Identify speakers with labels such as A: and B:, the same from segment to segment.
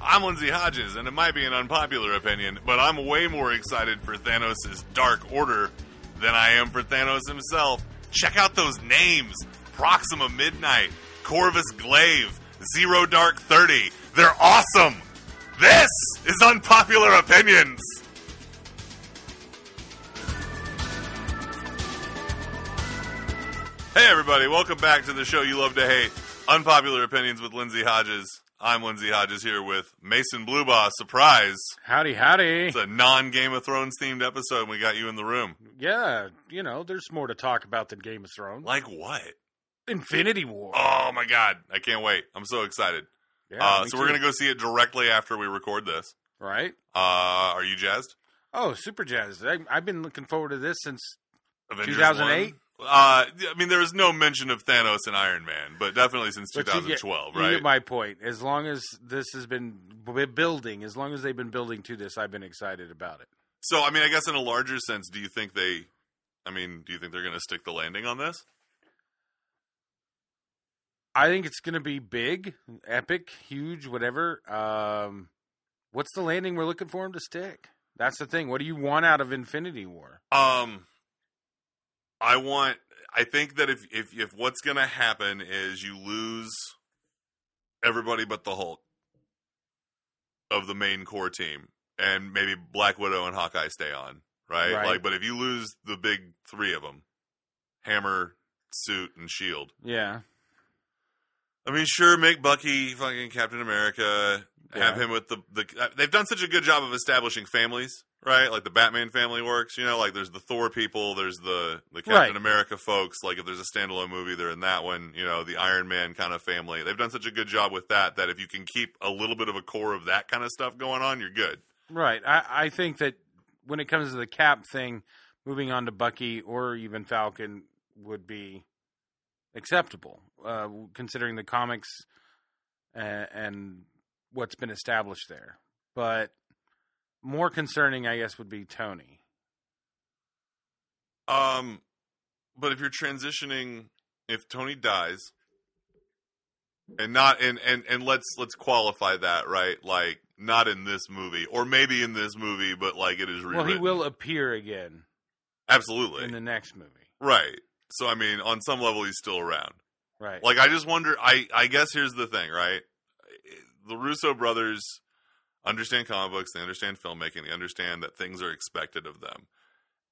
A: I'm Lindsay Hodges, and it might be an unpopular opinion, but I'm way more excited for Thanos' Dark Order than I am for Thanos himself. Check out those names Proxima Midnight, Corvus Glaive, Zero Dark 30. They're awesome! This is Unpopular Opinions! Hey, everybody, welcome back to the show you love to hate Unpopular Opinions with Lindsay Hodges. I'm Lindsay Hodges here with Mason Bluebaugh. Surprise!
B: Howdy, howdy.
A: It's a non Game of Thrones themed episode, and we got you in the room.
B: Yeah, you know, there's more to talk about than Game of Thrones.
A: Like what?
B: Infinity War.
A: Oh my god, I can't wait. I'm so excited.
B: yeah,
A: uh,
B: me
A: so we're
B: too.
A: going to go see it directly after we record this.
B: right.
A: Uh, are you jazzed?
B: Oh, super jazzed. I, I've been looking forward to this since.
A: Avengers
B: 2008?
A: 1? Uh, I mean, there was no mention of Thanos and Iron Man, but definitely since
B: but you get-
A: 2012,
B: You
A: right?
B: get my point. As long as this has been b- building, as long as they've been building to this, I've been excited about it.
A: so, I mean, I guess in a larger sense, do you think they? I mean, do you think they're going to stick the landing on this?
B: I think it's going to be big, epic, huge, whatever. Um, what's the landing we're looking for him to stick? That's the thing. What do you want out of Infinity War?
A: Um, I want. I think that if if if what's going to happen is you lose everybody but the Hulk of the main core team, and maybe Black Widow and Hawkeye stay on, right?
B: Right.
A: Like, but if you lose the big three of them, Hammer, Suit, and Shield.
B: Yeah.
A: I mean, sure, make Bucky fucking Captain America. Have
B: Yeah.
A: him with the the. They've done such a good job of establishing families, right? Like the Batman family works. You know, like there's the Thor people, there's the the Captain
B: Right.
A: America folks. Like if there's a standalone movie, they're in that one. You know, the Iron Man kind of family. They've done such a good job with that that if you can keep a little bit of a core of that kind of stuff going on, you're good.
B: Right. I, I think that when it comes to the cap thing, moving on to Bucky or even Falcon would be acceptable, uh, considering the comics and, and what's been established there. But more concerning, I guess, would be Tony.
A: Um, but if you're transitioning, if Tony dies, and not and and and let's let's qualify that right, like not in this movie, or maybe in this movie, but like it is rewritten.
B: Well, he will appear again
A: absolutely
B: in the next movie.
A: right. So I mean, on some level, he's still around.
B: Right.
A: Like I just wonder. I I guess here's the thing, right? The Russo brothers understand comic books. They understand filmmaking. They understand that things are expected of them.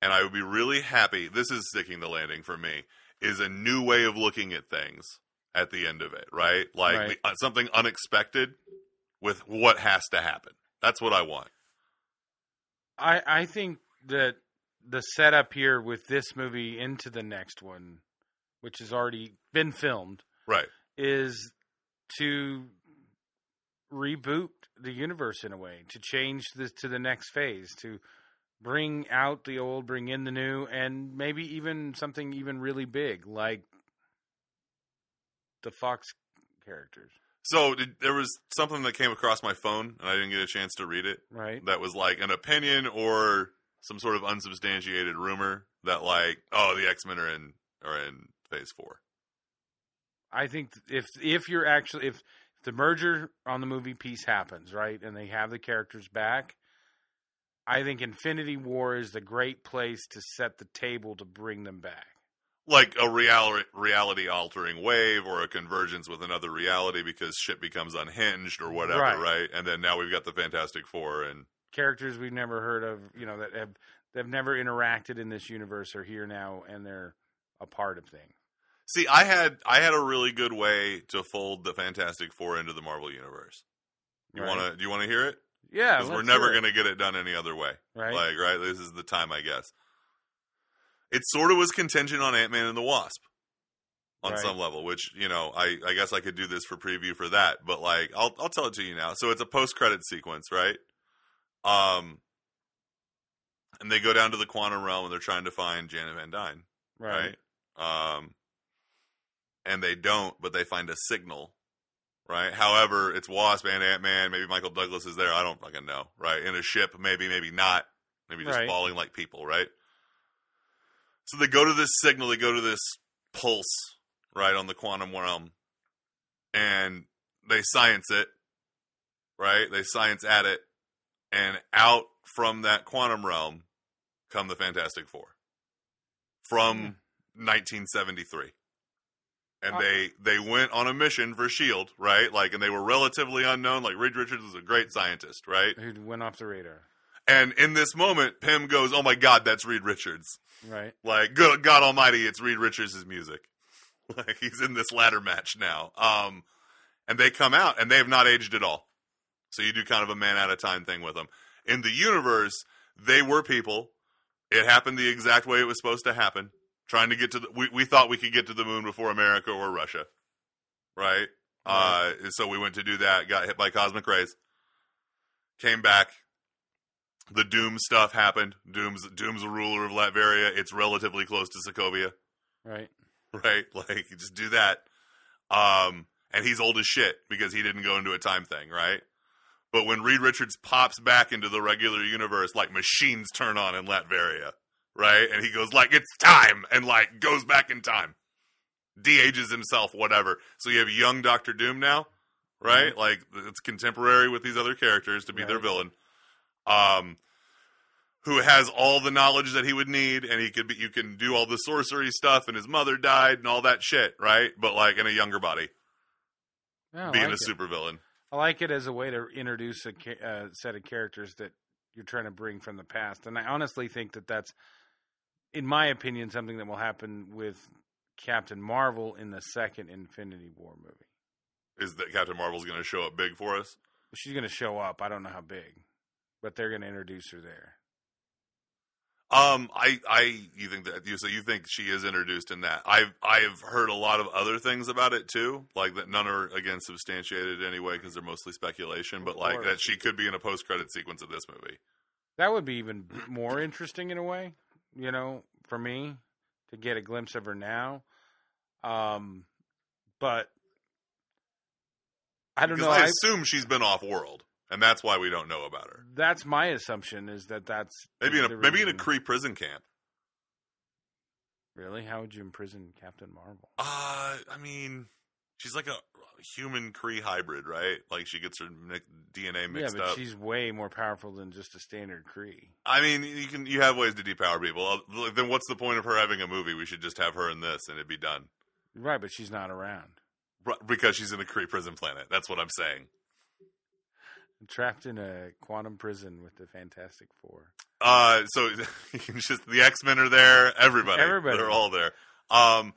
A: And I would be really happy. This is sticking the landing for me. Is a new way of looking at things at the end of it, right? Like
B: Right.
A: the- uh, something unexpected with what has to happen. That's what I want.
B: I, I think that the setup here with this movie into the next one, which has already been filmed,
A: Right.
B: is to reboot the universe in a way, to change this to the next phase, to bring out the old, bring in the new, and maybe even something even really big like the Fox characters,
A: So did, there was something that came across my phone, and I didn't get a chance to read it.
B: right?
A: that was like an opinion or some sort of unsubstantiated rumor that like, oh, the X Men are in are in Phase Four.
B: I think if if you're actually if the merger on the movie piece happens right, and they have the characters back, I think Infinity War is the great place to set the table to bring them back.
A: Like a real- reality altering wave or a convergence with another reality because shit becomes unhinged or whatever,
B: Right.
A: right? And then now we've got the Fantastic Four and
B: characters we've never heard of, you know, that have that have never interacted in this universe are here now and they're a part of things.
A: see I had I had a really good way to fold the Fantastic Four into the Marvel universe. You
B: Right.
A: wanna do you wanna hear it?
B: Yeah,
A: Because we're
B: let's
A: never
B: do it,
A: gonna get it done any other way.
B: right.
A: Like, right, this is the time, I guess. It sort of was contingent on Ant Man and the Wasp on
B: Right.
A: some level, which, you know, I, I guess I could do this for preview for that, but like I'll I'll tell it to you now. So it's a post credit sequence, right? Um and they go down to the quantum realm and they're trying to find Janet Van Dyne
B: right,
A: right? Um, and they don't, but they find a signal, right? However, it's Wasp and Ant Man. Maybe Michael Douglas is there. I don't fucking know, right? In a ship, maybe, maybe not. Maybe just
B: Right.
A: falling like people, right? So they go to this signal. They go to this pulse, right, on the quantum realm. And they science it, right? They science at it. And out from that quantum realm come the Fantastic Four from
B: Hmm.
A: 1973. And
B: Uh,
A: they they went on a mission for Shield, E right? Like, and they were relatively unknown. Like Reed Richards was a great scientist, right?
B: Who went off the radar,
A: And in this moment, Pym goes, "Oh my God, that's Reed Richards!"
B: right?
A: Like, good God Almighty, it's Reed Richards' music. Like he's in this ladder match now. Um, and they come out, and they have not aged at all. So you do kind of a man at a time thing with them. In the universe, they were people. It happened the exact way it was supposed to happen. Trying to get to the, we, we thought we could get to the moon before America or Russia, right? Uh, and so we went to do that. Got hit by cosmic rays. Came back. The Doom stuff happened. Doom's Doom's a ruler of Latveria. It's relatively close to Sokovia
B: Right.
A: right? Like just do that. Um, and he's old as shit because he didn't go into a time thing, right? But when Reed Richards pops back into the regular universe, like machines turn on in Latveria, right? And he goes like, "It's time," and like goes back in time, de-ages himself, whatever. So you have young Doctor Doom now, right?
B: Mhm.
A: Like it's contemporary with these other characters to be their
B: Right.
A: villain. Um, who has all the knowledge that he would need and he could be you can do all the sorcery stuff and his mother died and all that shit, right? But like in a younger body,
B: Yeah, I
A: being a
B: like it.
A: supervillain.
B: I like it as a way to introduce a ca- uh, set of characters that you're trying to bring from the past, and I honestly think that that's, in my opinion, something that will happen with Captain Marvel in the second Infinity War movie.
A: Is that Captain Marvel's going to show up big for us?
B: She's going to show up. I don't know how big, but they're going to introduce her there.
A: Um, I, I, you think that you so you think she is introduced in that? I've, I've heard a lot of other things about it too, like that none are again substantiated anyway because they're mostly speculation. But like
B: course.
A: that she could be in a post-credit sequence of this movie.
B: That would be even more interesting in a way, you know, for me to get a glimpse of her now. Um, but I don't
A: Because
B: know.
A: I
B: I,
A: assume she's been off-world, and that's why we don't know about her.
B: that's my assumption is that that's
A: Maybe in a
B: the
A: maybe in a
B: reason.
A: Cree prison camp.
B: Really, how would you imprison Captain Marvel?
A: Uh, I mean, she's like a human Cree hybrid, right? Like she gets her mi- DNA mixed
B: yeah, but
A: up.
B: she's way more powerful than just a standard Cree.
A: I mean, you can you have ways to depower people. Uh, like, Then what's the point of her having a movie? We should just have her in this, and it'd be done.
B: Right, but she's not around,
A: R- Because she's in a Cree prison planet. That's what I'm saying.
B: trapped in a quantum prison with the Fantastic Four.
A: Uh, so you can just the X Men are there. Everybody,
B: Everybody.
A: they're all there. Um,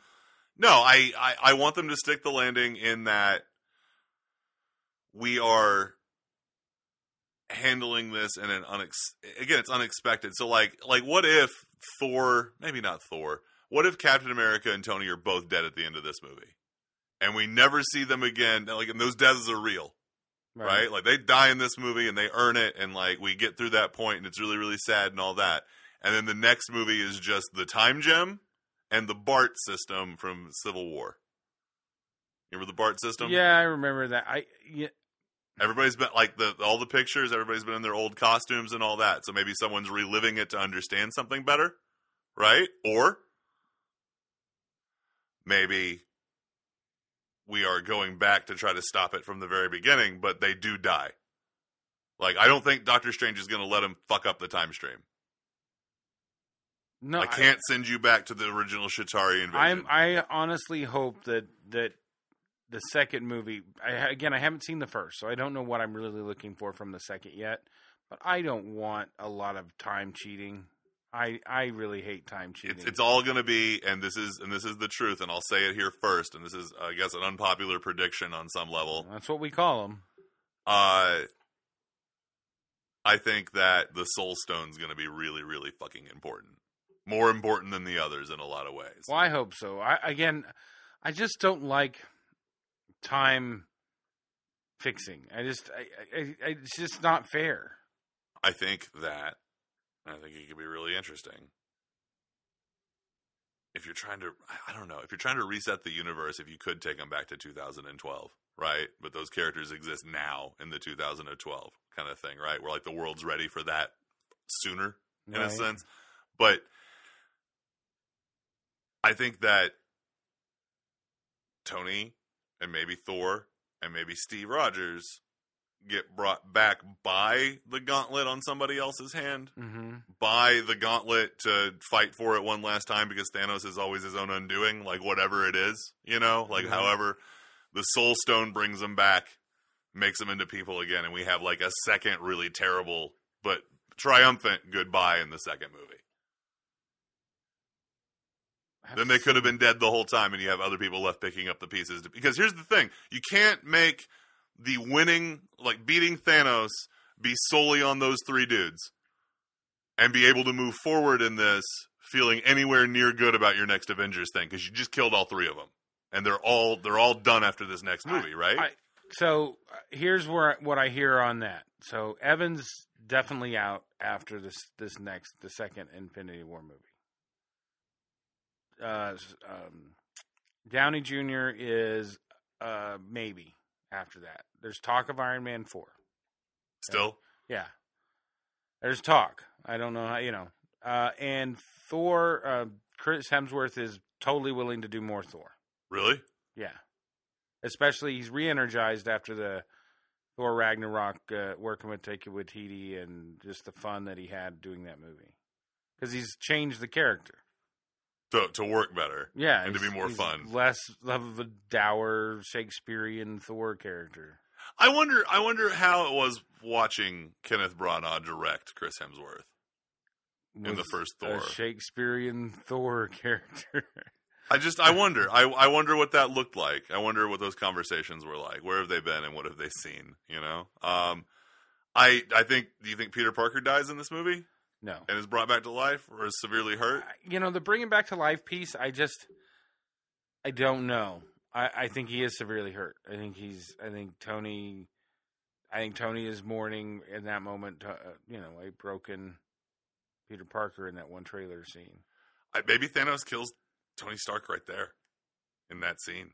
A: no, I, I I want them to stick the landing in that we are handling this in an unex again it's unexpected. So like like what if Thor maybe not Thor what if Captain America and Tony are both dead at the end of this movie and we never see them again like and those deaths are real right? Like they die in this movie and they earn it, and like we get through that point, and it's really really sad and all that. And then the next movie is just the time gem and the Bart system from Civil War. You remember the Bart system?
B: Yeah, I remember that. I yeah,
A: Everybody's been like the all the pictures. Everybody's been in their old costumes and all that. So maybe someone's reliving it to understand something better, right? Or maybe we are going back to try to stop it from the very beginning, but they do die. Like I don't think Doctor Strange is going to let him fuck up the time stream.
B: no,
A: I can't send you back to the original Shatari invasion.
B: I'm I honestly hope that that the second movie I, again I haven't seen the first, so I don't know what I'm really looking for from the second yet. But I don't want a lot of time cheating. I I really hate time cheating.
A: it's, it's all going to be and this is and this is the truth and i'll say it here first and this is i guess an unpopular prediction on some level
B: That's what we call them.
A: uh i think that the soul stone's going to be really really fucking important more important than the others in a lot of ways
B: Well, I hope so. I again, I just don't like time fixing. I just I, I, I it's just not fair.
A: i think that i think it could be really interesting if you're trying to I- i don't know if you're trying to reset the universe if you could take them back to 2012 right but those characters exist now in the 2012 kind of thing right where like the world's ready for that sooner in a
B: Right?
A: sense. But I think that Tony and maybe Thor and maybe Steve Rogers get brought back by the gauntlet on somebody else's hand,
B: Mm-hmm.
A: by the gauntlet to fight for it one last time because Thanos is always his own undoing, like whatever it is, you know, like
B: Mhm.
A: however the Soul Stone brings him back, makes him into people again, and we have like a second really terrible but triumphant goodbye in the second movie. Then they could have been dead the whole time, and you have other people left picking up the pieces. To, because here's the thing: you can't make the winning, like beating Thanos, be solely on those three dudes, and be able to move forward in this feeling anywhere near good about your next Avengers thing because you just killed all three of them, and they're all they're all done after this next
B: I-
A: movie, right?
B: I- So uh, here's where what I hear on that. So Evans definitely out after this this next the second Infinity War movie. Uh, s- um, Downey Jr. is uh, maybe after that. There's talk of Iron Man four.
A: Still,
B: Yeah. There's talk. I don't know how, you know. Uh, and Thor, uh, Chris Hemsworth is totally willing to do more Thor.
A: really?
B: Yeah. Especially he's re energized after the Thor Ragnarok uh, working with Taika Waititi and just the fun that he had doing that movie. Because he's changed the character.
A: To to work better.
B: Yeah.
A: And to
B: he's-
A: be more
B: he's
A: fun.
B: Less of a dour Shakespearean Thor character.
A: I wonder. I wonder how it was watching Kenneth Branagh direct Chris Hemsworth. the
B: Was
A: first
B: A
A: Thor.
B: Shakespearean Thor character.
A: I just I wonder. I I wonder what that looked like. I wonder what those conversations were like. Where have they been and what have they seen? You know. Um, I I think. Do you think Peter Parker dies in this movie
B: no.
A: and is brought back to life or is severely hurt?
B: I- you know the bringing back to life piece i just i don't know I, I think he is severely hurt i think he's i think tony i think tony is mourning in that moment uh, you know a broken peter parker in that one trailer scene
A: I, maybe Thanos kills Tony Stark right there in that scene.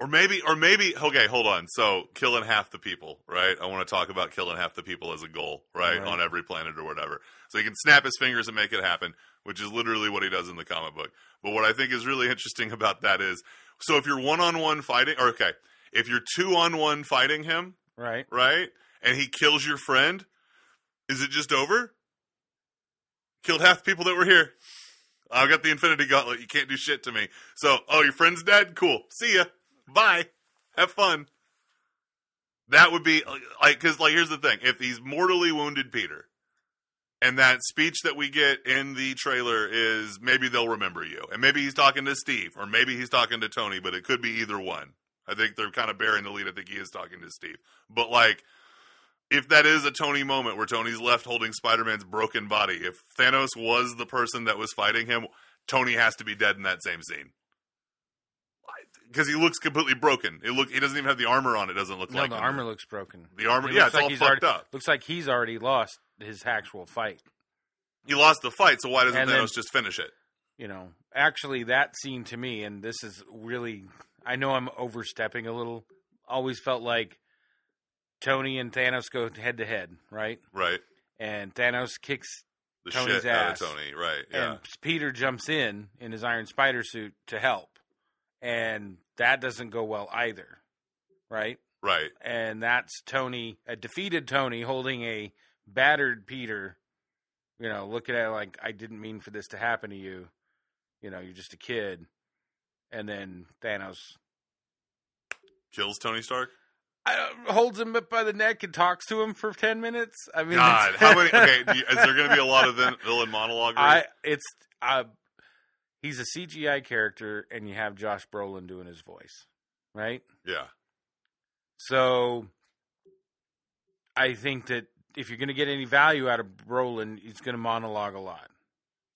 A: Or maybe, or maybe, okay, hold on. So, killing half the people, right? I want to talk about killing half the people as a goal, right?
B: Right.
A: On every planet or whatever. So he can snap his fingers and make it happen, which is literally what he does in the comic book. But what I think is really interesting about that is so if you're one on one fighting, or okay, if you're two on one fighting him,
B: right
A: right? And he kills your friend. Is it just over? Killed half the people that were here. I've got the Infinity Gauntlet. You can't do shit to me. So, oh, your friend's dead? Cool. See ya. Bye. Have fun. That would be like, because, like, here's the thing if he's mortally wounded Peter, and that speech that we get in the trailer is maybe they'll remember you. And maybe he's talking to Steve, or maybe he's talking to Tony, but it could be either one. I think they're kind of bearing the lead. I think he is talking to Steve. But like, if that is a Tony moment where Tony's left holding Spider Man's broken body, if Thanos was the person that was fighting him, Tony has to be dead in that same scene. Because he looks completely broken. It look he doesn't even have the armor on. It doesn't look
B: no
A: like
B: the
A: him.
B: armor looks broken
A: The armor,
B: It
A: yeah,
B: looks
A: it's
B: like
A: all
B: he's
A: fucked
B: already-
A: up.
B: looks like he's already lost his actual fight
A: He lost the fight, so why doesn't
B: And
A: Thanos
B: then-
A: just finish it?
B: you know actually that scene to me and this is really i know i'm overstepping a little always felt like tony and thanos go head to head right
A: Right,
B: and thanos kicks
A: the
B: Tony's
A: shit out
B: ass.
A: of Tony. Right, yeah.
B: and peter jumps in in his iron spider suit to help and that doesn't go well either right
A: right.
B: and that's tony a defeated tony holding a battered peter you know looking at it like i didn't mean for this to happen to you you know you're just a kid and then thanos
A: Kills Tony Stark.
B: uh, holds him up by the neck and talks to him for 10 minutes i mean
A: God,
B: it's-
A: how many? Okay, do you- is there going to be a lot of vin- villain monologue?
B: I it's uh, he's a CGI character, and you have Josh Brolin doing his voice, right?
A: yeah,
B: So I think that if you're going to get any value out of Brolin, he's going to monologue a lot.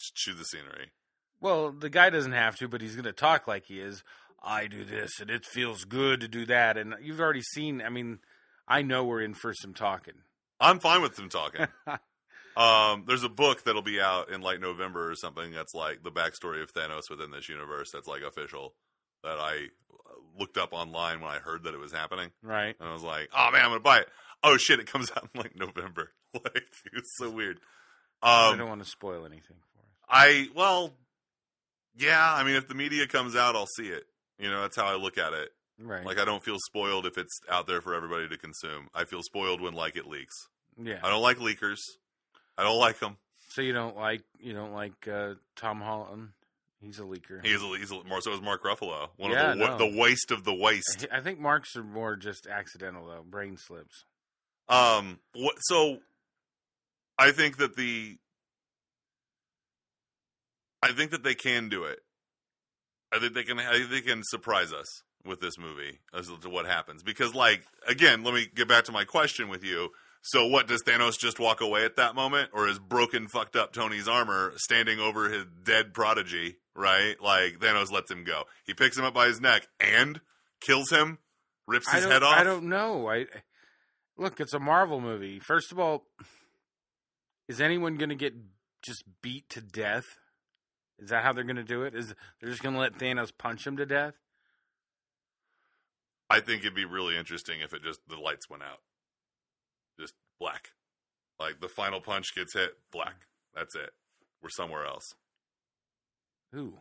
A: just chew the scenery.
B: Well, the guy doesn't have to, but he's going to talk like he is. I do this, and it feels good to do that. And you've already seen. I mean, I know we're in for some talking.
A: I'm fine with them talking. Um, there's a book that'll be out in like November or something that's like the backstory of Thanos within this universe. That's like official. That I uh, looked up online when I heard that it was happening,
B: right?
A: and I was like, "Oh man, I'm gonna buy it." Oh shit, it comes out in like November. Like it's so weird.
B: I don't
A: Um,
B: want to spoil anything for us.
A: I well, yeah. I mean, if the media comes out, I'll see it. You know, that's how I look at it.
B: Right.
A: Like I don't feel spoiled if it's out there for everybody to consume. I feel spoiled when like it leaks.
B: yeah.
A: I don't like leakers. I don't like them.
B: So you don't like you don't like uh, Tom Holland? He's a leaker.
A: He's a, he's a, more so is Mark Ruffalo. One
B: Yeah,
A: of the, wa-
B: no.
A: the waste of the waste.
B: I think marks are more just accidental though, brain slips.
A: Um, what, so I think that the I think that they can do it. I think they can. I think they can surprise us with this movie as to what happens. Because, like, again, let me get back to my question with you. So, what does Thanos just walk away at that moment, or is broken, fucked up Tony's armor standing over his dead prodigy? Right, like Thanos lets him go. He picks him up by his neck and kills him, rips
B: I
A: his
B: don't,
A: head off.
B: I don't know. I look, it's a Marvel movie. First of all, is anyone going to get just beat to death? Is that how they're going to do it? Is they're just going to let Thanos punch him to death?
A: I think it'd be really interesting if it just the lights went out, just black. Like the final punch gets hit, black. That's it. We're somewhere else.
B: Who?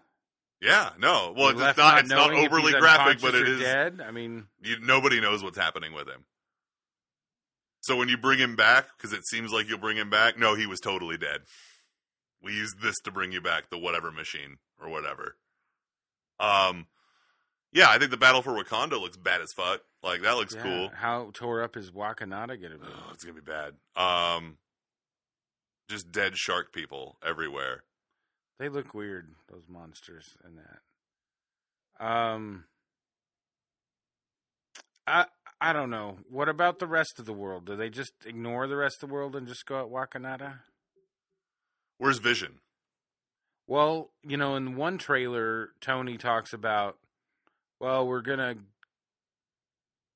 A: Yeah, no. Well,
B: They
A: it's
B: left
A: not. It's not
B: knowing if
A: overly
B: he's
A: graphic, but it
B: unconscious or
A: is.
B: Dead. I mean,
A: You, nobody knows what's happening with him. So when you bring him back, because it seems like you'll bring him back. No, he was totally dead. We used this to bring you back the whatever machine or whatever. Um, yeah, I think the battle for Wakanda looks bad as fuck. Like that looks
B: yeah,
A: cool.
B: How tore up is Wakanada going to be?
A: Oh, it's gonna be bad. Um, just dead shark people everywhere.
B: They look weird, those monsters and that. Um I I don't know. What about the rest of the world? Do they just ignore the rest of the world and just go at Wakanada?
A: Where's Vision?
B: Well, you know, in one trailer Tony talks about well, we're going to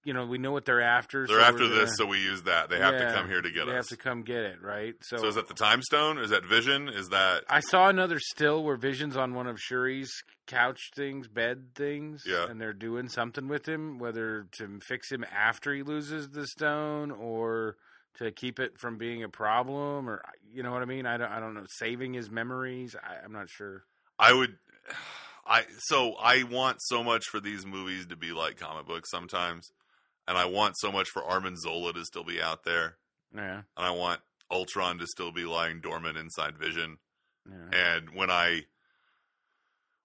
B: you know, we know what they're after.
A: They're
B: so
A: after
B: we're gonna-
A: this, so we use that. They have
B: Yeah,
A: to come here to get
B: They
A: us.
B: have to come get it, right? So,
A: so is that the time stone? Is that Vision? Is that
B: I saw another still where Vision's on one of Shuri's couch things, bed things,
A: Yeah.
B: and they're doing something with him, whether to fix him after he loses the stone or to keep it from being a problem, or you know what I mean. I don't, I don't know, saving his memories. I, I'm not sure.
A: I would? I so I want so much for these movies to be like comic books sometimes, and I want so much for Armin Zola to still be out there,
B: Yeah,
A: and I want Ultron to still be lying dormant inside Vision.
B: yeah.
A: and when I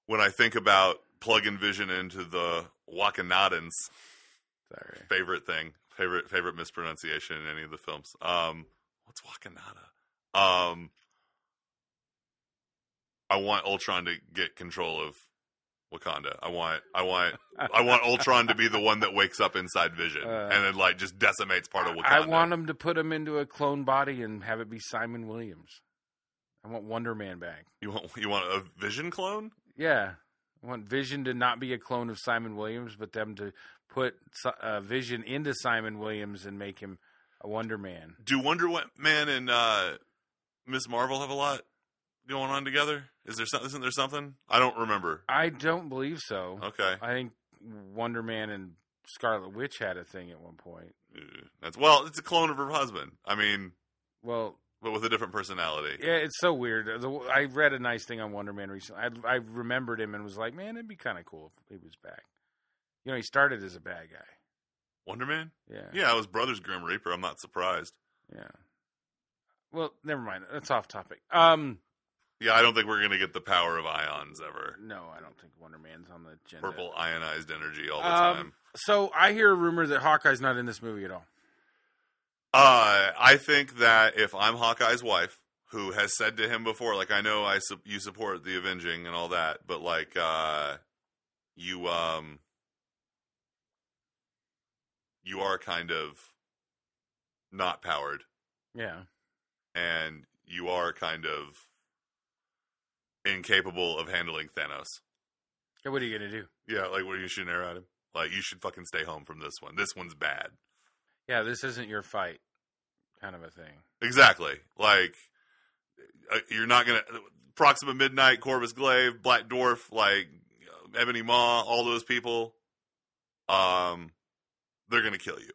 A: when I think about plugging vision into the Wakanadans
B: Sorry,
A: favorite thing, favorite favorite mispronunciation in any of the films. Um, what's Wakanada? Um, I want Ultron to get control of Wakanda. I want I want I want Ultron to be the one that wakes up inside Vision
B: Uh,
A: and then like just decimates part of Wakanda.
B: I want him to put him into a clone body and have it be Simon Williams. I want Wonder Man back.
A: you want you want a Vision clone?
B: Yeah. I want Vision to not be a clone of Simon Williams, but them to put Si- uh, Vision into Simon Williams and make him a Wonder Man.
A: do Wonder Wo- Man and uh, Miss Marvel have a lot going on together? Is there something? Isn't there something? I don't remember.
B: I don't believe so.
A: Okay,
B: I think Wonder Man and Scarlet Witch had a thing at one point.
A: Uh, that's well. It's a clone of her husband. I mean,
B: Well,
A: but with a different personality.
B: yeah, it's so weird. The- I read a nice thing on Wonder Man recently. I, I remembered him and was like, man, it'd be kind of cool if he was back. You know, he started as a bad guy.
A: Wonder Man.
B: Yeah.
A: Yeah, it was Brothers Grim Reaper. I'm not surprised.
B: Yeah. Well, never mind. That's off topic. Um,.
A: Yeah, I don't think we're gonna get the power of ions ever.
B: No, I don't think Wonder Man's on the agenda.
A: Purple ionized energy all the
B: uh, Um,
A: time.
B: So I hear a rumor that Hawkeye's not in this movie at all.
A: Uh, I think that if I'm Hawkeye's wife, who has said to him before, like I know I su- you support the avenging and all that, but like uh, you um, you are kind of not powered,
B: Yeah.
A: and you are kind of incapable of handling Thanos.
B: So what are you gonna do?
A: Yeah, like what are you shooting arrow at him? Like you should fucking stay home from this one. This one's bad.
B: Yeah, this isn't your fight, kind of a thing.
A: Exactly. Like uh, you're not gonna Proxima Midnight, Corvus Glaive, Black Dwarf, like uh, Ebony Maw, all those people. Um, they're gonna kill you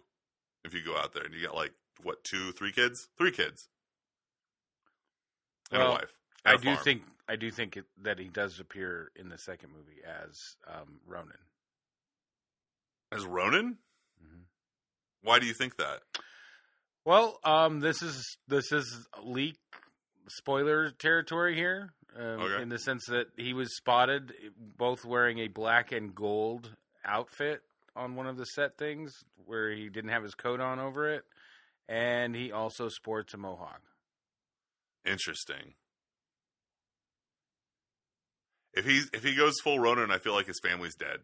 A: if you go out there and you got like what two, three kids, three kids, and
B: Well,
A: a wife. and
B: I
A: a
B: do
A: farm.
B: think I do think it, that he does appear in the second movie as um, Ronan. Mm-hmm.
A: as Ronan. Why do you think that?
B: Well, um, this is this is leak spoiler territory here, um,
A: Okay.
B: in the sense that he was spotted eh, both wearing a black and gold outfit on one of the set things where he didn't have his coat on over it, and he also sports a mohawk.
A: Interesting. If he's if he goes full Ronan, I feel like his family's dead.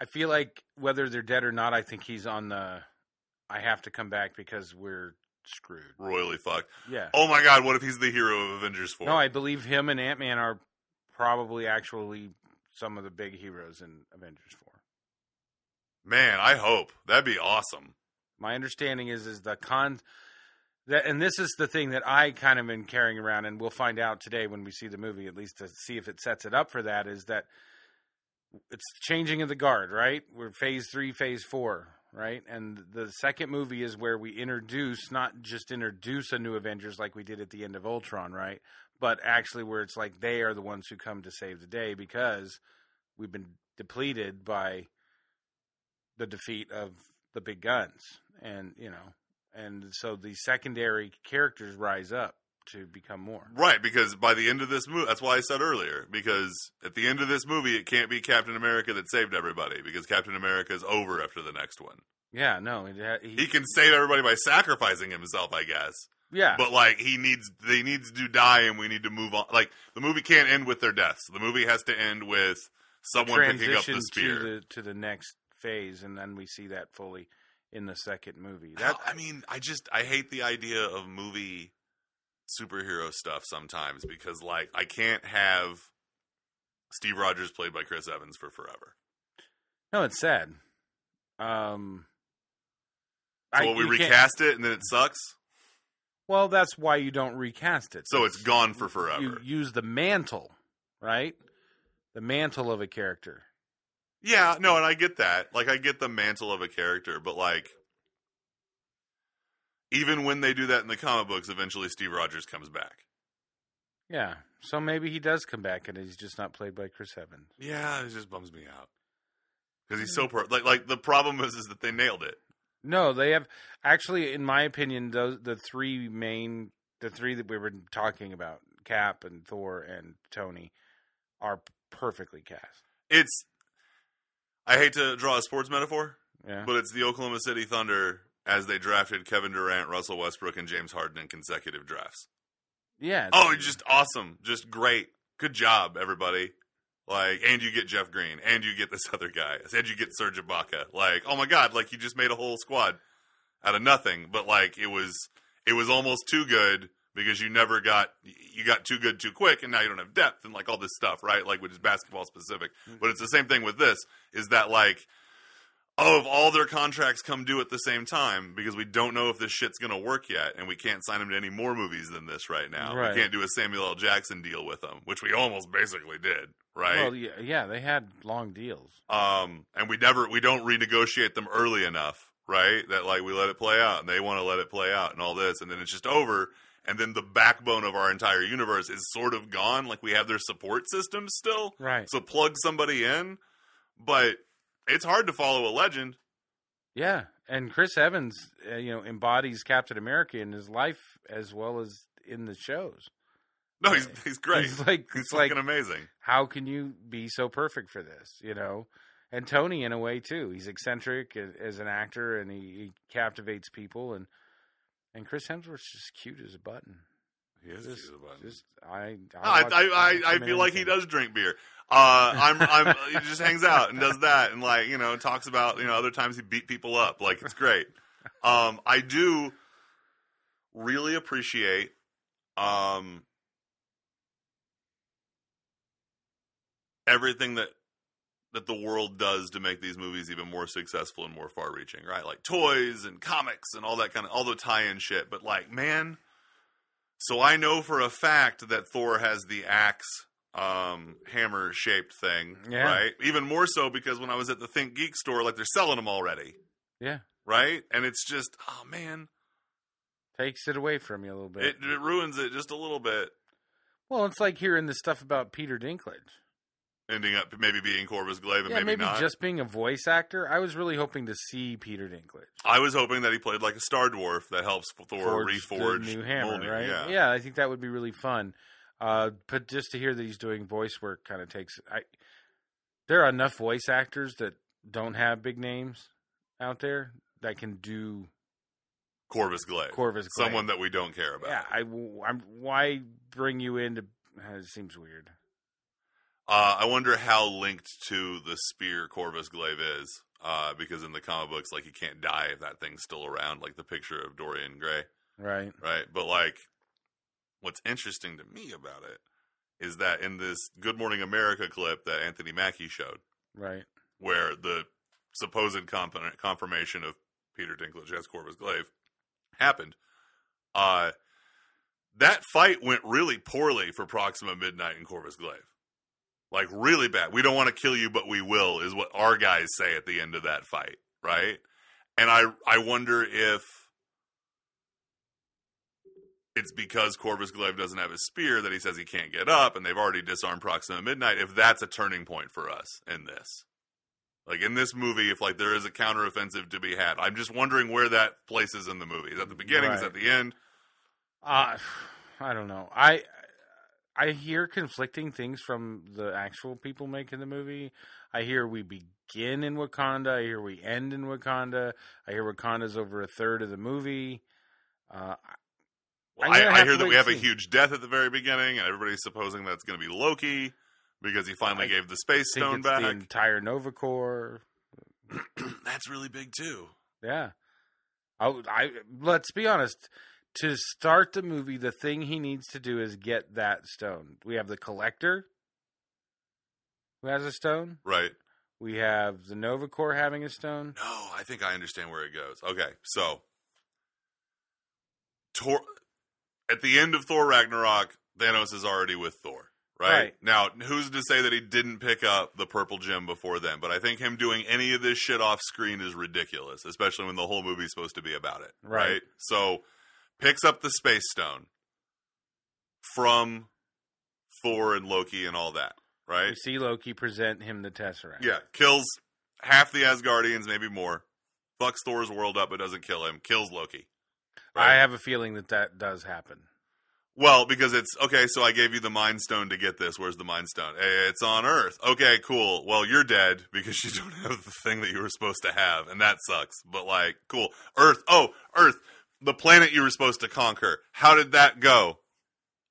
B: I feel like whether they're dead or not, I think he's on the. I have to come back because we're screwed.
A: Royally fucked.
B: Yeah.
A: Oh my god, what if he's the hero of Avengers Four?
B: No, I believe him and Ant Man are probably actually some of the big heroes in Avengers Four.
A: Man, I hope that'd be awesome.
B: My understanding is is the con that, and this is the thing that I kind of been carrying around, and we'll find out today when we see the movie, at least to see if it sets it up for that. Is that it's the changing of the guard, right? We're phase three, phase four, right? And the second movie is where we introduce, not just introduce a new Avengers like we did at the end of Ultron, right? But actually, where it's like they are the ones who come to save the day because we've been depleted by the defeat of the big guns and you know and so the secondary characters rise up to become more
A: Right, because by the end of this movie, that's why I said earlier. Because at the end of this movie, it can't be Captain America that saved everybody because Captain America is over after the next one.
B: yeah no it, ha- he,
A: He can save everybody by sacrificing himself, I guess.
B: yeah
A: But like he needs, they needs to die, and we need to move on. Like the movie can't end with their deaths. The movie has to end with someone picking up the
B: transition
A: spear.
B: to the to the next phase and then we see that fully in the second movie that
A: I mean, I just I hate the idea of movie superhero stuff sometimes because like I can't have Steve Rogers played by Chris Evans for forever.
B: no it's sad um
A: So what, we
B: you can't-
A: recast it and then it sucks.
B: well that's why you don't recast it
A: So it's gone for forever.
B: you use the mantle right the mantle of a character
A: yeah, no, and I get that. Like I get the mantle of a character, but like even when they do that in the comic books, eventually Steve Rogers comes back.
B: yeah so maybe he does come back and he's just not played by chris evans
A: Yeah, it just bums me out Hmm. because he's so per- like like the problem is is that they nailed it.
B: No, they have actually, in my opinion, those the three main, the three that we were talking about, Cap and Thor and Tony, are perfectly cast.
A: it's I hate to draw a sports metaphor,
B: Yeah,
A: but it's the Oklahoma City Thunder as they drafted Kevin Durant, Russell Westbrook, and James Harden in consecutive drafts.
B: yeah.
A: Oh, it's just awesome. Just great. Good job, everybody. Like, and you get Jeff Green, and you get this other guy, and you get Serge Ibaka. Like, oh my God, like you just made a whole squad out of nothing. But like, it was, it was almost too good because you never got, you got too good too quick, and now you don't have depth and like all this stuff, right? Like, which is basketball specific.
B: Mm-hmm.
A: But it's the same thing with this. Is that like, oh, if all their contracts come due at the same time because we don't know if this shit's gonna work yet, and we can't sign them to any more movies than this right now.
B: Right.
A: We can't do a Samuel L. Jackson deal with them, which we almost basically did, right?
B: Well, yeah, yeah, they had long deals.
A: um, and we never we don't renegotiate them early enough, right? That like we let it play out, and they want to let it play out, and all this, and then it's just over, and then the backbone of our entire universe is sort of gone. Like we have their support system still,
B: Right.
A: so plug somebody in, but it's hard to follow a legend.
B: Yeah, and Chris Evans, uh, you know, embodies Captain America in his life as well as in the shows.
A: No, he's he's great.
B: It's like
A: He's
B: it's like
A: fucking amazing.
B: how can you be so perfect for this you know and tony in a way too he's eccentric as, as an actor and he, he captivates people and and chris hemsworth's just cute as a button
A: He is
B: just,
A: cute as a button.
B: just i
A: No, I,
B: watch-
A: I,
B: watch
A: I, I
B: him in
A: feel like he
B: anything.
A: does drink beer. Uh, I'm, I'm, he just hangs out and does that and like, you know, talks about, you know, other times he beat people up. Like, it's great. Um, I do really appreciate, um, everything that, that the world does to make these movies even more successful and more far reaching, right? Like toys and comics and all that kind of, all the tie in shit. But like, man, so I know for a fact that Thor has the axe um, hammer shaped thing,
B: Yeah.
A: right? Even more so because when I was at the Think Geek store, like they're selling them already,
B: yeah
A: right? And it's just, oh man,
B: takes it away from you a little bit
A: it, it ruins it just a little bit.
B: well it's like hearing the stuff about peter dinklage
A: ending up maybe being Corvus Glaive and
B: yeah,
A: maybe,
B: maybe
A: not.
B: just being a voice actor. I was really hoping to see Peter Dinklage.
A: I was hoping that he played like a Star Dwarf that helps Thor
B: forged the
A: reforge
B: new hammer,
A: Mjolnir,
B: right?
A: Yeah.
B: I think that would be really fun. Uh, but just to hear that he's doing voice work kind of takes. I there are enough voice actors that don't have big names out there that can do
A: Corvus Glaive,
B: Corvus. Glaive.
A: Uh, someone that we don't care about.
B: yeah. I, am Why bring you in to? It seems weird.
A: Uh, I wonder how linked to the spear Corvus Glaive is, uh, because in the comic books, like he can't die if that thing's still around, like the picture of Dorian Gray,
B: Right.
A: right? But like, what's interesting to me about it is that in this Good Morning America clip that Anthony Mackie showed,
B: Right.
A: where the supposed comp- confirmation of Peter Dinklage as Corvus Glaive happened, uh, that fight went really poorly for Proxima Midnight and Corvus Glaive. Like, really bad. We don't want to kill you, but we will, is what our guys say at the end of that fight, right? And I, I wonder if it's because Corvus Glaive doesn't have his spear that he says he can't get up, and they've already disarmed Proxima Midnight, if that's a turning point for us in this like in this movie if like there is a counteroffensive to be had i'm just wondering where that places in the movie is at the beginning is
B: Right.
A: at the end
B: Uh, I don't know. I I hear conflicting things from the actual people making the movie. I hear we begin in Wakanda. I hear we end in Wakanda. I hear Wakanda's over a third of the movie. Uh, I'm
A: i,
B: gonna
A: I
B: have
A: hear
B: to
A: that
B: wait
A: we have a
B: and see.
A: huge death at the very beginning and everybody's supposing that's going to be loki because he finally
B: I
A: gave the space
B: I think
A: stone
B: it's
A: back
B: the entire Nova Corps.
A: that's really big too
B: Yeah. I, would- I let's be honest. To start the movie, the thing he needs to do is get that stone. We have the collector who has a stone.
A: right
B: We have the Nova Corps having a stone.
A: no i think i understand where it goes okay so Tor- at the end of thor ragnarok thanos is already with thor Right?
B: Right.
A: now, who's to say that he didn't pick up the purple gem before then? But I think him doing any of this shit off screen is ridiculous, especially when the whole movie's supposed to be about it.
B: Right.
A: So, picks up the space stone from Thor and Loki and all that. Right.
B: We see Loki present him the Tesseract.
A: Yeah, kills half the Asgardians, maybe more. Fucks Thor's world up, but doesn't kill him. Kills Loki.
B: I have a feeling that that does happen.
A: Well, because it's okay. So I gave you the Mind Stone to get this. Where's the Mind Stone? Eh, It's on Earth. Okay, cool. Well, you're dead because you don't have the thing that you were supposed to have, and that sucks. But like, cool. Earth. Oh, Earth, the planet you were supposed to conquer. How did that go?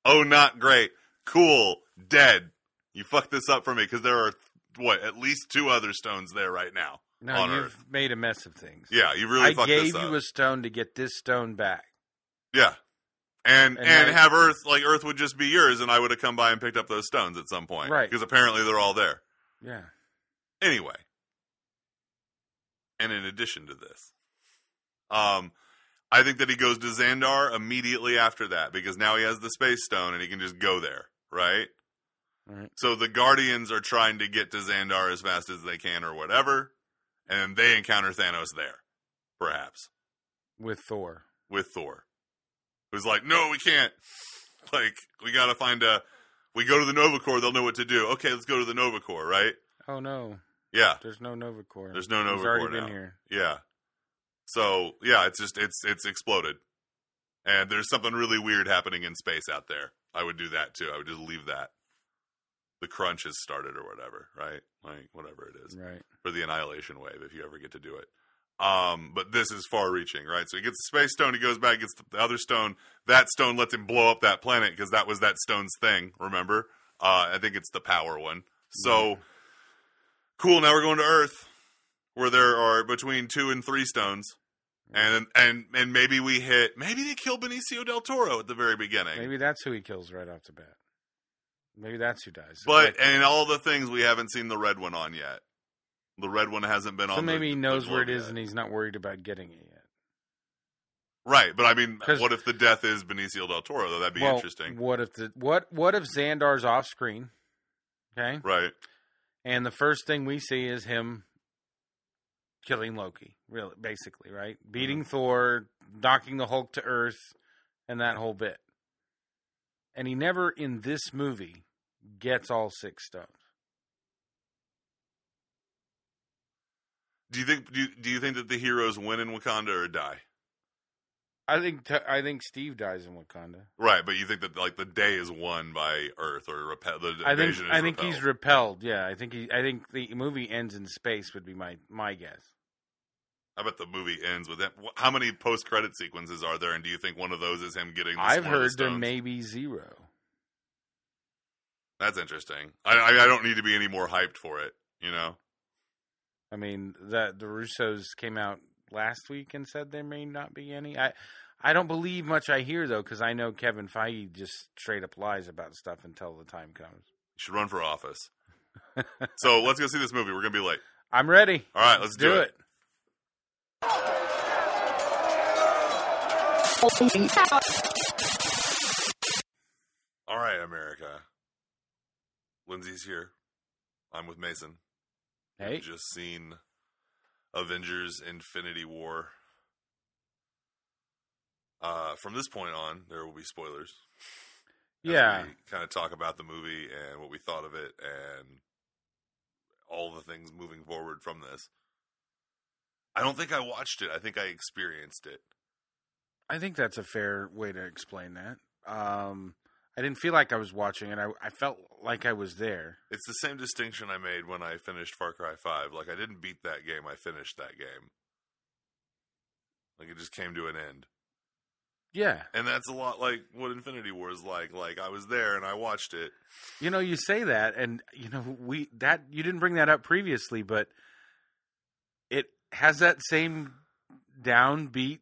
A: Oh, not great. Cool. Dead. You fucked this up for me because there are what at least two other stones there right now.
B: No,
A: On
B: you've
A: Earth.
B: made a mess of things.
A: Yeah, you really
B: I
A: fucked
B: gave
A: this up.
B: you a stone to get this stone back.
A: Yeah. And and,
B: And like-
A: have Earth like Earth would just be yours, and I would have come by and picked up those stones at some point,
B: Right.
A: Because apparently they're all there
B: Yeah.
A: anyway. And in addition to this, um, I think that he goes to Xandar immediately after that because now he has the space stone and he can just go there, right?
B: Right.
A: So the Guardians are trying to get to Xandar as fast as they can, or whatever, and they encounter Thanos there, perhaps
B: With Thor.
A: with Thor, who's like, "No, we can't. Like, we got to find a. We go to the Nova Corps. They'll know what to do. Okay, let's go to the Nova Corps, right?
B: Oh no.
A: Yeah,
B: There's no Nova Corps.
A: There's no
B: He's
A: Nova
B: already
A: Corps
B: been
A: now.
B: here.
A: yeah. So yeah, it's just it's it's exploded, and there's something really weird happening in space out there. I would do that too. I would just leave that. The crunch has started, or whatever, right? Like whatever it is.
B: Right.
A: for the annihilation wave if you ever get to do it. Um, but this is far reaching, right? So he gets the space stone, he goes back, gets the other stone. That stone lets him blow up that planet because that was that stone's thing, remember? Uh, I think it's the power one. So cool, now we're going to Earth where there are between two and three stones. And and and maybe we hit maybe they kill Benicio del Toro at the very beginning.
B: Maybe that's who he kills right off the bat. Maybe that's who dies.
A: But
B: Like,
A: and all the things we haven't seen the red one on yet. The red one hasn't been
B: so
A: on the-
B: maybe he
A: the
B: knows where it
A: globe
B: is
A: yet.
B: and he's not worried about getting it yet.
A: Right, but I mean,
B: 'Cause-
A: what if the death is Benicio del Toro? Though that'd be
B: well,
A: interesting,
B: What if the what what if Xandar's off screen? Okay.
A: right?
B: And the first thing we see is him killing Loki, really, basically, right?
A: Mm-hmm.
B: Beating Thor, knocking the Hulk to Earth, and that whole bit. And he never in this movie gets all six stones.
A: Do you think do you, do you think that the heroes win in Wakanda or die?
B: I think t- I think Steve dies in Wakanda.
A: Right, but you think that like the day is won by Earth or repel the
B: I think
A: invasion is
B: I think
A: repelled.
B: he's repelled. Yeah, I think he. I think the movie ends in space would be my my guess.
A: I bet the movie ends with him. Wh- How many post credit sequences are there? And do you think one of those is him getting? The
B: I've
A: Sword of the
B: heard there
A: Stones?
B: may be zero.
A: That's interesting. I, I I don't need to be any more hyped for it. You know.
B: I mean, that the Russos came out last week and said there may not be any. I I don't believe much I hear though, because I know Kevin Feige just straight up lies about stuff until the time comes.
A: You should run for office. so let's go see this movie. We're gonna be late.
B: I'm ready.
A: All right, let's do it. All right, America. Lindsay's here. I'm with Mason.
B: Hey,
A: Just seen Avengers Infinity War. Uh, from this point on, there will be spoilers.
B: yeah,
A: Kind of talk about the movie and what we thought of it and all the things moving forward from this. I don't think I watched it. I think I experienced it.
B: I think that's a fair way to explain that. Um, I didn't feel like I was watching it. I I felt like I was there.
A: It's the same distinction I made when I finished Far Cry 5. Like, I didn't beat that game, I finished that game. Like, it just came to an end.
B: Yeah,
A: And that's a lot like what Infinity War is like. Like, I was there and I watched it.
B: you know, you say that, and you know, we that you didn't bring that up previously, but it has that same downbeat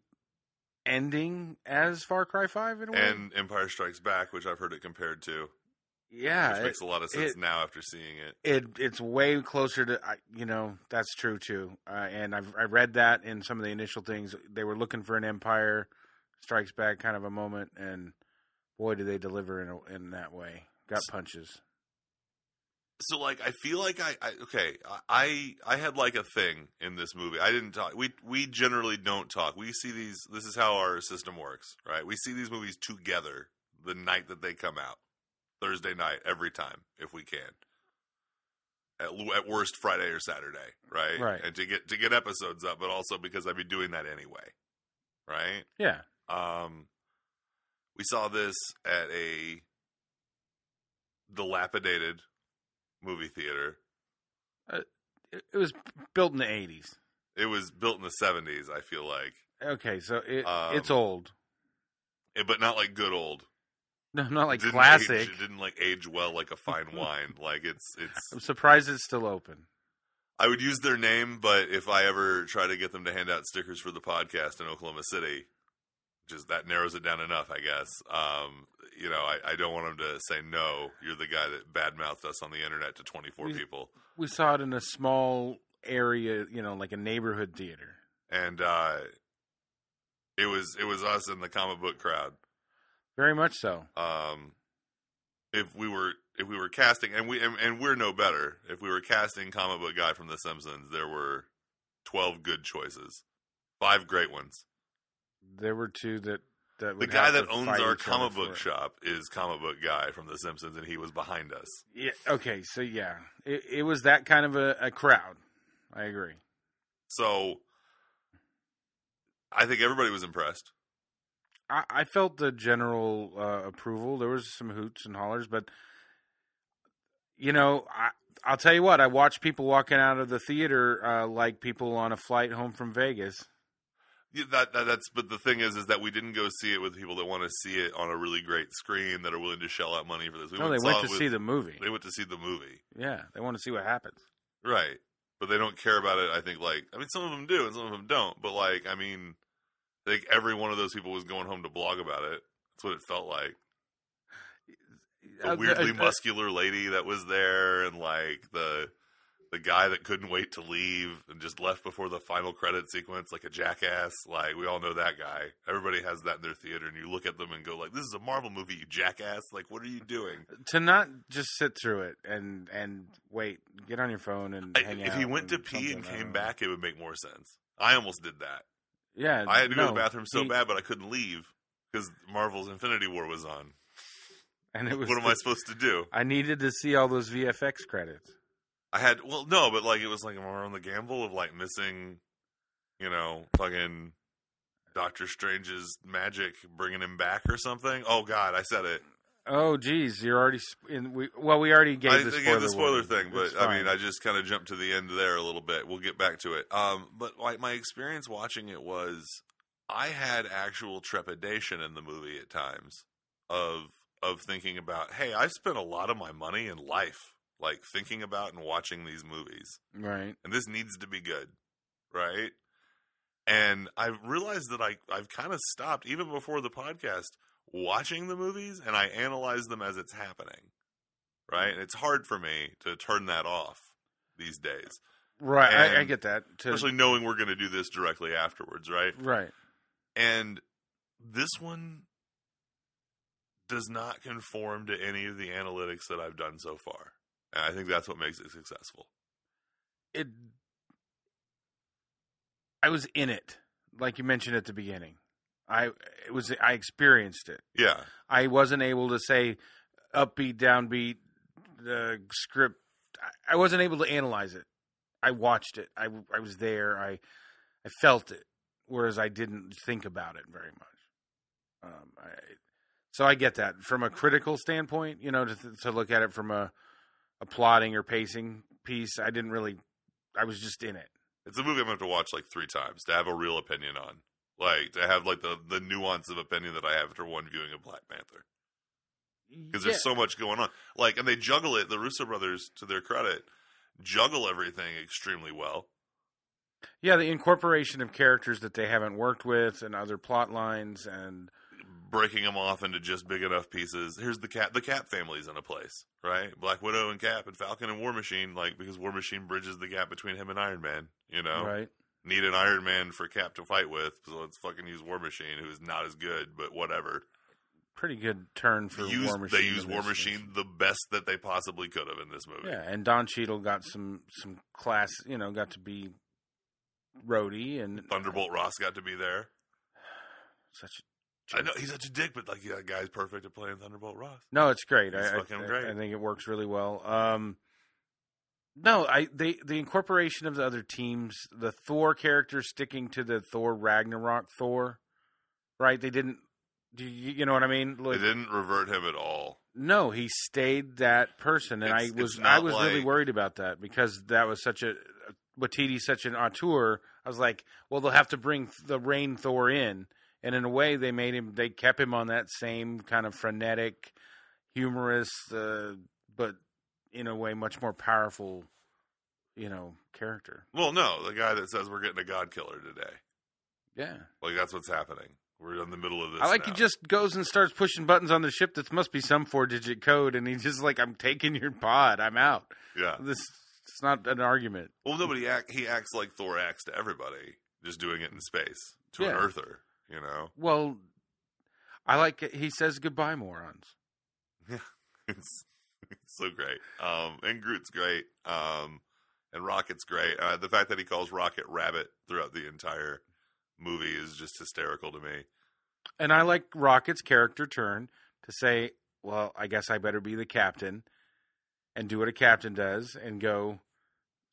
B: ending as Far Cry Five in a way.
A: And Empire Strikes Back, which I've heard it compared to,
B: yeah,
A: which
B: it,
A: makes a lot of sense
B: it-
A: now after seeing it.
B: it it's way closer to I- you know that's true too. Uh, and I've I read that in some of the initial things they were looking for an Empire Strikes Back kind of a moment, and boy, do they deliver in a, in that way. Got punches.
A: so like I feel like I, I okay I I had like a thing in this movie. I didn't talk. We we generally don't talk. We see these. This is how our system works, right? We see these movies together the night that they come out, Thursday night every time if we can. At, l- at worst Friday or Saturday, right?
B: Right.
A: And to get to get episodes up, but also because I'd be doing that anyway, right?
B: Yeah,
A: Um, we saw this at a dilapidated movie theater.
B: it, it was built in the eighties.
A: It was built in the seventies, I feel like,
B: Okay, so it,
A: Um,
B: it's old.
A: it, Eh, but not like good old,
B: No, not like
A: Didn't
B: classic.
A: Age, it didn't like age well, like a fine wine. Like it's
B: I'm
A: it's.
B: surprised it's still open.
A: I would use their name, but if I ever try to get them to hand out stickers for the podcast in Oklahoma City, just that narrows it down enough, I guess. Um, you know, I, I don't want them to say no. You're the guy that badmouthed us on the internet to 24
B: We-
A: people.
B: We saw it in a small area, you know, like a neighborhood theater.
A: and uh, it was it was us in the comic book crowd.
B: Very much so.
A: Um, if we were if we were casting, and we and, and we're no better. If we were casting comic book guy from The Simpsons, there were twelve good choices, five great ones.
B: There were two that that
A: The
B: would
A: guy
B: have
A: that
B: to
A: owns
B: fight
A: our
B: each other
A: comic
B: for
A: book
B: it.
A: shop is comic book guy from The Simpsons, and he was behind us.
B: Yeah. Okay. So yeah, it, it was that kind of a, a crowd. I agree.
A: So, I think everybody was impressed.
B: I, I felt the general uh, approval. There was some hoots and hollers, but you know, I, I'll tell you what. I watched people walking out of the theater uh, like people on a flight home from Vegas.
A: Yeah, that, that that's but the thing is is that we didn't go see it with people that want to see it on a really great screen that are willing to shell out money for this. We
B: no, they
A: and
B: went
A: saw
B: to
A: it with-
B: see the movie.
A: They went to see the movie,
B: Yeah, they want to see what happens.
A: right? But they don't care about it. I think like I mean some of them do and some of them don't. But like I mean, like every one of those people was going home to blog about it. That's what it felt like. The
B: Uh,
A: weirdly
B: uh,
A: muscular lady that was there, and like the the guy that couldn't wait to leave and just left before the final credit sequence, like a jackass. Like we all know that guy. Everybody has that in their theater, and you look at them and go, like, "This is a Marvel movie, you jackass! Like, what are you doing?"
B: to not just sit through it and and wait, get on your phone and
A: I,
B: hang
A: if
B: out
A: he went to
B: and
A: pee and
B: something, I
A: came
B: don't know.
A: back, it would make more sense. I almost did that.
B: yeah,
A: I had to go to
B: Uh, no,
A: the bathroom so
B: he-
A: bad, but I couldn't leave because Marvel's Infinity War was on.
B: and it was.
A: What am
B: the-
A: I supposed to do?
B: I needed to see all those VFX credits.
A: I had well no, but like it was like more on the gamble of like missing, you know, fucking Doctor Strange's magic bringing him back or something. Oh God, I said it.
B: Oh, geez, you're already sp- in. We, well, we already gave
A: I
B: the
A: I
B: spoiler,
A: gave the spoiler
B: warning.
A: thing, but
B: It's
A: I mean,
B: fine.
A: I just kind of jumped to the end there a little bit. We'll get back to it. Um, but like my experience watching it was, I had actual trepidation in the movie at times of of thinking about, hey, I spent a lot of my money in life like thinking about and watching these movies
B: right.
A: and this needs to be good, right? And I realized that I I've kind of stopped even before the podcast watching the movies and I analyze them as it's happening, right? And it's hard for me to turn that off these days,
B: Right. I, I
A: And-
B: get that. To,
A: especially knowing we're going to do this directly afterwards, right?
B: right.
A: And this one does not conform to any of the analytics that I've done so far. And I think that's what makes it successful.
B: It. I was in it, like you mentioned at the beginning. I it was. I experienced it.
A: Yeah.
B: I wasn't able to say upbeat, downbeat, the script. I- I wasn't able to analyze it. I watched it. I, I was there. I I felt it, whereas I didn't think about it very much. Um, I, so I get that from a critical standpoint. You know, to, to look at it from a, a plotting or pacing piece, I didn't really. I was just in it.
A: It's a movie I'm gonna have to watch like three times to have a real opinion on. Like to have like the the nuance of opinion that I have after one viewing of Black Panther because there's so much going on. Like, and they juggle it. The Russo brothers, to their credit, juggle everything extremely well.
B: yeah, the incorporation of characters that they haven't worked with and other plot lines and
A: breaking them off into just big enough pieces. Here's the cat. The Cap family's in a place, right? Black Widow and Cap and Falcon and War Machine, like because War Machine bridges the gap between him and Iron Man. You know,
B: right.
A: need an Iron Man for Cap to fight with, so let's fucking use War Machine, who is not as good, but whatever.
B: pretty good turn for
A: use,
B: War Machine.
A: They use
B: in
A: War
B: this
A: Machine the best that they possibly could have in this movie.
B: movie. Yeah, and Don Cheadle got some some class. You know, got to be roadie and
A: Thunderbolt Ross got to be there.
B: Such a
A: I know he's such a dick, but like that guy's perfect at playing Thunderbolt Ross.
B: no, it's great.
A: He's
B: I, I-
A: fucking
B: I-
A: great.
B: I think it works really well. Um, no, I they the incorporation of the other teams, the Thor character sticking to the Thor Ragnarok Thor, right? They didn't. Do you, you know what I mean?
A: They
B: Like,
A: didn't revert him at all.
B: No, he stayed that person, and
A: It's-
B: I was
A: it's
B: I
A: not
B: was really
A: like-
B: worried about that because that was such a Watiti's such an auteur. I was like, well, they'll have to bring the Rain Thor in, and in a way, they made him. They kept him on that same kind of frenetic, humorous, uh, but in a way, much more powerful, you know, character.
A: Well, no, the guy that says we're getting a God Killer today,
B: Yeah,
A: like that's what's happening. We're in the middle of this.
B: I like
A: now.
B: he just goes and starts pushing buttons on the ship. That must be some four digit code, and he's just like, I'm taking your pod. I'm out.
A: yeah.
B: This it's not an argument.
A: Well, no, but he act, he acts like Thor acts to everybody, just doing it in space to an
B: Yeah.
A: Earther. You know,
B: Well, I like it. he says goodbye, morons.
A: it's, it's so great. Um, and Groot's great. Um, and Rocket's great. Uh, the fact that he calls Rocket Rabbit throughout the entire movie is just hysterical to me.
B: And I like Rocket's character turn to say, "Well, I guess I better be the captain and do what a captain does and go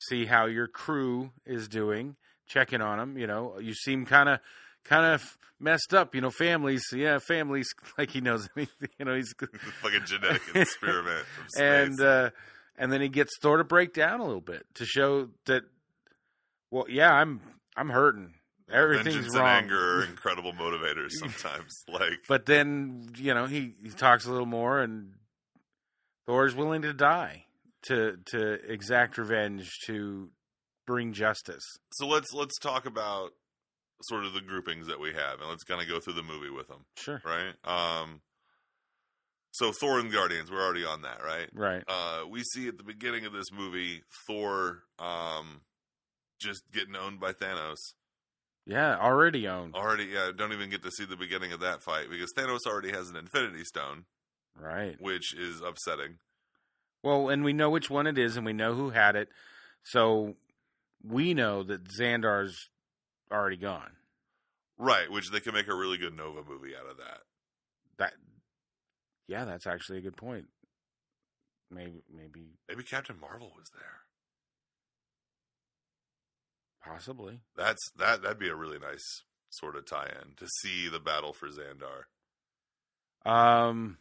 B: see how your crew is doing, checking on them, you know. You seem kind of kind of messed up, you know, families. Yeah, families like he knows anything, you know, he's
A: like a genetic experiment from space.
B: and uh, and then he gets Thor to break down a little bit to show that, well, yeah, I'm I'm hurting, everything's
A: Vengeance
B: wrong.
A: and anger are incredible motivators sometimes. like,
B: but then you know he, he talks a little more, and Thor's willing to die to to exact revenge to bring justice.
A: so let's let's talk about sort of the groupings that we have, and let's kind of go through the movie with them,
B: Sure,
A: right? Um, so Thor and Guardians, we're already on that, right?
B: right,
A: Uh, we see at the beginning of this movie Thor um, just getting owned by Thanos.
B: yeah, already owned,
A: Already, yeah, don't even get to see the beginning of that fight because Thanos already has an Infinity Stone,
B: right.
A: which is upsetting.
B: Well, and we know which one it is, and we know who had it, so we know that Xandar's already gone.
A: Right, which they can make a really good Nova movie out of that.
B: That, yeah, that's actually a good point. Maybe, maybe
A: Maybe Captain Marvel was there.
B: Possibly.
A: That's that. That'd be a really nice sort of tie-in to see the battle for Xandar.
B: Um,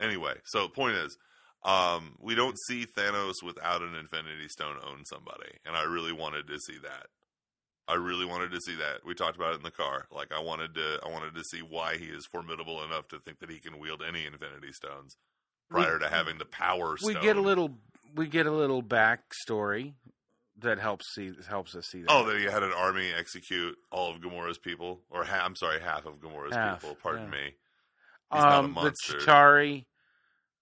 A: Anyway, so the point is, um, we don't see Thanos without an Infinity Stone own somebody, and I really wanted to see that. I really wanted to see that. We talked about it in the car. Like I wanted to, I wanted to see why he is formidable enough to think that he can wield any Infinity Stones prior
B: We-
A: to having the power.
B: we
A: stone.
B: get a little we get a little backstory that helps see helps us see that.
A: Oh, that he had an army execute all of Gamora's people, or ha- I'm sorry, half of Gamora's
B: Half,
A: people. Pardon
B: yeah.
A: me. he's not a monster.
B: Um, the Chitari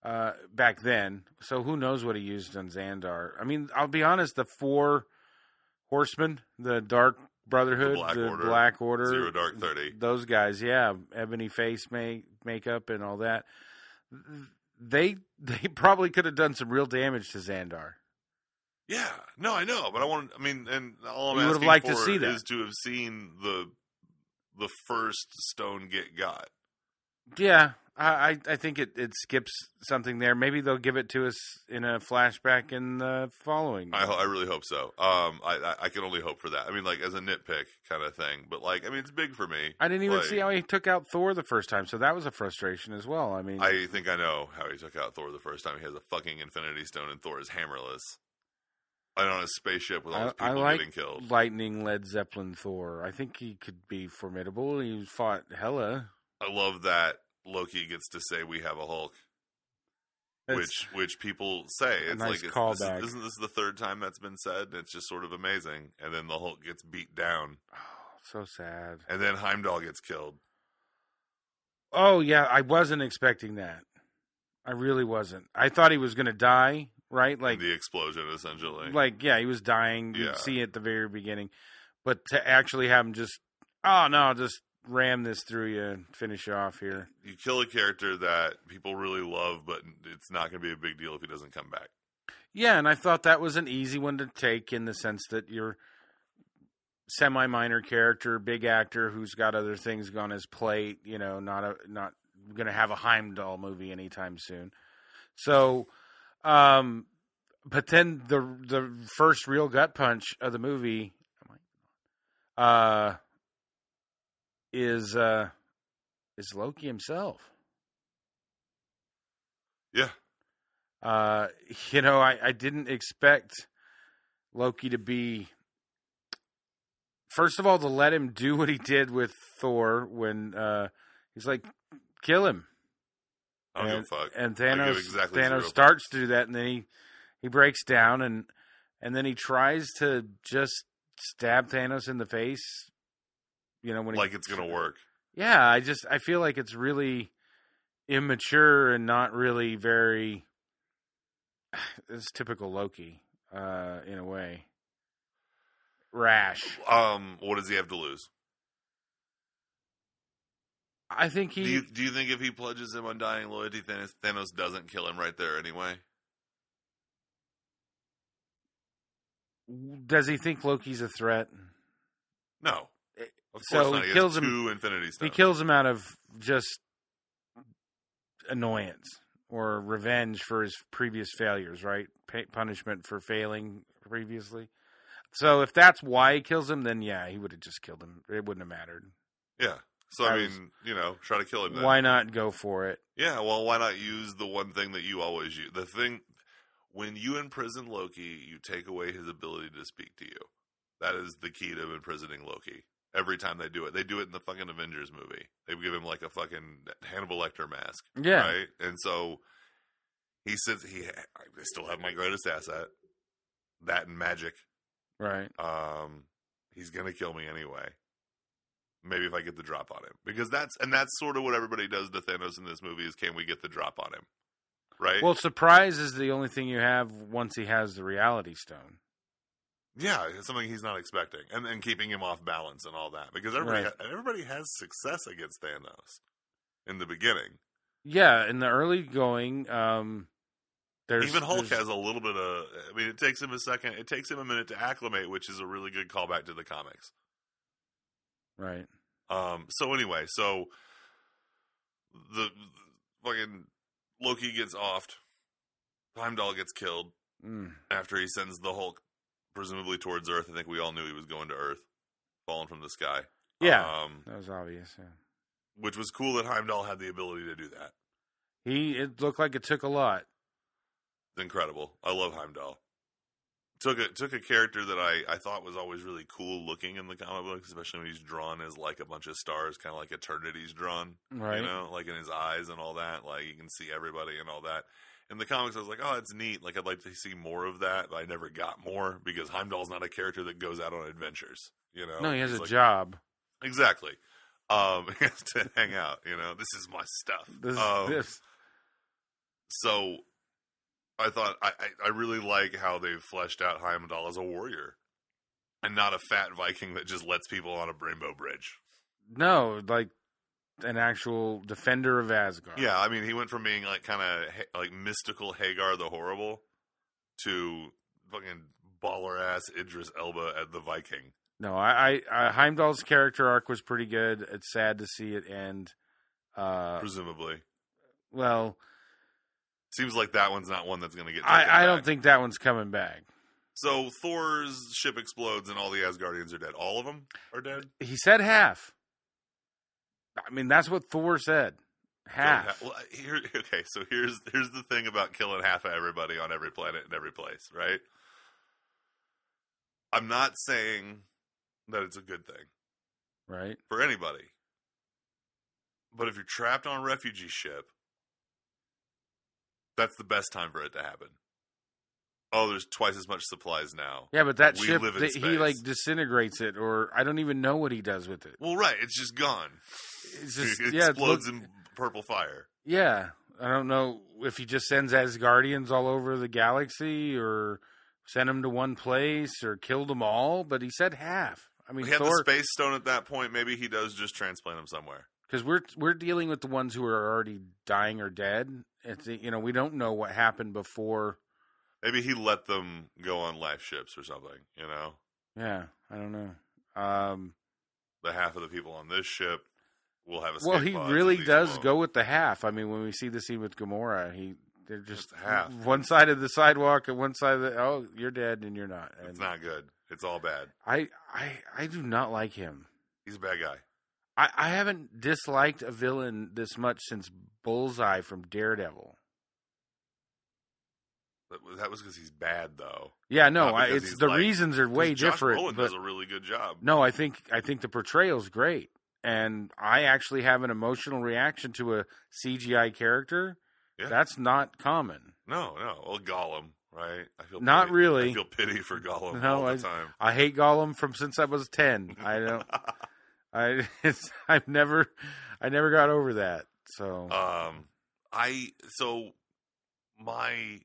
B: uh, back then. So who knows what he used on Xandar? I mean, I'll be honest. The four horsemen, the Dark Brotherhood,
A: The Black Order,
B: Black Order,
A: Zero Dark Thirty.
B: those guys, yeah, ebony face make makeup and all that. They they probably could have done some real damage to Xandar.
A: Yeah, no, I know, but I want. I mean, and all I'm
B: You would've
A: asking
B: liked
A: for
B: to see that.
A: is to have seen the the first stone get got.
B: Yeah, I I- I think it, it skips something there. Maybe they'll give it to us in a flashback in the following.
A: I, ho- I really hope so. Um, I, I I can only hope for that. I mean, like as a nitpick kind of thing, but like I mean, it's big for me.
B: I didn't even
A: Like-
B: see how he took out Thor the first time, so that was a frustration as well. I mean,
A: I think I know how he took out Thor the first time. He has a fucking Infinity Stone, and Thor is hammerless. And on a spaceship with all
B: I-
A: his
B: I
A: people
B: like
A: getting killed.
B: Lightning Led Zeppelin Thor. I think he could be formidable. He fought Hela.
A: I love that Loki gets to say we have a Hulk,
B: That's-
A: which which people say
B: a
A: it's
B: nice
A: like it's, this,
B: callback.
A: is- isn't this the third time that's been said? And it's just sort of amazing. And then the Hulk gets beat down,
B: oh, so sad.
A: and then Heimdall gets killed.
B: Oh yeah, I wasn't expecting that. I really wasn't. I thought he was going to die. Right,
A: Like
B: like
A: the explosion, essentially.
B: like yeah, he was dying.
A: Yeah.
B: You'd see at the very beginning, but to actually have him just oh no, I'll just ram this through you and finish you off here.
A: you kill a character that people really love, but it's not going to be a big deal if he doesn't come back.
B: Yeah, and I thought that was an easy one to take in the sense that you're semi minor character, big actor who's got other things on his plate, you know, not a not going to have a Heimdall movie anytime soon. So, um but then the the first real gut punch of the movie uh is uh is Loki himself.
A: Yeah,
B: Uh, you know, I, I didn't expect Loki to be. First of all, to let him do what he did with Thor when uh, he's like, kill him.
A: I don't
B: And-
A: give a fuck.
B: And
A: give
B: Thanos,
A: exactly zero
B: Thanos
A: fucks.
B: starts to do that, and then he, he breaks down, and and then he tries to just stab Thanos in the face. You know when he
A: Like it's going to work.
B: yeah, I just I feel like it's really immature and not really very. It's typical Loki, uh, in a way. Rash.
A: Um, what does he have to lose?
B: I think he.
A: do you do you think if he pledges him undying loyalty, Thanos, Thanos doesn't kill him right there anyway?
B: does he think Loki's a threat?
A: No,
B: It-
A: of
B: Eh, so
A: course not.
B: he
A: He,
B: kills
A: has
B: him-
A: two Infinity Stones.
B: He kills him out of just annoyance or revenge for his previous failures, right? Pa punishment for failing previously. So if that's why he kills him, then yeah, he would have just killed him. It wouldn't have mattered.
A: Yeah. So I
B: I
A: mean,
B: was-
A: you know, try to kill him. Then.
B: Why not go for it?
A: Yeah. Well, why not use the one thing that you always use? The thing when you imprison Loki, you take away his ability to speak to you. That is the key to imprisoning Loki. Every time they do it, they do it in the fucking Avengers movie. They give him like a fucking Hannibal Lecter mask.
B: Yeah.
A: Right. And so he says he I still have my greatest asset, that and magic.
B: Right.
A: Um, he's gonna kill me anyway. Maybe if I get the drop on him, because that's and that's sort of what everybody does to Thanos in this movie is can we get the drop on him, right?
B: Well, surprise is the only thing you have once he has the reality stone.
A: yeah, it's something he's not expecting, and then keeping him off balance and all that, because everybody
B: Right.
A: ha- everybody has success against Thanos in the beginning.
B: Yeah, in the early going, um, there's
A: Even Hulk
B: there's-
A: has a little bit of. I mean, it takes him a second. It takes him a minute to acclimate, which is a really good callback to the comics.
B: right.
A: Um. So anyway, so the, the fucking Loki gets offed. Heimdall gets killed
B: Mm.
A: after he sends the Hulk presumably towards Earth. I think we all knew he was going to Earth, falling from the sky.
B: Yeah,
A: Um,
B: that was obvious. Yeah.
A: which was cool that Heimdall had the ability to do that.
B: He it looked like it took a lot.
A: It's incredible. I love Heimdall. Took a took a character that I, I thought was always really cool looking in the comic books, especially when he's drawn as like a bunch of stars, kind of like Eternity's drawn,
B: Right.
A: you know, like in his eyes and all that. Like you can see everybody and all that. In the comics, I was like, oh, that's neat. Like I'd like to see more of that, but I never got more because Heimdall's not a character that goes out on adventures. You know,
B: no, he has
A: It's
B: a
A: like-
B: job.
A: Exactly. Um, he has to hang out. You know, this is my stuff.
B: This,
A: Um,
B: this.
A: so I thought I, I, I really like how they've fleshed out Heimdall as a warrior and not a fat Viking that just lets people on a rainbow bridge.
B: No, like an actual defender of Asgard.
A: Yeah, I mean, he went from being like kind of ha- like mystical Hagar the Horrible to fucking baller ass Idris Elba at the Viking.
B: No, I, I, I Heimdall's character arc was pretty good. It's sad to see it end. Uh,
A: Presumably,
B: well,
A: seems like that one's not one that's going to get. taken
B: I, I
A: back.
B: don't think that one's coming back.
A: so. Thor's ship explodes and all the Asgardians are dead. All of them are dead.
B: He said half. I mean, that's what Thor said.
A: Killing
B: Half.
A: ha- well, here, okay, so here's here's the thing about killing half of everybody on every planet and every place, right? I'm not saying that it's a good thing
B: Right.
A: for anybody, but if you're trapped on a refugee ship, that's the best time for it to happen. Oh, there's twice as much supplies now.
B: Yeah, but that
A: We
B: ship,
A: live in
B: that he
A: space.
B: like disintegrates it, or I don't even know what he does with it.
A: Well, right, it's just gone.
B: It's just
A: it
B: yeah, it
A: explodes
B: look-
A: in purple fire.
B: yeah. I don't know if he just sends Asgardians all over the galaxy, or send them to one place, or killed them all. But he said half. I mean,
A: We had the
B: Thor,
A: space stone at that point. Maybe he does just transplant them somewhere.
B: because we're we're dealing with the ones who are already dying or dead. It's you know we don't know what happened before.
A: Maybe he let them go on life ships or something, you know?
B: Yeah, I don't know. Um,
A: The half of the people on this ship will have a
B: well, he really does go with the half. I mean, when we see the scene with Gamora, he they're just
A: Just half.
B: one side of the sidewalk and one side of the oh you're dead and you're not. And
A: It's not good. It's all bad.
B: I I I do not like him.
A: He's a bad guy.
B: I, I haven't disliked a villain this much since Bullseye from Daredevil.
A: That was- That was because he's bad, though.
B: Yeah, no,
A: Not
B: I,
A: because
B: it's
A: he's
B: the
A: like-
B: reasons are
A: 'Cause
B: way
A: Josh
B: different.
A: Brolin
B: but-
A: does a really good job.
B: No, I think I think the portrayal's great, and I actually have an emotional reaction to a CGI character.
A: Yeah.
B: That's not common.
A: No, no. Well, Gollum, right? I feel
B: Not
A: pity.
B: really.
A: I feel pity for Gollum
B: No,
A: all the
B: I-
A: time.
B: I hate Gollum from since I was ten. I don't. I it's, I've never I never got over that. So
A: Um, I so my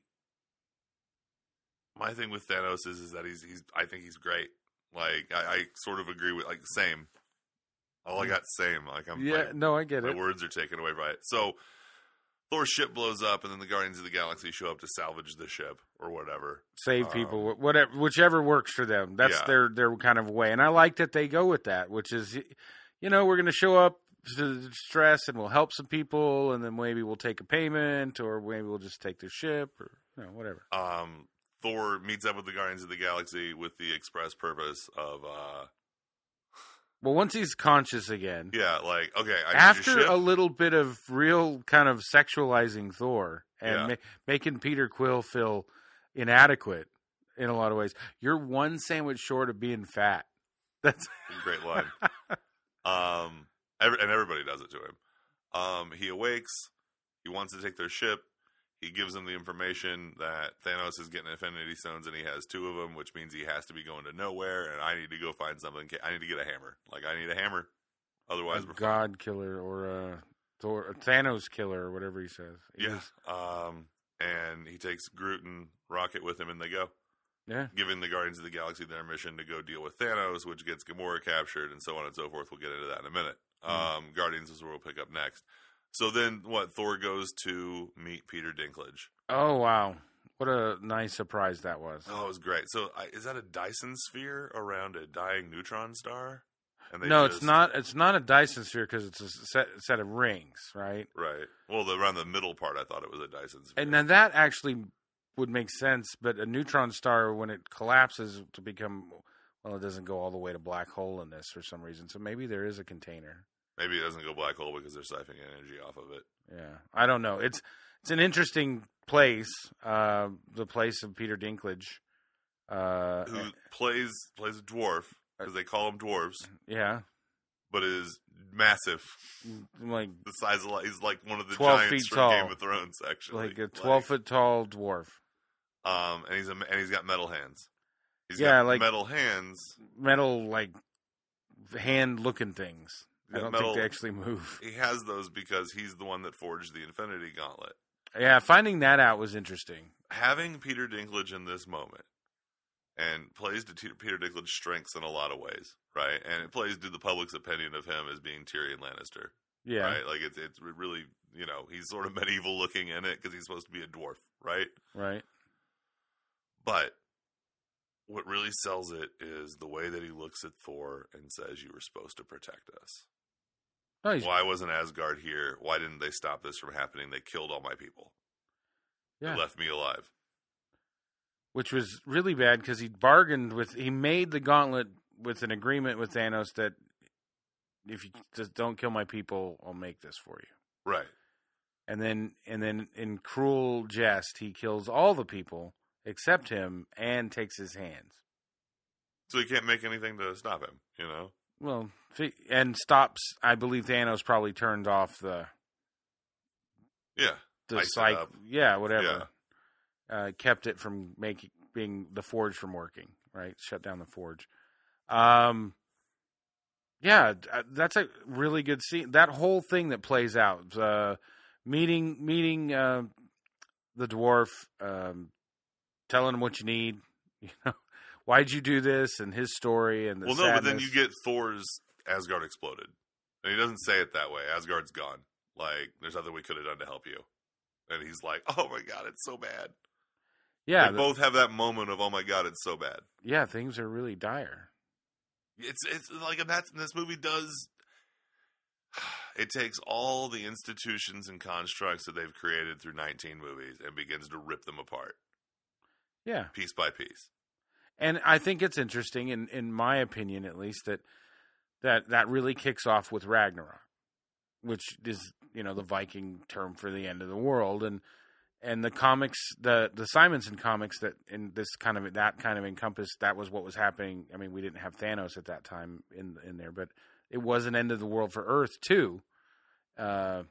A: my thing with Thanos is is that he's he's I think he's great. Like I, I sort of agree with like same. All I got same. Like I'm
B: Mm. yeah,
A: my-
B: no, I get
A: my,
B: it.
A: words are taken away by it. So Thor's ship blows up, and then the Guardians of the Galaxy show up to salvage the ship or whatever.
B: Save
A: um,
B: people, wh- whatever, whichever works for them. That's
A: Yeah.
B: their their kind of way, and I like that they go with that. Which is, you know, we're going to show up to the distress, and we'll help some people, and then maybe we'll take a payment, or maybe we'll just take their ship, or you know, whatever.
A: Um, Thor meets up with the Guardians of the Galaxy with the express purpose of uh,
B: Well, once he's conscious again,
A: yeah, like okay, I need your
B: after
A: ship.
B: a little bit of real kind of sexualizing Thor and
A: Yeah.
B: ma- making Peter Quill feel inadequate in a lot of ways, you're one sandwich short of being fat. That's
A: Great line. um, every, and everybody does it to him. Um, he awakes. He wants to take their ship. He gives them the information that Thanos is getting Infinity Stones, and he has two of them, which means he has to be going to nowhere. And I need to go find something. I need to get a hammer. Like I need a hammer. Otherwise,
B: a
A: we're
B: god killer or a Thor, a Thanos killer or whatever he says. He
A: yeah.
B: was-
A: Um, and he takes Groot and Rocket with him, and they go.
B: yeah.
A: giving the Guardians of the Galaxy their mission to go deal with Thanos, which gets Gamora captured, and so on and so forth. We'll get into that in a minute.
B: Hmm.
A: Um, Guardians is where we'll pick up next. So then, what? Thor goes to meet Peter Dinklage.
B: Oh wow, what a nice surprise that was.
A: Oh, it was great. So I, is that a Dyson sphere around a dying neutron star? And
B: No, it's
A: just-
B: not. It's not a Dyson sphere because it's a set, set of rings, right?
A: Right. Well, the, around the middle part, I thought it was a Dyson sphere.
B: And then that actually would make sense, but a neutron star when it collapses to become well, it doesn't go all the way to black hole in this for some reason. So maybe there is a container.
A: Maybe it doesn't go black hole because they're siphoning energy off of it.
B: Yeah, I don't know. It's it's an interesting place, uh, the place of Peter Dinklage. Uh,
A: Who plays plays a dwarf because they call them dwarves,
B: yeah, Mm,
A: but is massive,
B: like
A: the size of like he's like one of the
B: 12
A: giants
B: feet
A: from
B: tall.
A: Game of Thrones, actually,
B: like a twelve foot tall dwarf.
A: Like, um, and he's a, and he's got metal hands. He's
B: Yeah,
A: got
B: like-
A: metal hands.
B: metal like hand looking things.
A: Yeah,
B: I don't
A: metal-
B: think they actually move.
A: He has those because he's the one that forged the Infinity Gauntlet.
B: Yeah, finding that out was interesting.
A: having Peter Dinklage in this moment and plays to Te- Peter Dinklage's strengths in a lot of ways, right? And it plays to the public's opinion of him as being Tyrion Lannister,
B: Yeah, right.
A: right? Like it's it's really you know he's sort of medieval looking in it because he's supposed to be a dwarf, right? But what really sells it is the way that he looks at Thor and says, "You were supposed to protect us.
B: No, Oh, he's,
A: Why wasn't Asgard here? Why didn't they stop this from happening? They killed all my people.
B: Yeah.
A: They left me alive."
B: which was really bad because he bargained with he made the gauntlet with an agreement with Thanos that if you just don't kill my people, I'll make this for you.
A: Right.
B: And then and then in cruel jest, he kills all the people except him and takes his hands.
A: So he can't make anything to stop him, you know?
B: Well, fi- and stops. I believe Thanos probably turned off the
A: Yeah.
B: the
A: Ice it
B: psych,
A: up.
B: yeah, whatever, Uh, kept it from making being the forge from working. Right, shut down the forge. Um, yeah, d- uh, that's a really good scene. That whole thing that plays out, uh, meeting meeting uh, the dwarf, um, telling him what you need. You know, why'd you do this, and his story, and the
A: well, no, but then
B: sadness.
A: you get Thor's Asgard exploded. And he doesn't say it that way. Asgard's gone. Like, there's nothing we could have done to help you. And he's like, oh my God, it's so bad.
B: yeah,
A: they
B: th-
A: both have that moment of, oh my God, it's so bad.
B: yeah, things are really dire.
A: It's, it's like, and that's, this movie does. It takes all the institutions and constructs that they've created through 19 movies and begins to rip them apart
B: Yeah,
A: piece by piece.
B: and I think it's interesting, in in my opinion at least, that that that really kicks off with Ragnarok, which is you know the Viking term for the end of the world, and and the comics, the the Simonson comics that in this kind of that kind of encompassed that was what was happening. I mean, we didn't have Thanos at that time in in there, but it was an end of the world for Earth too. Uh,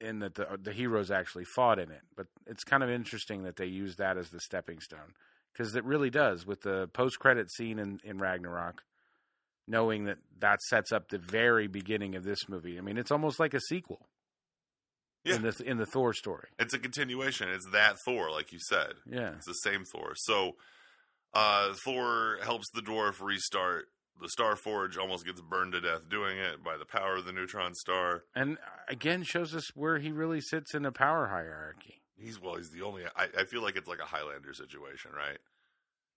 B: in that the the heroes actually fought in it, but it's kind of interesting that they use that as the stepping stone because it really does with the post credit scene in, in Ragnarok, knowing that that sets up the very beginning of this movie. I mean, it's almost like a sequel in the in the Thor story.
A: It's a continuation. It's that Thor, like you said.
B: Yeah,
A: It's the same Thor. So uh, Thor helps the dwarf restart. The Star Forge almost gets burned to death doing it by the power of the neutron star.
B: and uh, again shows us where he really sits in the power hierarchy.
A: He's well, he's the only. I, I feel like it's like a Highlander situation, right?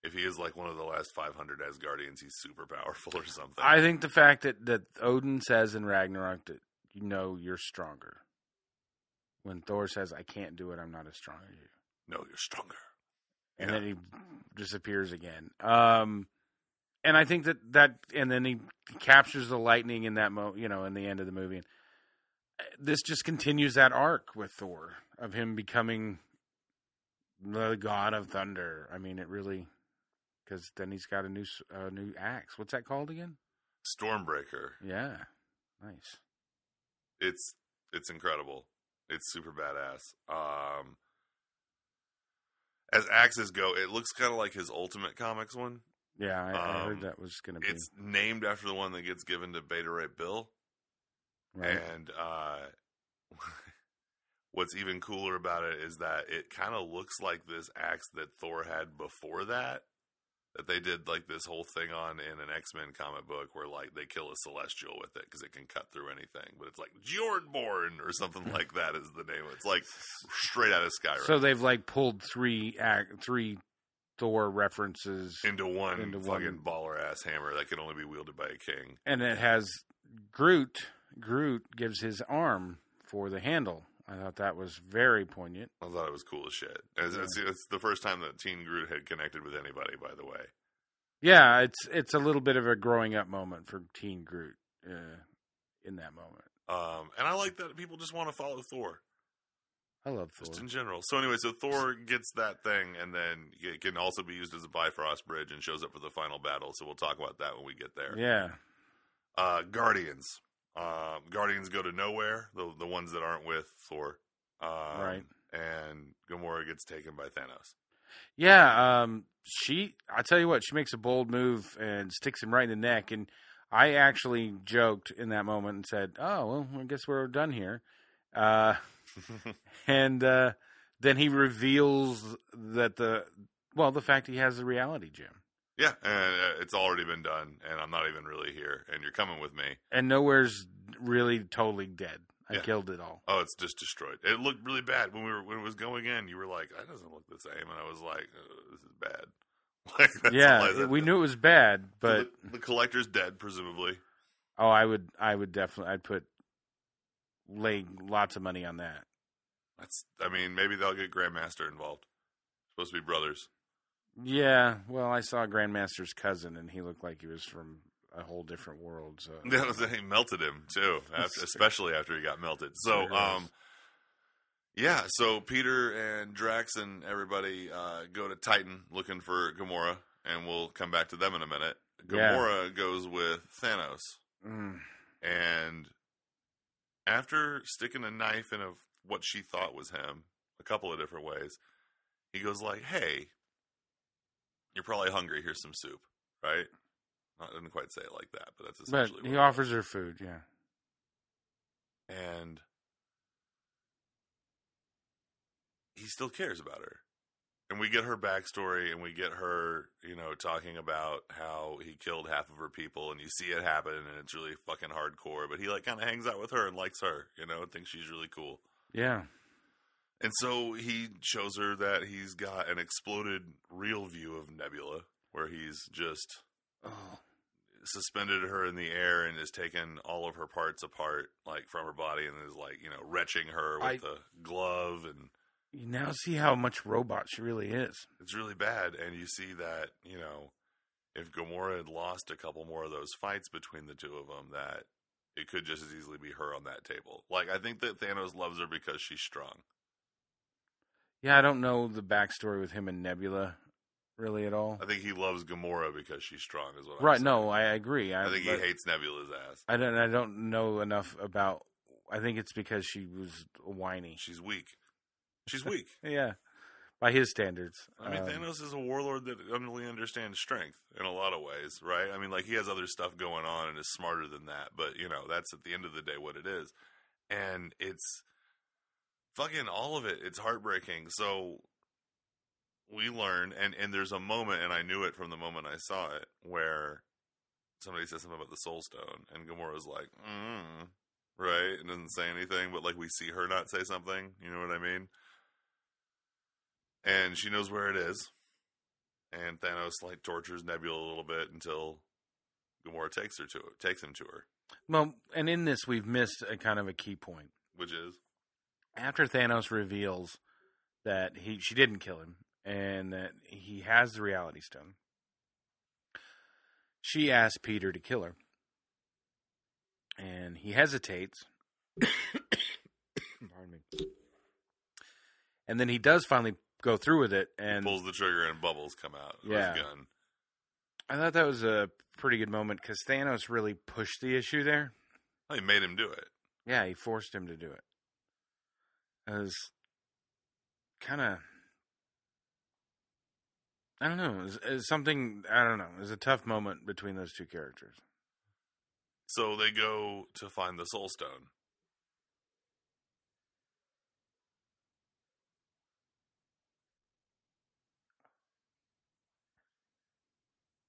A: If he is like one of the last 500 Asgardians, he's super powerful or something.
B: I think the fact that that Odin says in Ragnarok that you know you're stronger. When Thor says, "I can't do it. I'm not as strong as you."
A: no, you're stronger.
B: and
A: Yeah.
B: then he disappears again. Um, and I think that that, and then he captures the lightning in that mo, you know, in the end of the movie. And uh, this just continues that arc with Thor of him becoming the god of thunder. I mean, it really because then he's got a new s- a new axe. What's that called again?
A: Stormbreaker.
B: Yeah, nice.
A: it's it's incredible. It's super badass. Um, as axes go, it looks kind of like his Ultimate Comics one.
B: Yeah, I, I
A: Um,
B: heard that was going to be
A: It's named after the one that gets given to Beta Ray Bill.
B: right.
A: And uh, what's even cooler about it is that it kind of looks like this axe that Thor had before that. That they did like this whole thing on in an X Men comic book where like they kill a celestial with it because it can cut through anything. But it's like Jordborn or something like that is the name. It's like straight out of Skyrim
B: So they've like pulled three ac- three Thor references
A: into one
B: into one-
A: fucking baller ass hammer that can only be wielded by a king.
B: and it has Groot. Groot gives his arm for the handle I thought that was very poignant.
A: I thought it was cool as shit. It's, it's, it's the first time that Teen Groot had connected with anybody, by the way.
B: Yeah, it's it's a little bit of a growing up moment for Teen Groot uh, in that moment.
A: Um, and I like that people just want to follow Thor,
B: I love Thor.
A: just in general. So anyway, so Thor gets that thing, and then it can also be used as a Bifrost bridge and shows up for the final battle. So we'll talk about that when we get there.
B: Yeah,
A: Uh, Guardians. Um, Guardians go to nowhere. The the ones that aren't with Thor. Um,
B: Right.
A: And Gamora gets taken by Thanos.
B: yeah. Um, she, I tell you what, she makes a bold move and sticks him right in the neck. And I actually joked in that moment and said, "Oh well, I guess we're done here." Uh, and uh, then he reveals that the well, the fact he has the reality gem.
A: yeah, and uh, it's already been done, and I'm not even really here, and you're coming with me.
B: and nowhere's really totally dead. I
A: Yeah.
B: killed it all.
A: Oh, it's just destroyed. It looked really bad when we were when it was going in. You were like, "That doesn't look the same," and I was like, "Uh, "This is bad." Like, that's all I
B: yeah,
A: said.
B: we knew it was bad,
A: So
B: but
A: the, the collector's dead, presumably.
B: oh, I would, I would definitely, I'd put lay lots of money on that.
A: That's. I mean, maybe they'll get Grandmaster involved. Supposed to be brothers.
B: Yeah, well, I saw Grandmaster's cousin, and he looked like he was from a whole different world. So
A: Yeah, they melted him too, after, especially after he got melted. So,
B: Sure is.
A: um, yeah, so Peter and Drax and everybody uh, go to Titan looking for Gamora, and we'll come back to them in a minute.
B: Yeah.
A: Gamora goes with Thanos,
B: Mm.
A: and after sticking a knife in a, what she thought was him a couple of different ways, he goes like, "Hey, you're probably hungry. Here's some soup, right?" Not didn't quite say it like that, but that's
B: but
A: essentially what
B: he
A: it was
B: offers her food. Yeah,
A: and he still cares about her. And we get her backstory and we get her, you know, talking about how he killed half of her people and you see it happen and it's really fucking hardcore, but he like kind of hangs out with her and likes her, you know, and thinks she's really cool.
B: yeah,
A: And so he shows her that he's got an exploded real view of Nebula where he's just
B: oh,
A: suspended her in the air and has taken all of her parts apart, like from her body, and is like you know retching her
B: I-
A: with a glove, and
B: you now see how much robot she really is.
A: it's really bad. And you see that you know if Gamora had lost a couple more of those fights between the two of them, that it could just as easily be her on that table. Like I think that Thanos loves her because she's strong.
B: Yeah, I don't know the backstory with him and Nebula really at all.
A: I think he loves Gamora because she's strong. Is what I'm
B: Right?
A: saying.
B: No, I agree.
A: I think he
B: but-
A: hates Nebula's ass.
B: I don't. I don't know enough about. I think it's because she was whiny.
A: She's weak. She's weak.
B: Yeah, by his standards.
A: I mean,
B: Um,
A: Thanos is a warlord that only understands strength in a lot of ways, right? I mean, like he has other stuff going on and is smarter than that, but you know, that's at the end of the day what it is, and it's fucking all of it. It's heartbreaking. So we learn, and and there's a moment, and I knew it from the moment I saw it, where somebody says something about the Soul Stone, and Gamora's like, mm, right, and doesn't say anything, but like we see her not say something. You know what I mean? and she knows where it is. And Thanos like tortures Nebula a little bit until Gamora takes her to it, takes him to her,
B: Well, and in this, we've missed a kind of a key point.
A: which is
B: After Thanos reveals that he she didn't kill him and that he has the Reality Stone, she asks Peter to kill her, and he hesitates. Pardon me. And then he does finally go through with it, and
A: pulls the trigger and bubbles come out of
B: Yeah.
A: his gun.
B: I thought that was a pretty good moment because Thanos really pushed the issue there.
A: Oh, he made him do it.
B: Yeah, he forced him to do it. It was kind of, I don't know, it was, it was something I don't know. It was a tough moment between those two characters.
A: So they go to find the Soul Stone.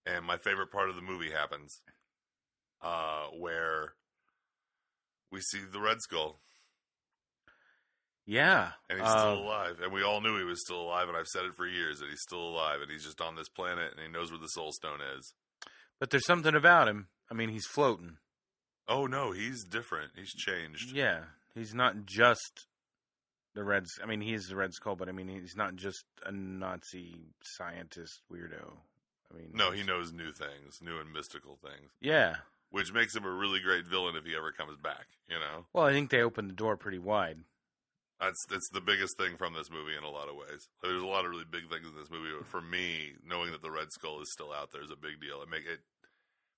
A: And my favorite part of the movie happens, uh, where we see the Red Skull.
B: Yeah,
A: And he's
B: uh,
A: still alive. And we all knew he was still alive, and I've said it for years that he's still alive, and he's just on this planet, and he knows where the Soul Stone is.
B: but there's something about him. I mean, he's floating.
A: Oh no, he's different. He's changed.
B: Yeah, he's not just the Reds. I mean, he is the Red Skull, but I mean, he's not just a Nazi scientist weirdo. I mean,
A: No, he
B: he's-
A: knows new things, new and mystical things,
B: Yeah.
A: which makes him a really great villain if he ever comes back. You know,
B: Well, I think they opened the door pretty wide.
A: that's that's the biggest thing from this movie in a lot of ways. Like, there's a lot of really big things in this movie, but for me, knowing that the Red Skull is still out there is a big deal. It make it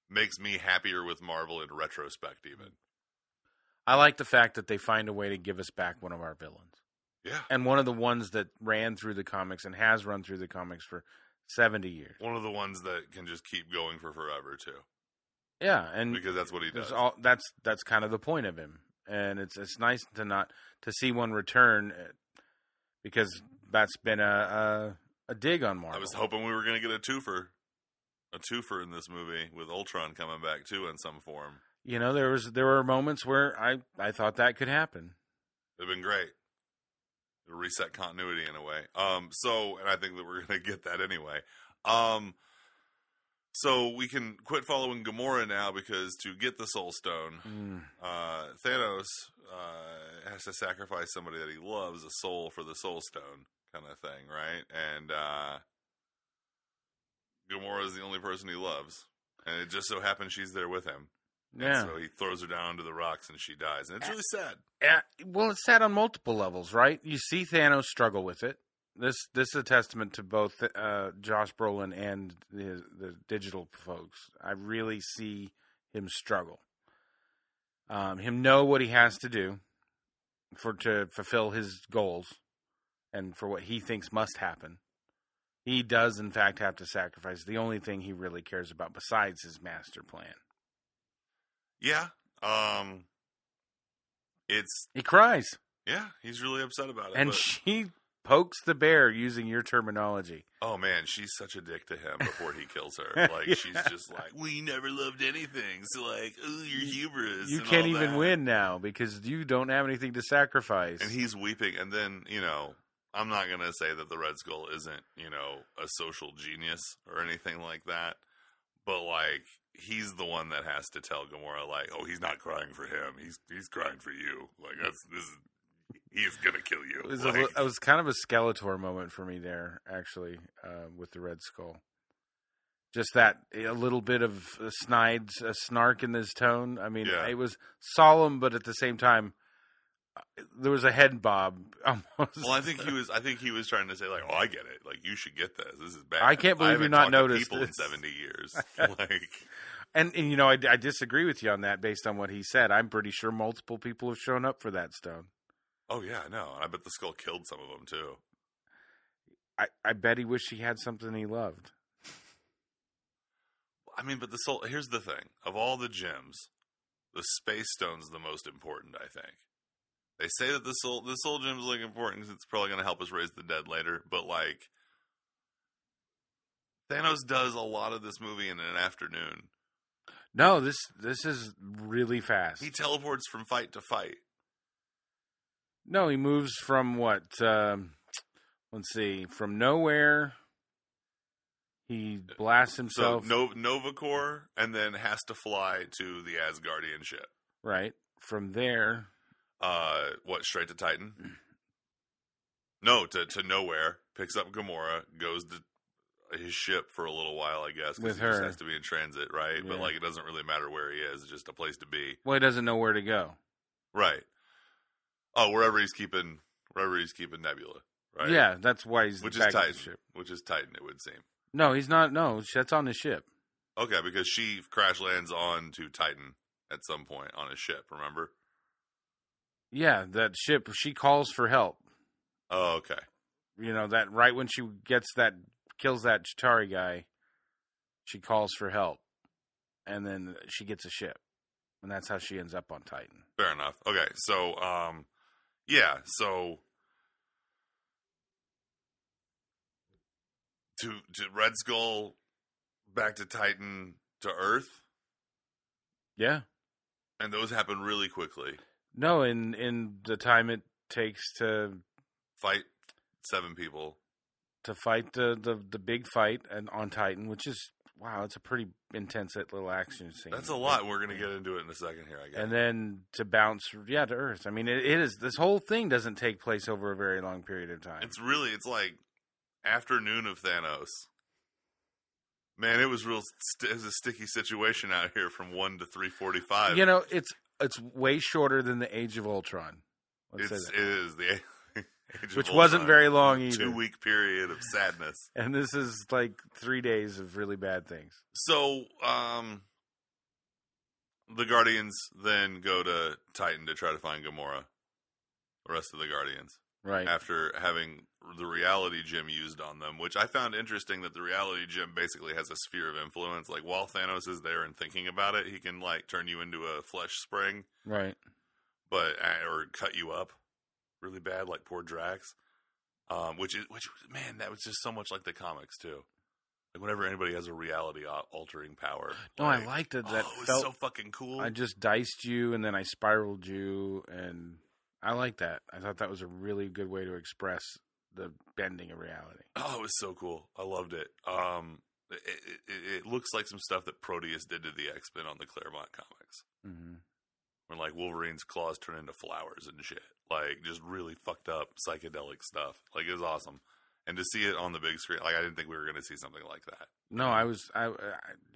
A: makes me happier with Marvel in retrospect, even.
B: I like the fact that they find a way to give us back one of our villains.
A: Yeah,
B: And one of the ones that ran through the comics and has run through the comics for 70 years.
A: one of the ones that can just keep going for forever too,
B: Yeah, and
A: because that's what he
B: There's
A: does.
B: Mm. all- that's that's kind of the point of him, and it's it's nice to not to see one return uh, because that's been a a, a dig on Marvel.
A: I was hoping we were going to get a twofer, a twofer in this movie with Ultron coming back too in some form.
B: you know there was there were moments where I I thought that could happen.
A: They've been great. It'll reset continuity in a way. Um, so, and I think that we're going to get that anyway. Um, so we can quit following Gamora now because to get the Soul Stone,
B: Mm,
A: uh, Thanos uh, has to sacrifice somebody that he loves, a soul for the Soul Stone, kind of thing, right? And uh, Gamora is the only person he loves, and it just so happens she's there with him. And
B: yeah.
A: so he throws her down onto the rocks, and she dies, and it's really sad.
B: Yeah, well, it's sad on multiple levels, right? You see Thanos struggle with it. This this is a testament to both uh, Josh Brolin and the, the digital folks. I really see him struggle. Um, him know what he has to do for to fulfill his goals and for what he thinks must happen. He does, in fact, have to sacrifice the only thing he really cares about besides his master plan.
A: Yeah. Um it's
B: He cries,
A: yeah, he's really upset about it.
B: and
A: but-
B: she pokes the bear using your terminology.
A: oh man, she's such a dick to him before he kills her. Like
B: Yeah.
A: she's just like, We never loved anything. So like, ooh, you're hubris.
B: you
A: and
B: can't
A: all
B: even
A: that.
B: win now because you don't have anything to sacrifice.
A: And he's weeping and then, you know, I'm not gonna say that the Red Skull isn't, you know, a social genius or anything like that. But like he's the one that has to tell Gamora like, Oh, he's not crying for him. He's he's crying for you. Like that's this is he's gonna kill you.
B: it, was
A: Like-
B: a, it was kind of a Skeletor moment for me there, actually, uh, with the Red Skull. Just that a little bit of a snide a snark in his tone. I mean,
A: Yeah.
B: it was solemn, but at the same time, uh, there was a head bob almost.
A: Well, I think he was. I think he was trying to say like, "Oh, I get it. Like, you should get this. This is bad.
B: I can't believe
A: haven't
B: you've not
A: talked to
B: noticed
A: people
B: this."
A: in seventy years. like,
B: and, and you know, I, I disagree with you on that based on what he said. I'm pretty sure multiple people have shown up for that stone.
A: oh yeah, no. And I bet the skull killed some of them too.
B: I, I bet he wished he had something he loved.
A: I mean, but the soul. Here's the thing: of all the gems, the space stone's the most important. I think they say that the soul, the soul gem's like important because it's probably going to help us raise the dead later. But like, Thanos does a lot of this movie in an afternoon.
B: No, this this is really fast.
A: He teleports from fight to fight.
B: no, he moves from what? Um, let's see, from nowhere. He blasts
A: So
B: himself
A: no, Nova Corps, and then has to fly to the Asgardian ship.
B: right from there.
A: Uh, what straight to
B: Hmm.
A: Titan? No, to to nowhere. Picks up Gamora, goes to his ship for a little while, I guess,
B: With
A: he just
B: her.
A: has to be in transit, right? But
B: Yeah.
A: like, it doesn't really matter where he is; it's just a place to be,
B: Well, he doesn't know where to go.
A: right? Oh, wherever he's keeping, wherever he's keeping Nebula, right?
B: Yeah, that's why he's
A: which is
B: back at the
A: Titan,
B: ship.
A: which is Titan, it would seem.
B: No, he's not. No, that's on the ship.
A: Okay, because she crash lands on to Titan at some point on his ship. Remember?
B: Yeah, that ship. She calls for help.
A: Oh, okay.
B: you know that right when she gets that kills that Chitari guy, she calls for help, and then she gets a ship, and that's how she ends up on Titan.
A: Fair enough. Okay, so um, yeah, so to to Red Skull, back to Titan to Earth,
B: Yeah.
A: and those happen really quickly.
B: No, in in the time it takes to
A: Fight seven people.
B: to fight the the, the big fight and on Titan, which is wow, it's a pretty intense little action scene.
A: That's a lot. We're gonna get into it in a second here. I guess.
B: And then to bounce, yeah, to Earth. I mean, it, it is this whole thing doesn't take place over a very long period of time.
A: It's really it's like afternoon of Thanos. Man, it was real. St- it was a sticky situation out here from one to three forty-five.
B: you know, it's it's way shorter than the Age of Ultron. Let's
A: it's,
B: say
A: it is the age
B: that.
A: of
B: Which wasn't
A: Ultron.
B: very long either.
A: two-week period of sadness.
B: And this is like three days of really bad things.
A: So, um, the Guardians then go to Titan to try to find Gamora. The rest of the Guardians,
B: Right.
A: after having the reality gem used on them, which I found interesting that the reality gem basically has a sphere of influence. Like while Thanos is there and thinking about it, he can like turn you into a flesh spring,
B: Right.
A: but eh, or cut you up really bad, like poor Drax. Um, which is which man, that was just so much like the comics too. Like whenever anybody has a reality al- altering power,
B: No, I liked it.
A: Oh,
B: That
A: it was
B: felt.
A: so fucking cool.
B: I just diced you, and then I spiraled you, and I like that. I thought that was a really good way to express the bending of reality.
A: oh, it was so cool. I loved it. Um, it, it, it- it looks like some stuff that Proteus did to the X Men on the Claremont comics,
B: Mm-hmm.
A: when like Wolverine's claws turn into flowers and shit. Like just really fucked up psychedelic stuff. Like it was awesome, and to see it on the big screen, like I didn't think we were gonna see something like that.
B: No, I was. I, I.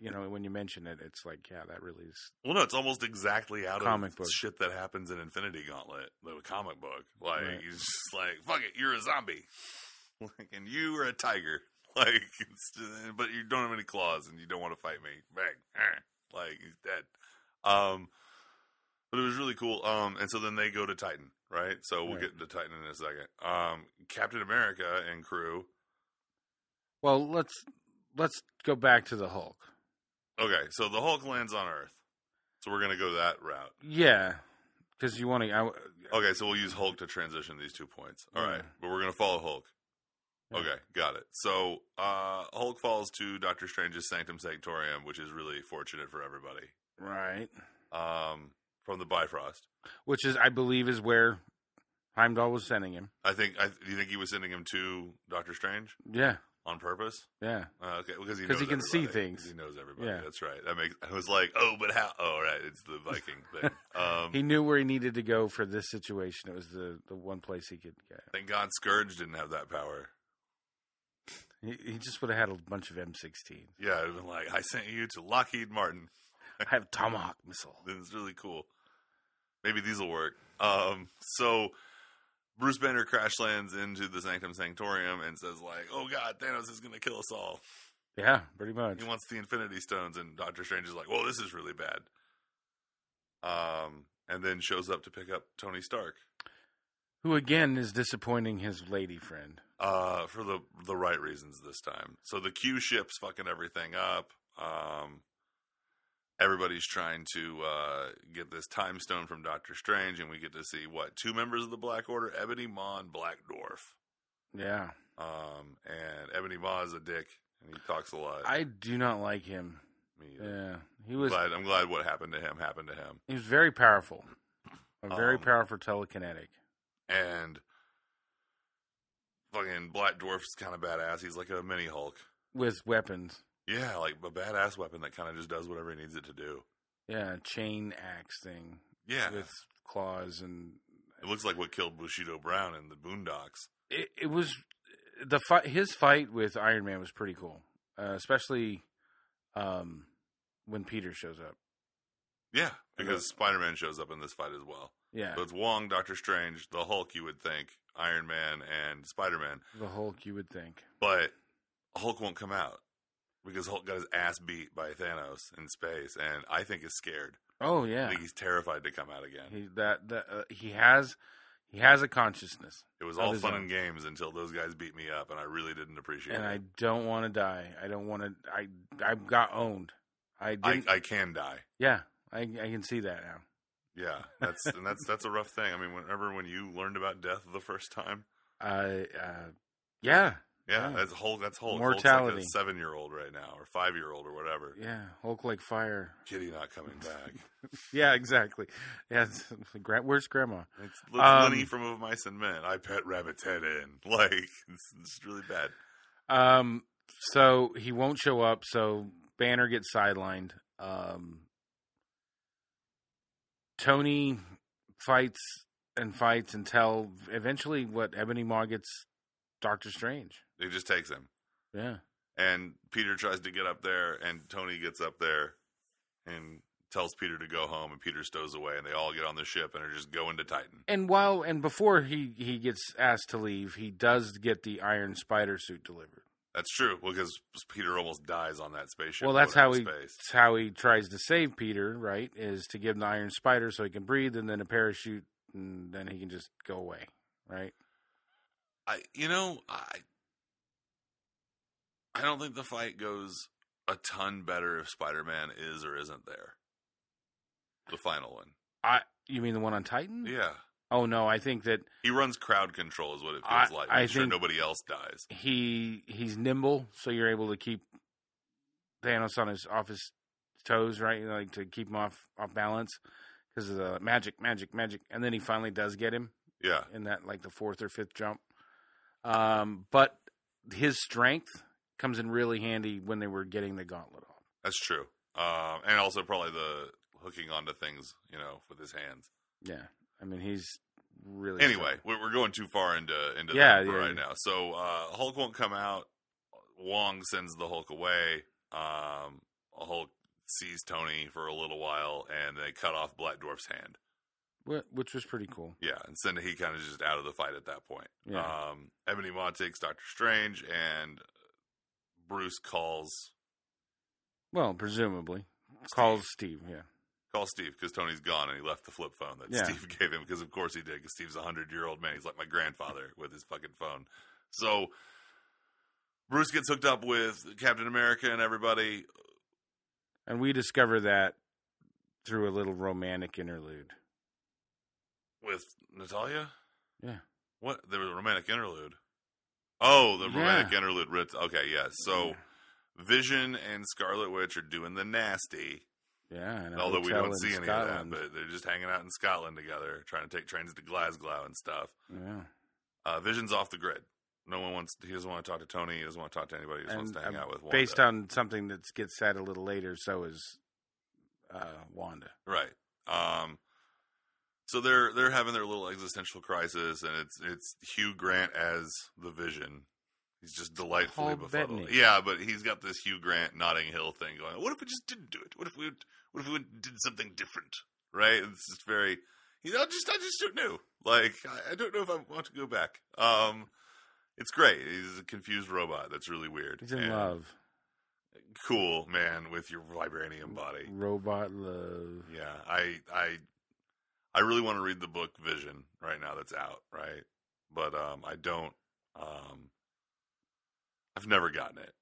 B: You know, when you mention it, it's like, yeah, that really is.
A: Well, no, it's almost exactly out
B: Comic
A: of
B: book.
A: shit that happens in Infinity Gauntlet, the comic book. Like
B: Right.
A: he's just like, "Fuck it, you're a zombie, like, and you are a tiger." Like, it's just, but you don't have any claws, and you don't want to fight me. Bang, Eh. like he's dead. Um, but it was really cool. Um, and so then they go to Titan, right? So we'll
B: Right.
A: get to Titan in a second. Um, Captain America and crew.
B: Well, let's let's go back to the Hulk.
A: Okay, so the Hulk lands on Earth, so we're gonna go that route.
B: Yeah, because you want to. I,
A: Okay, so we'll use Hulk to transition these two points. All right,
B: Yeah.
A: but we're gonna follow Hulk.
B: Yeah.
A: Okay, got it. So uh, Hulk falls to Doctor Strange's Sanctum Sanctorum, which is really fortunate for everybody.
B: right.
A: Um, from the Bifrost,
B: Which is, I believe, is where Heimdall was sending him.
A: I think. I, do you think he was sending him to Doctor Strange
B: Yeah.
A: on purpose?
B: Yeah.
A: Uh, okay, because he
B: 'Cause
A: knows
B: he can see
A: everybody.
B: things.
A: 'Cause He knows everybody.
B: Yeah.
A: That's right. That makes. I was like, oh, but how? Oh, right. It's the Viking thing. Um,
B: He knew where he needed to go for this situation. It was the, the one place he could get.
A: thank God Scourge didn't have that power.
B: He, he just would have had a bunch of M16.
A: Yeah, it was like I sent you to Lockheed Martin.
B: I have Tomahawk missile.
A: It's really cool. Maybe these will work. Um, so Bruce Banner crash lands into the Sanctum Sanctorum and says, like, oh god, Thanos is gonna kill us all.
B: Yeah, pretty much.
A: He wants the Infinity Stones, and Doctor Strange is like, Well, this is really bad. Um, and then shows up to pick up Tony Stark.
B: Who again is disappointing his lady friend.
A: Uh, for the the right reasons this time. So the Q ship's fucking everything up. Um, everybody's trying to uh, get this time stone from Doctor Strange, and we get to see what two members of the Black Order: Ebony Maw and Black Dwarf.
B: Yeah.
A: Um, and Ebony Maw is a dick, and he talks a lot.
B: I do not like him.
A: Me either.
B: Yeah. He
A: I'm
B: was
A: glad, I'm glad what happened to him happened to him.
B: he was very powerful. A very
A: Um,
B: powerful telekinetic.
A: And fucking Black Dwarf's kind of badass. He's like a mini Hulk.
B: With weapons.
A: Yeah, like a badass weapon that kind of just does whatever he needs it to do.
B: Yeah, chain axe thing.
A: Yeah.
B: With claws and
A: It looks like what killed Bushido Brown in the Boondocks.
B: it, it was the fight. His fight with Iron Man was pretty cool, uh, especially um, when Peter shows up.
A: Yeah, because Spider Man shows up in this fight as well.
B: Yeah,
A: So it's Wong, Doctor Strange, the Hulk, you would think, Iron Man, and Spider Man.
B: the Hulk. You would think.
A: But Hulk won't come out because Hulk got his ass beat by Thanos in space, and I think is scared.
B: Oh
A: I
B: yeah,
A: think he's terrified to come out again.
B: he that, that uh, he has he has a consciousness,
A: it was
B: of
A: all
B: his
A: fun
B: own.
A: and games until those guys beat me up, and I really didn't appreciate
B: and I
A: it.
B: don't want to die. I don't want to. I I got owned. I
A: I,
B: didn't.
A: I can die.
B: yeah, I I can see that now.
A: Yeah, that's and that's that's a rough thing. I mean, whenever when you learned about death the first time,
B: I uh,
A: Yeah,
B: yeah Yeah.
A: that's Hulk. That's Hulk.
B: Mortality.
A: Hulk's like a seven-year-old right now, or five-year-old, or whatever.
B: yeah Hulk like fire.
A: Kitty not coming back.
B: Yeah, exactly. Yeah, it's, gra- where's Grandma?
A: It's, it's
B: Um,
A: Lenny from Of Mice and Men. I pet Rabbit's head in. Like it's, it's really bad.
B: Um, so he won't show up. So Banner gets sidelined. Um, Tony fights and fights until eventually what Ebony Maw gets Doctor Strange.
A: He just takes him.
B: Yeah.
A: And Peter tries to get up there, and Tony gets up there and tells Peter to go home, and Peter stows away, and they all get on the ship and are just going to Titan.
B: And while and before he he gets asked to leave, he does get the Iron Spider suit delivered.
A: That's true, because Peter almost dies on that spaceship.
B: well, that's
A: going
B: how he
A: into space.
B: that's how he tries to save Peter, right? Is to give him the Iron Spider so he can breathe, and then a parachute, and then he can just go away, right?
A: I, you know, I, I don't think the fight goes a ton better if Spider-Man is or isn't there. The final one,
B: I you mean the one on Titan?
A: yeah.
B: Oh no, I think that
A: He runs crowd control, is what it feels
B: I-
A: like.
B: I
A: Make sure
B: think-
A: nobody else dies.
B: he he's nimble, so you're able to keep Thanos on his off his toes, right? You know, Like to keep him off off balance because of the magic, magic, magic, and then he finally does get him
A: Yeah,
B: in that like the fourth or fifth jump. Um, but his strength comes in really handy when they were getting the gauntlet off.
A: that's true. Um, and also probably the hooking onto things, you know, with his hands.
B: Yeah, I mean he's really
A: Anyway,
B: strong.
A: we're, we're going too far into into
B: Yeah,
A: that for
B: yeah,
A: right
B: yeah.
A: now. So uh, Hulk won't come out. Wong sends the Hulk away. Um, Hulk sees Tony for a little while, and they cut off Black Dwarf's hand.
B: Wh- which was pretty cool.
A: Yeah, and Senda he kind of just out of the fight at that point.
B: Yeah.
A: Um, Ebony Maw takes Doctor Strange, and Bruce calls
B: Well, presumably calls Steve. Yeah,
A: call Steve because Tony's gone and he left the flip phone that
B: Yeah.
A: Steve gave him because of course he did because Steve's a hundred year old man. He's like my grandfather with his fucking phone. So Bruce gets hooked up with Captain America and everybody.
B: and we discover that through a little romantic interlude.
A: with Natalia.
B: Yeah.
A: What the romantic interlude? Oh, the
B: Yeah.
A: romantic interlude. writ- Okay, yeah. So
B: Yeah.
A: Vision and Scarlet Witch are doing the nasty,
B: Yeah, and a
A: although we
B: hotel
A: don't
B: in
A: see any
B: Scotland.
A: of that. But they're just hanging out in Scotland together, trying to take trains to Glasgow and stuff.
B: yeah,
A: Uh, Vision's off the grid. No one wants. He doesn't want to talk to Tony. He doesn't want to talk to anybody. He just wants
B: and
A: to hang
B: uh,
A: out with. Wanda.
B: based on something that gets said a little later, so is uh, Wanda.
A: Right. Um, so they're they're having their little existential crisis, and it's it's Hugh Grant as the Vision. He's just delightfully
B: Paul
A: befuddled.
B: Bettany.
A: Yeah, but he's got this Hugh Grant Notting Hill thing going. What if we just didn't do it? What if we what if we went- did something different? Right. It's just very. You know, I just I just don't know. Like I, I don't know if I want to go back. Um, it's great. He's a confused robot. That's really weird.
B: He's in
A: And
B: love,
A: Cool man with your vibranium body.
B: robot love.
A: Yeah, I I I really want to read the book Vision right now that's out, right? But um I don't um I've never gotten it.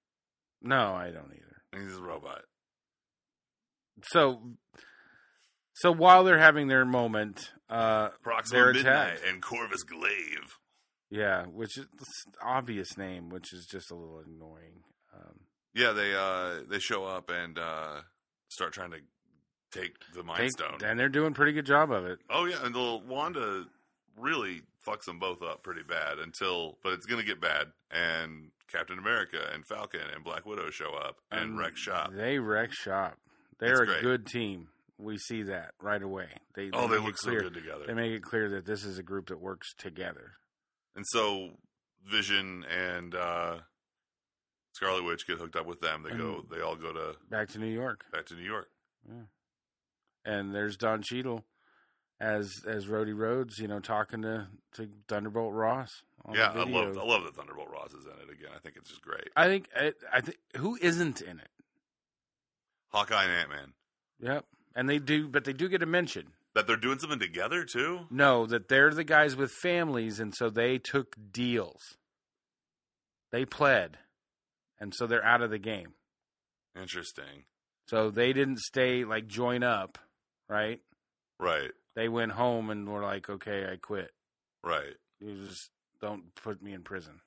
B: No, I don't either.
A: He's a robot.
B: So, so while they're having their moment, uh,
A: Proxima
B: They're
A: Midnight
B: attacked.
A: and Corvus Glaive.
B: yeah, which is it's an obvious name, which is just a little annoying. Um,
A: Yeah, they uh they show up and uh start trying to take the Mind
B: they-
A: Stone.
B: and they're doing a pretty good job of it.
A: Oh yeah, and the little Wanda really fucks them both up pretty bad until, but it's gonna get bad. And Captain America and Falcon and Black Widow show up and wreck shop.
B: They wreck shop. They're
A: It's
B: a
A: great.
B: good team. We see that right away. They
A: Oh, they
B: make it
A: look so
B: clear.
A: good together.
B: They make it clear that this is a group that works together.
A: And so Vision and uh, Scarlet Witch get hooked up with them. They go.
B: And-
A: They all go to
B: Back to New York,
A: back to New York.
B: and there's Don Cheadle as as Roddy Rhodes, you know, talking to to Thunderbolt Ross. On
A: yeah,
B: the
A: I
B: video.
A: love. I love that Thunderbolt Ross is in it again. I think it's just great.
B: I think I, I think who isn't in it?
A: Hawkeye and Ant Man.
B: Yep, and they do, but they do get a mention.
A: That they're doing something together too.
B: No, that they're the guys with families, and so they took deals. They pled, and so they're out of the game.
A: Interesting.
B: So they didn't stay like join up, right?
A: Right.
B: They went home and were like, "Okay, I quit.
A: Right.
B: You just don't put me in prison."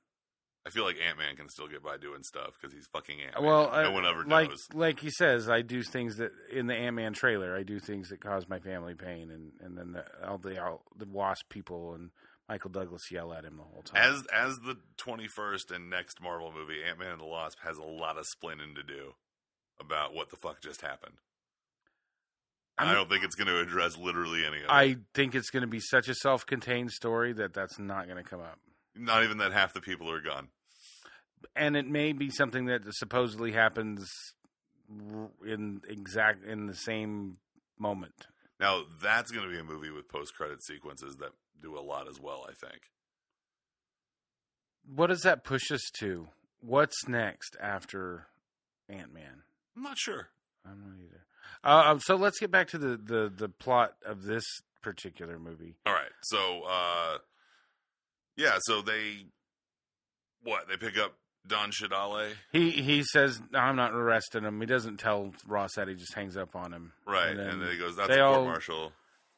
A: I feel like Ant Man can still get by doing stuff because he's fucking Ant Man.
B: Well,
A: no
B: uh,
A: one ever
B: like
A: knows.
B: like he says, I do things that in the Ant Man trailer, I do things that cause my family pain, and and then the, all the all the Wasp people and Michael Douglas yell at him the whole time.
A: As as the twenty first and next Marvel movie, Ant Man and the Wasp has a lot of splinting to do. about what the fuck just happened.
B: I'm-
A: I don't think it's going to address literally any of it.
B: I think it's going to be such a self-contained story that that's not going to come up.
A: Not even that half the people are gone.
B: and it may be something that supposedly happens r- in exact in the same moment.
A: Now that's going to be a movie with post-credit sequences that do a lot as well. I think.
B: What does that push us to? What's next after Ant Man?
A: I'm not sure.
B: I'm not either. Uh, um, so let's get back to the, the the plot of this particular movie.
A: All right. So, uh, yeah. So they, what they pick up Don Shadale,
B: He he says "No, I'm not arresting him. He doesn't tell Ross that. He just hangs up on him.
A: right?
B: And
A: And
B: then
A: then, he goes, "That's
B: they
A: a
B: all-
A: court martial."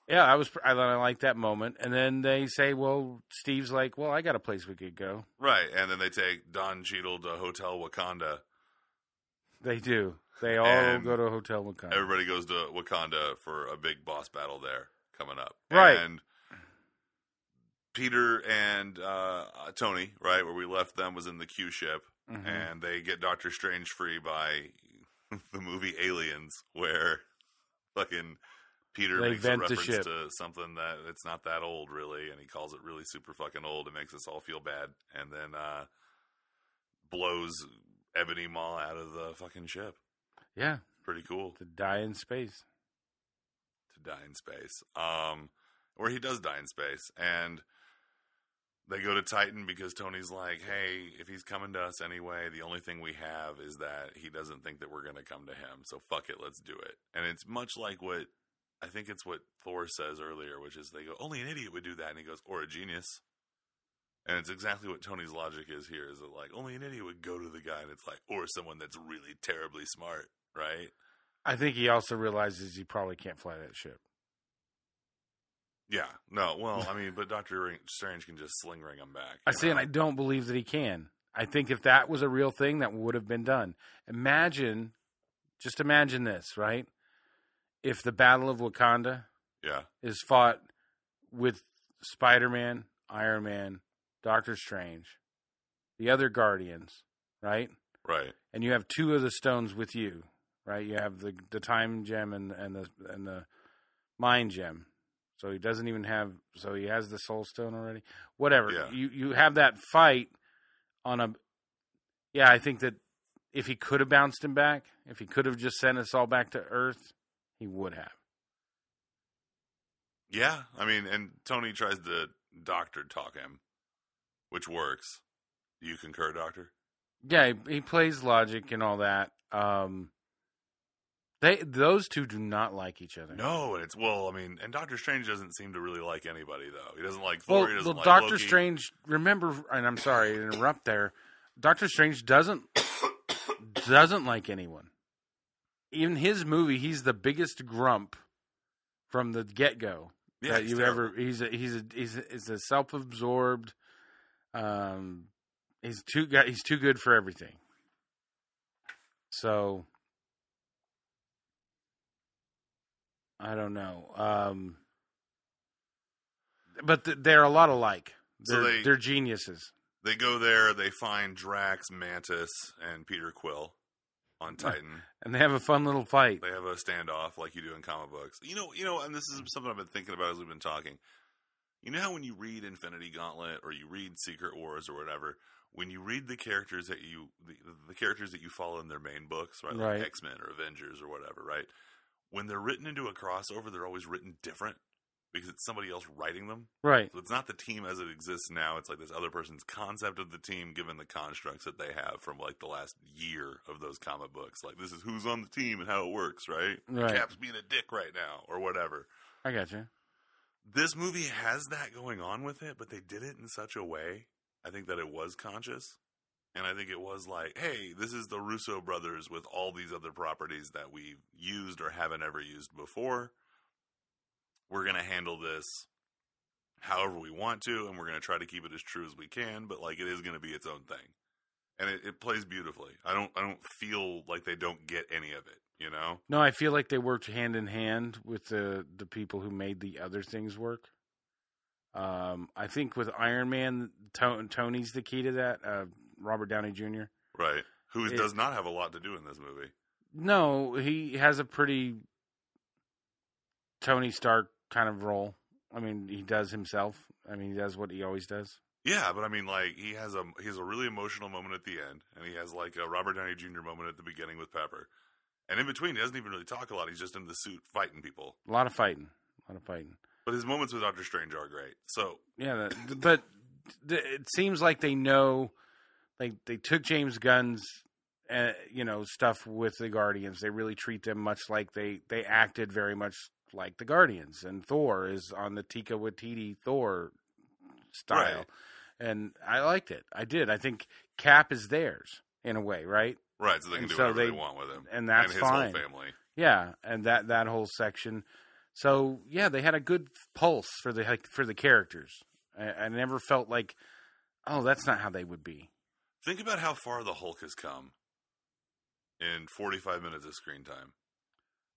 B: Yeah, I was pr- I, I like that moment. And then they say, well, Steve's like, well, I got a place we could go.
A: Right. And then they take Don Cheadle to Hotel Wakanda.
B: They do. They all
A: And
B: go to a hotel with guns.
A: Everybody goes to Wakanda for a big boss battle there coming up.
B: Right.
A: And Peter and uh, Tony, right where we left them, was in the Q ship,
B: Mhm.
A: and they get Doctor Strange free by the movie Aliens, where fucking Peter
B: They
A: makes a
B: vent the
A: reference
B: ship.
A: to something that it's not that old, really, and he calls it really super fucking old. It makes us all feel bad, and then uh, blows Ebony Maw out of the fucking ship.
B: Yeah,
A: Pretty cool
B: to die in space.
A: to die in space. Um, where he does die in space, and they go to Titan because Tony's like, "Hey, if he's coming to us anyway, the only thing we have is that he doesn't think that we're gonna come to him. So fuck it, let's do it." And it's much like what I think it's what Thor says earlier, which is they go, "Only an idiot would do that," and he goes, "Or a genius." And it's exactly what Tony's logic is here: is that like only an idiot would go to the guy, and it's like, or someone that's really terribly smart, right?
B: I think he also realizes he probably can't fly that ship.
A: Yeah. No. Well, I mean, but Doctor Strange can just sling ring him back.
B: I
A: you
B: see, and
A: know?
B: I don't believe that he can. I think if that was a real thing, that would have been done. Imagine, just imagine this, right? If the Battle of Wakanda
A: Yeah.
B: is fought with Spider Man, Iron Man, Doctor Strange, the other Guardians, right?
A: Right.
B: and you have two of the stones with you, right? You have the the time gem and and the and the mind gem. So he doesn't even have. So he has the soul stone already. Whatever.
A: Yeah.
B: You you have that fight on a. Yeah, I think that if he could have bounced him back, if he could have just sent us all back to Earth, he would have.
A: Yeah. I mean, and Tony tries to doctor talk him, which works. Do you concur, Doctor?
B: Yeah, he, he plays logic and all that. Um, they those two do not like each other.
A: No, and it's well. I mean, and Doctor Strange doesn't seem to really like anybody though. He doesn't like Thor.
B: Well,
A: he doesn't
B: well
A: like
B: Doctor
A: Loki.
B: Strange, remember, and I'm sorry to interrupt there. Doctor Strange doesn't doesn't like anyone. In his movie, he's the biggest grump from the get go
A: Yeah.
B: that
A: he's
B: you
A: terrible.
B: ever. He's a, he's a, he's a, he's a self absorbed. Um, he's too go- he's too good for everything. So I don't know. Um, but th- they're a lot alike.
A: So
B: They're,
A: they-
B: they're geniuses.
A: They go there. They find Drax, Mantis, and Peter Quill on Titan.
B: And they have a fun little fight.
A: They have a standoff like you do in comic books. You know, you know, and this is something I've been thinking about as we've been talking. You know how when you read Infinity Gauntlet or you read Secret Wars or whatever, when you read the characters that you the, the characters that you follow in their main books, right? Like
B: Right.
A: X Men or Avengers or whatever, right? When they're written into a crossover, they're always written different because it's somebody else writing them.
B: Right.
A: So it's not the team as it exists now. It's like this other person's concept of the team given the constructs that they have from like the last year of those comic books. Like this is who's on the team and how it works, right?
B: Right.
A: Cap's being a dick right now or whatever.
B: I got you.
A: This movie has that going on with it, but they did it in such a way I think that it was conscious. And I think it was like, hey, this is the Russo brothers with all these other properties that we've used or haven't ever used before. We're going to handle this however we want to, and we're going to try to keep it as true as we can, but like it is going to be its own thing. And it, it plays beautifully. I don't I don't feel like they don't get any of it, you know?
B: No, I feel like they worked hand in hand with the the people who made the other things work. Um, I think with Iron Man, to- Tony's the key to that. Uh, Robert Downey Jr.
A: Right. Who
B: It-
A: does not have a lot to do in this movie.
B: No, he has a pretty Tony Stark kind of role. I mean, he does himself. I mean, he does what he always does.
A: Yeah, but I mean, like he has a he has a really emotional moment at the end, and he has like a Robert Downey Jr. moment at the beginning with Pepper, and in between he doesn't even really talk a lot. He's just in the suit fighting people.
B: A lot of fighting. A lot of fighting.
A: But his moments with Doctor Strange are great. So
B: Yeah, that, but th- it seems like they know, like they took James Gunn's, uh, you know, stuff with the Guardians. They really treat them much like they they acted very much like the Guardians, and Thor is on the Tika Waititi Thor style,
A: Right.
B: and I liked it. I did. I think Cap is theirs in a way, right?
A: right, so they can
B: And
A: do
B: so
A: whatever they,
B: they-
A: want with him
B: And that's
A: and his
B: fine.
A: whole family.
B: Yeah, and that that whole section. So yeah, they had a good pulse for the like, for the characters. I, I never felt like, oh, that's not how they would be.
A: Think about how far the Hulk has come in 45 minutes of screen time.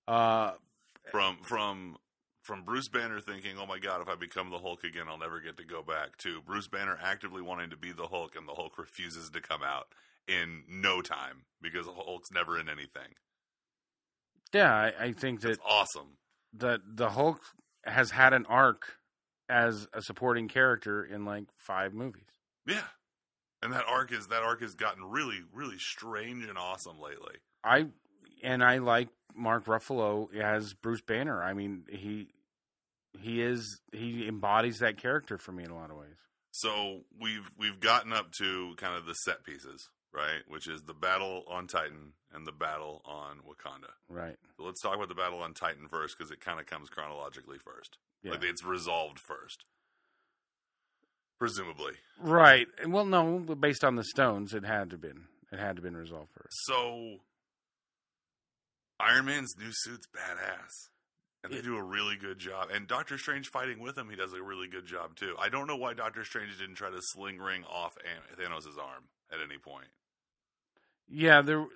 B: Uh,
A: From from from Bruce Banner thinking, "Oh my god, if I become the Hulk again, I'll never get to go back." To Bruce Banner actively wanting to be the Hulk and the Hulk refuses to come out in no time because the Hulk's never in anything.
B: yeah, I, I think that
A: It's awesome.
B: that the Hulk has had an arc as a supporting character in like five movies.
A: Yeah. And that arc is that arc has gotten really really strange and awesome lately.
B: I and I like Mark Ruffalo as Bruce Banner. I mean, he he is he embodies that character for me in a lot of ways.
A: So we've we've gotten up to kind of the set pieces, right? Which is the battle on Titan and the battle on Wakanda.
B: Right.
A: So let's talk about the battle on Titan first because it kind of comes chronologically first.
B: Yeah.
A: Like it's resolved first, presumably.
B: Right. Well, no, but based on the stones, it had to been it had to been resolved first.
A: So Iron Man's new suit's badass. And they
B: It-
A: do a really good job. And Doctor Strange fighting with him, he does a really good job too. I don't know why Doctor Strange didn't try to sling ring off An- Thanos' arm at any point.
B: Yeah, there.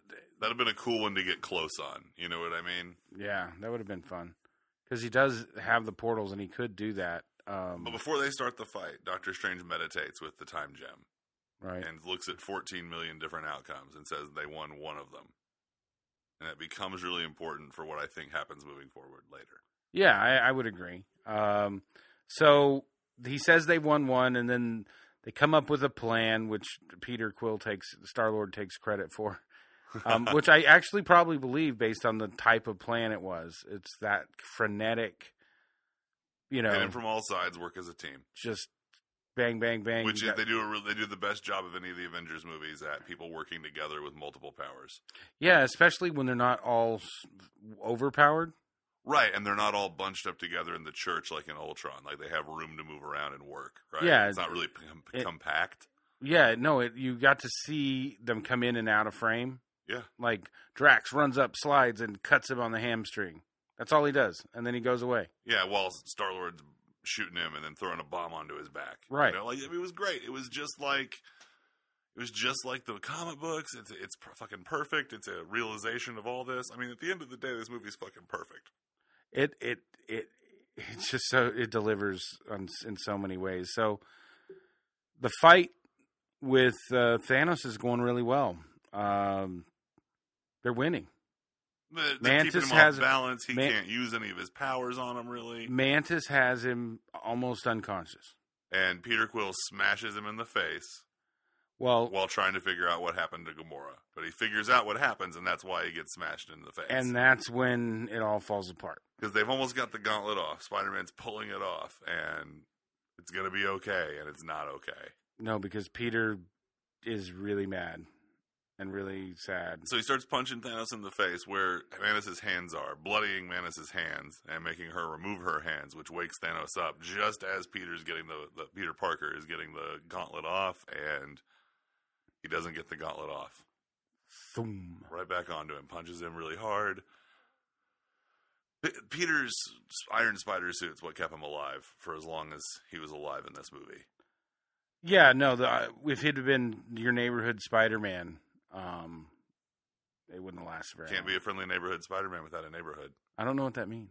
A: That'd have been a cool one to get close on. You know what I mean?
B: Yeah, that would have been fun because he does have the portals and he could do that. Um,
A: But before they start the fight, Doctor Strange meditates with the time gem
B: right.
A: and looks at 14 million different outcomes and says they won one of them. And that becomes really important for what I think happens moving forward later.
B: Yeah, I, I would agree. Um, so he says they won one, and then they come up with a plan, which Peter Quill takes Star Lord takes credit for, um, which I actually probably believe based on the type of plan it was. It's that frenetic, you know,
A: And then from all sides, work as a team.
B: just bang, bang, bang.
A: Which
B: You
A: is,
B: got-
A: they do a, re- they do the best job of any of the Avengers movies at people working together with multiple powers,
B: yeah, especially when they're not all s- overpowered.
A: right? And they're not all bunched up together in the church like in Ultron, like they have room to move around and work, right?
B: Yeah.
A: it's not really com-
B: It-
A: compact.
B: Yeah, no, it, you got to see them come in and out of frame.
A: Yeah.
B: Like Drax runs up, slides, and cuts him on the hamstring. That's all he does, and then he goes away.
A: Yeah, while Star Lord's shooting him and then throwing a bomb onto his back.
B: Right.
A: You know, like I mean, it was great. It was just like it was just like the comic books. It's it's pr- fucking perfect. It's a realization of all this. I mean, at the end of the day, this movie's fucking perfect.
B: It it it it's just so it delivers on, in so many ways. So the fight with uh, Thanos is going really well. Um, they're winning.
A: They're, they're keeping
B: Mantis
A: him
B: has-
A: off balance. He
B: Man-
A: can't use any of his powers on him really.
B: Mantis has him almost unconscious.
A: And Peter Quill smashes him in the face
B: Well,
A: while trying to figure out what happened to Gamora. But he figures out what happens, and that's why he gets smashed in the face.
B: and that's when it all falls apart.
A: because they've almost got the gauntlet off. Spider Man's pulling it off, and it's gonna be okay, and it's not okay.
B: No, because Peter is really mad and really sad.
A: So he starts punching Thanos in the face where Mantis' hands are, bloodying Mantis' hands and making her remove her hands, which wakes Thanos up just as Peter's getting the, the Peter Parker is getting the gauntlet off, and he doesn't get the gauntlet off.
B: Thoom.
A: right back onto him, punches him really hard. P- Peter's Iron Spider suit's what kept him alive for as long as he was alive in this movie.
B: Yeah, no. The, uh, if it had been your neighborhood Spider-Man, um, it wouldn't last very.
A: Can't
B: long.
A: be a friendly neighborhood Spider Man without a neighborhood.
B: I don't know what that means.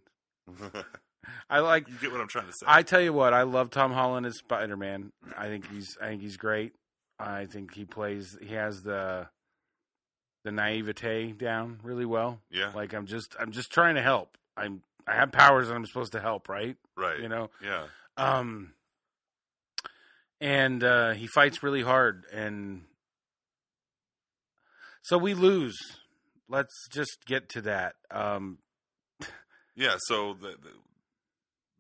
B: I like.
A: you get what I'm trying to say.
B: I tell you what, I love Tom Holland as Spider-Man. I think he's. I think he's great. I think he plays. He has the the naivete down really well.
A: Yeah.
B: Like I'm just I'm just trying to help. I'm I have powers and I'm supposed to help, right?
A: right.
B: You know.
A: yeah.
B: Um and uh he fights really hard and so we lose. Let's just get to that. Um
A: Yeah. So the, the,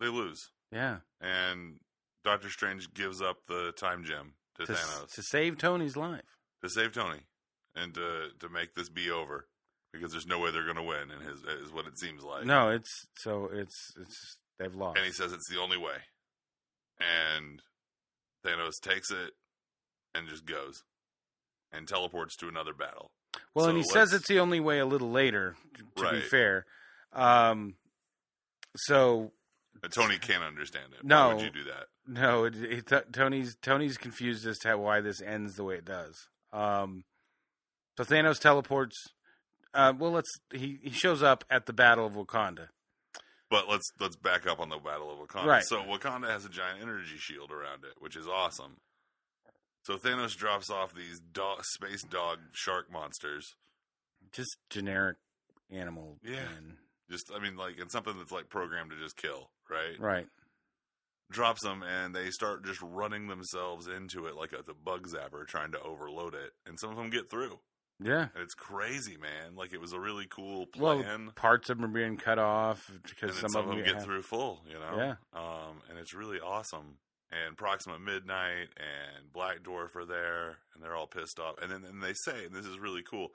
A: they lose,
B: yeah.
A: and Doctor Strange gives up the time gem to,
B: To,
A: Thanos
B: to save Tony's life.
A: to save Tony and to to make this be over because there's no way they're going to win, and his is what it seems like.
B: No, it's so it's it's they've lost.
A: And he says it's the only way. And Thanos takes it and just goes and teleports to another battle.
B: Well, and
A: So
B: he says
A: let's-
B: it's the only way a little later, t- to be
A: Right.
B: fair. Um, so
A: But Tony can't understand it. Why
B: No.
A: would you do that?
B: no, it, it, t- Tony's Tony's confused as to how- why this ends the way it does. Um, so Thanos teleports. Uh, well, let's he he shows up at the Battle of Wakanda.
A: But let's let's back up on the Battle of Wakanda.
B: Right.
A: So Wakanda has a giant energy shield around it, which is awesome. So Thanos drops off these dog, space dog shark monsters.
B: Just generic animal.
A: Yeah.
B: man.
A: Just I mean like it's something that's like programmed to just kill, right?
B: right.
A: Drops them and they start just running themselves into it like a, the bug zapper trying to overload it, and some of them get through.
B: Yeah.
A: And it's crazy, man. Like it was a really cool
B: Well,
A: plan.
B: parts of them are being cut off
A: and
B: because
A: then
B: some, of them
A: get
B: have-
A: through full, you know?
B: Yeah.
A: Um, and it's really awesome. And Proxima Midnight and Black Dwarf are there, and they're all pissed off. And then and they say, and this is really cool.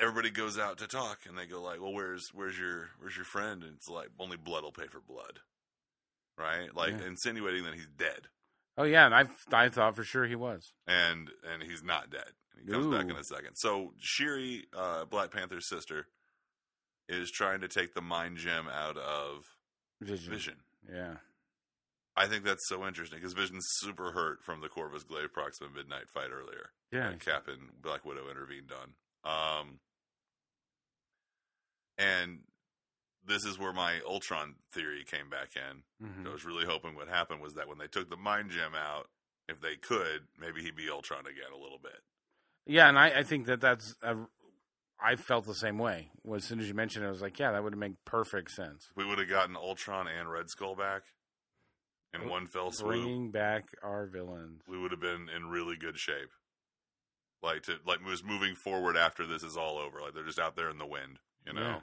A: Everybody goes out to talk, and they go like, "Well, where's where's your where's your friend?" And it's like, "Only blood will pay for blood," right? Like
B: Yeah.
A: insinuating that he's dead,
B: Oh yeah, and I I thought for sure he was.
A: and and he's not dead. He comes back
B: Ooh.
A: in a second. So Shiri, uh, Black Panther's sister, is trying to take the mind gem out of Vision.
B: Yeah.
A: I think that's so interesting because Vision's super hurt from the Corvus Glaive Proxima Midnight fight earlier.
B: Yeah.
A: that Cap and Black Widow intervened on. Um, and this is where my Ultron theory came back in.
B: Mhm.
A: I was really hoping what happened was that when they took the Mind Gem out, if they could, maybe he'd be Ultron again a little bit.
B: Yeah, and I, I think that that's a, I felt the same way. Well, as soon as you mentioned it, I was like, yeah, that would make perfect sense.
A: We would have gotten Ultron and Red Skull back in one fell swoop.
B: Bringing back our villains.
A: we would have been in really good shape. Like to like was moving forward after this is all over. Like they're just out there in the wind, you know.
B: Yeah.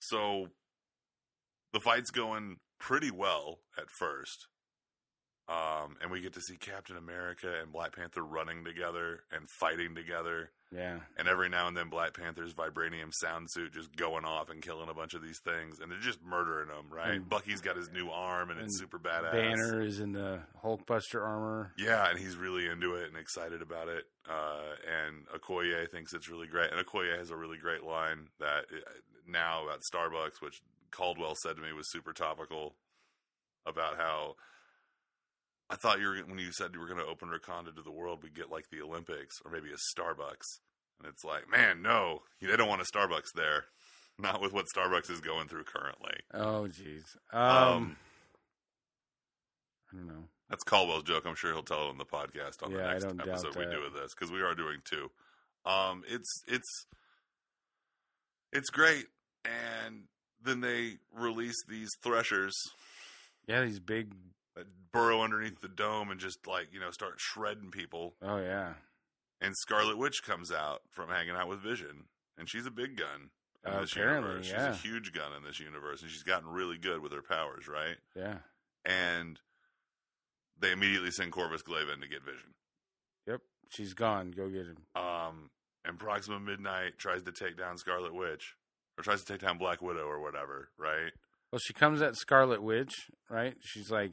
A: So the fight's going pretty well at first. Um, and we get to see Captain America and Black Panther running together and fighting together.
B: Yeah,
A: And every now and then, Black Panther's vibranium sound suit just going off and killing a bunch of these things. And they're just murdering them, right?
B: And-
A: Bucky's got his new arm and, it's
B: and
A: super badass.
B: Banner is in the Hulkbuster armor.
A: Yeah, and he's really into it and excited about it. Uh, and Okoye thinks it's really great. And Okoye has a really great line that uh, now about Starbucks, which Caldwell said to me was super topical about how I thought you were when you said you were going to open Rakonda to the world, we'd get like the Olympics or maybe a Starbucks. And it's like, man, no, they don't want a Starbucks there. Not with what Starbucks is going through currently.
B: Oh, jeez. Um,
A: Um,
B: I don't know.
A: That's Caldwell's joke. I'm sure he'll tell it on the podcast on
B: Yeah,
A: the
B: I
A: next
B: don't doubt
A: episode we
B: that.
A: do with this because we are doing two. Um, it's it's it's great, and then they release these threshers
B: Yeah, these big.
A: that burrow underneath the dome and just like you know start shredding people.
B: Oh yeah.
A: And Scarlet Witch comes out from hanging out with Vision, and she's a big gun in
B: Uh,
A: this
B: apparently,
A: universe.
B: yeah.
A: She's a huge gun in this universe, and she's gotten really good with her powers, right?
B: Yeah.
A: And they immediately send Corvus Glaive in to get Vision.
B: Yep. She's gone. Go get him.
A: Um, and Proxima Midnight tries to take down Scarlet Witch, or tries to take down Black Widow, or whatever, right?
B: Well, she comes at Scarlet Witch, right? She's like,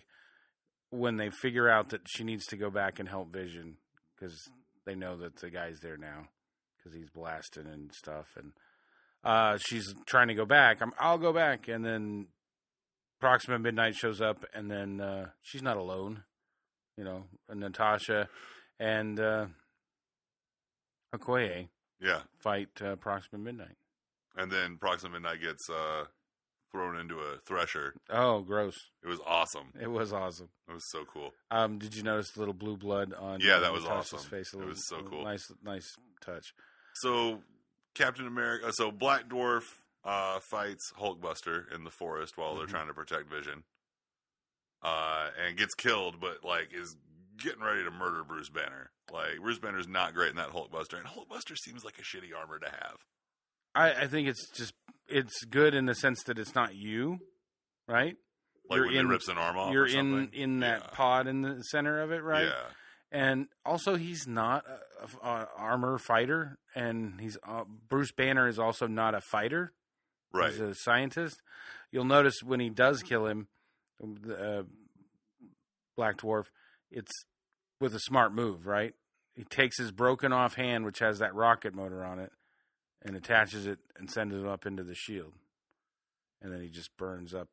B: when they figure out that she needs to go back and help Vision because they know that the guy's there now because he's blasting and stuff, and uh, she's trying to go back. I'm, I'll go back, and then Proxima Midnight shows up, and then uh, she's not alone, you know, and Natasha and uh, Okoye
A: Yeah.
B: fight uh, Proxima Midnight.
A: And then Proxima Midnight gets uh, thrown into a thresher.
B: Oh, gross!
A: It was awesome.
B: It was awesome.
A: It was so cool.
B: Um, did you notice the little blue blood on?
A: Yeah, that
B: on
A: was
B: Natasha's
A: awesome.
B: Face, a
A: It
B: little-
A: was so
B: little
A: cool.
B: Nice, nice touch.
A: So Captain America, so Black Dwarf uh, fights Hulkbuster in the forest while they're
B: Mhm.
A: trying to protect Vision, uh, and gets killed, but like is getting ready to murder Bruce Banner. Like Bruce Banner's not great in that Hulkbuster, and Hulkbuster seems like a shitty armor to have.
B: I, I think it's just it's good in the sense that it's not you, right?
A: Like
B: You're
A: when
B: in-
A: it rips an arm off.
B: You're
A: or
B: in
A: something.
B: in that
A: Yeah.
B: pod in the center of it, right?
A: Yeah,
B: And also, he's not a, a, a armor fighter, and he's uh, Bruce Banner is also not a fighter.
A: right.
B: He's a scientist. You'll notice when he does kill him, the uh, Black Dwarf, it's with a smart move, right? He takes his broken off hand, which has that rocket motor on it, and attaches it and sends it up into the shield. And then he just burns up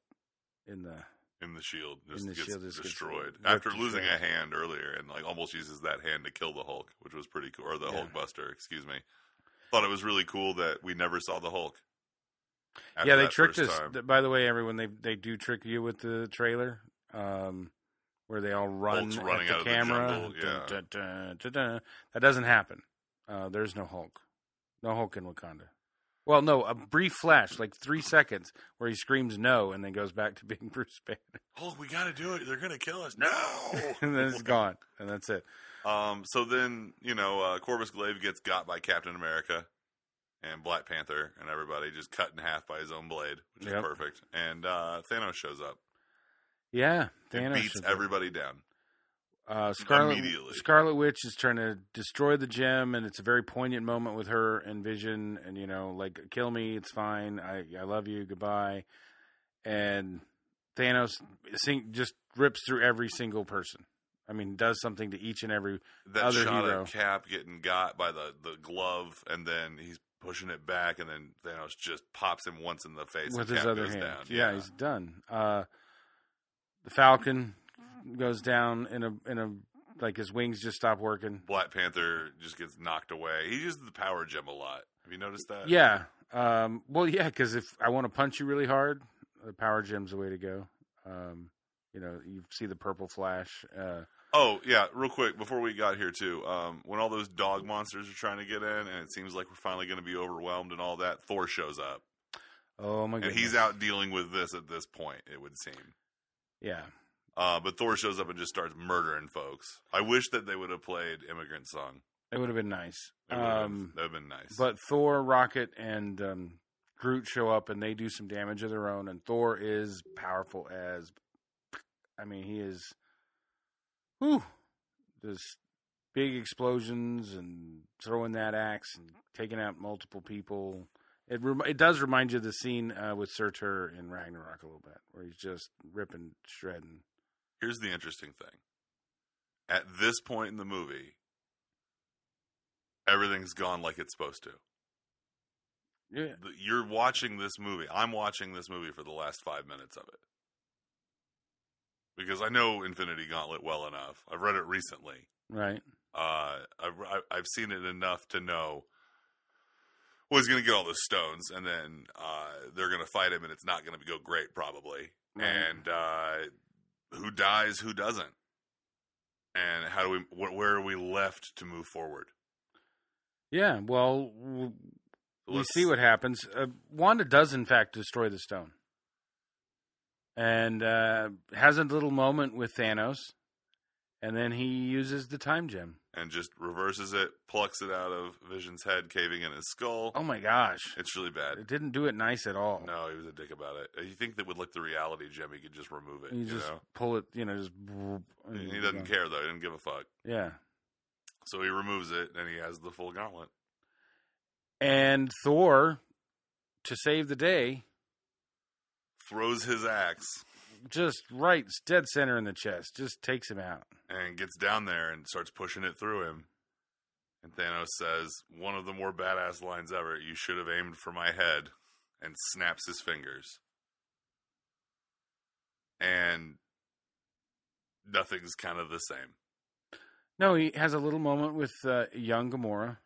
B: in the.
A: in the shield, just
B: the
A: gets
B: shield just gets
A: destroyed
B: ripped
A: after
B: to
A: losing a
B: shreds.
A: hand earlier, and like almost uses that hand to kill the Hulk, which was pretty cool, or the
B: Yeah.
A: Hulk Buster, excuse me. Thought it was really cool that we never saw the Hulk. after
B: yeah, they
A: that
B: tricked
A: first
B: us.
A: time.
B: Th- By the way, everyone, they they do trick you with the trailer, um, where they all run
A: Hulk's
B: at
A: running
B: the
A: out of the
B: camera.
A: jungle, yeah.
B: Dun, dun, dun, dun, dun. That doesn't happen. Uh, there's no Hulk, no Hulk in Wakanda. Well, no, a brief flash, like three seconds, where he screams no and then goes back to being Bruce Banner,
A: Hulk, Oh, we got to do it. They're gonna kill us. No.
B: and then it's gone, and that's it.
A: Um. So then you know, uh, Corvus Glaive gets got by Captain America. And Black Panther and everybody just cut in half by his own blade, which
B: Yep.
A: is perfect. And uh, Thanos shows up
B: Yeah,
A: and
B: Thanos
A: beats
B: should-
A: everybody down.
B: Uh, Scarlet
A: Immediately.
B: Scarlet Witch is trying to destroy the gem, and it's a very poignant moment with her and Vision, and you know, like, kill me, it's fine, I I love you, goodbye, and Thanos sing, just rips through every single person. I mean, does something to each and every.
A: that
B: other
A: shot
B: hero.
A: of Cap getting got by the, the glove, and then he's pushing it back, and then Thanos just pops him once in the face and
B: with his
A: Cap
B: other
A: goes
B: hand.
A: down.
B: Yeah, he's done. Uh, the Falcon goes down in a in a like his wings just stop working.
A: Black Panther just gets knocked away. He uses the power gem a lot. Have you noticed that?
B: Yeah. Um, well, yeah, because if I want to punch you really hard, the power gem's the way to go. Um, you know, you see the purple flash. Uh,
A: Oh yeah. Real quick before we got here too, um, when all those dog monsters are trying to get in, and it seems like we're finally going to be overwhelmed and all that, Thor shows up,
B: oh my god,
A: and he's out dealing with this at this point. It would seem.
B: Yeah,
A: Uh, but Thor shows up and just starts murdering folks. I wish that they would have played Immigrant Song.
B: it would have been nice.
A: It would have
B: Um,
A: that would have been nice.
B: but Thor, Rocket, and um, Groot show up, and they do some damage of their own. And Thor is powerful as, I mean, he is, whew, just big explosions and throwing that axe and taking out multiple people. It rem- it does remind you of the scene uh, with Surtur in Ragnarok a little bit, where he's just ripping, shredding.
A: Here's the interesting thing. At this point in the movie, everything's gone like it's supposed to.
B: Yeah,
A: The- You're watching this movie. I'm watching this movie for the last five minutes of it. Because I know Infinity Gauntlet well enough. I've read it recently.
B: right.
A: Uh, I've, I- I've seen it enough to know. Well, he's going to get all the stones, and then uh, they're going to fight him, and it's not going to go great, probably.
B: Right.
A: And uh, who dies, who doesn't, and how do we? Wh- where are we left to move forward?
B: Yeah, well, w- we
A: Let's-
B: see what happens. Uh, Wanda does, in fact, destroy the stone, and uh, has a little moment with Thanos, and then he uses the time gem.
A: and just reverses it, plucks it out of Vision's head, caving in his skull.
B: Oh my gosh!
A: It's really bad.
B: It didn't do it nice at all.
A: No, he was a dick about it. You think that with like the reality gem, he could just remove it?
B: you,
A: You,
B: just
A: know,
B: pull it, you know, just. and
A: And he
B: you
A: doesn't
B: go.
A: care though. He didn't give a fuck.
B: Yeah,
A: So he removes it, and he has the full gauntlet.
B: and Thor, to save the day,
A: throws his axe
B: just right dead center in the chest, just takes him out.
A: and gets down there and starts pushing it through him. And Thanos says, one of the more badass lines ever, you should have aimed for my head, and snaps his fingers. And nothing's kind of the same.
B: No, he has a little moment with uh, young Gamora,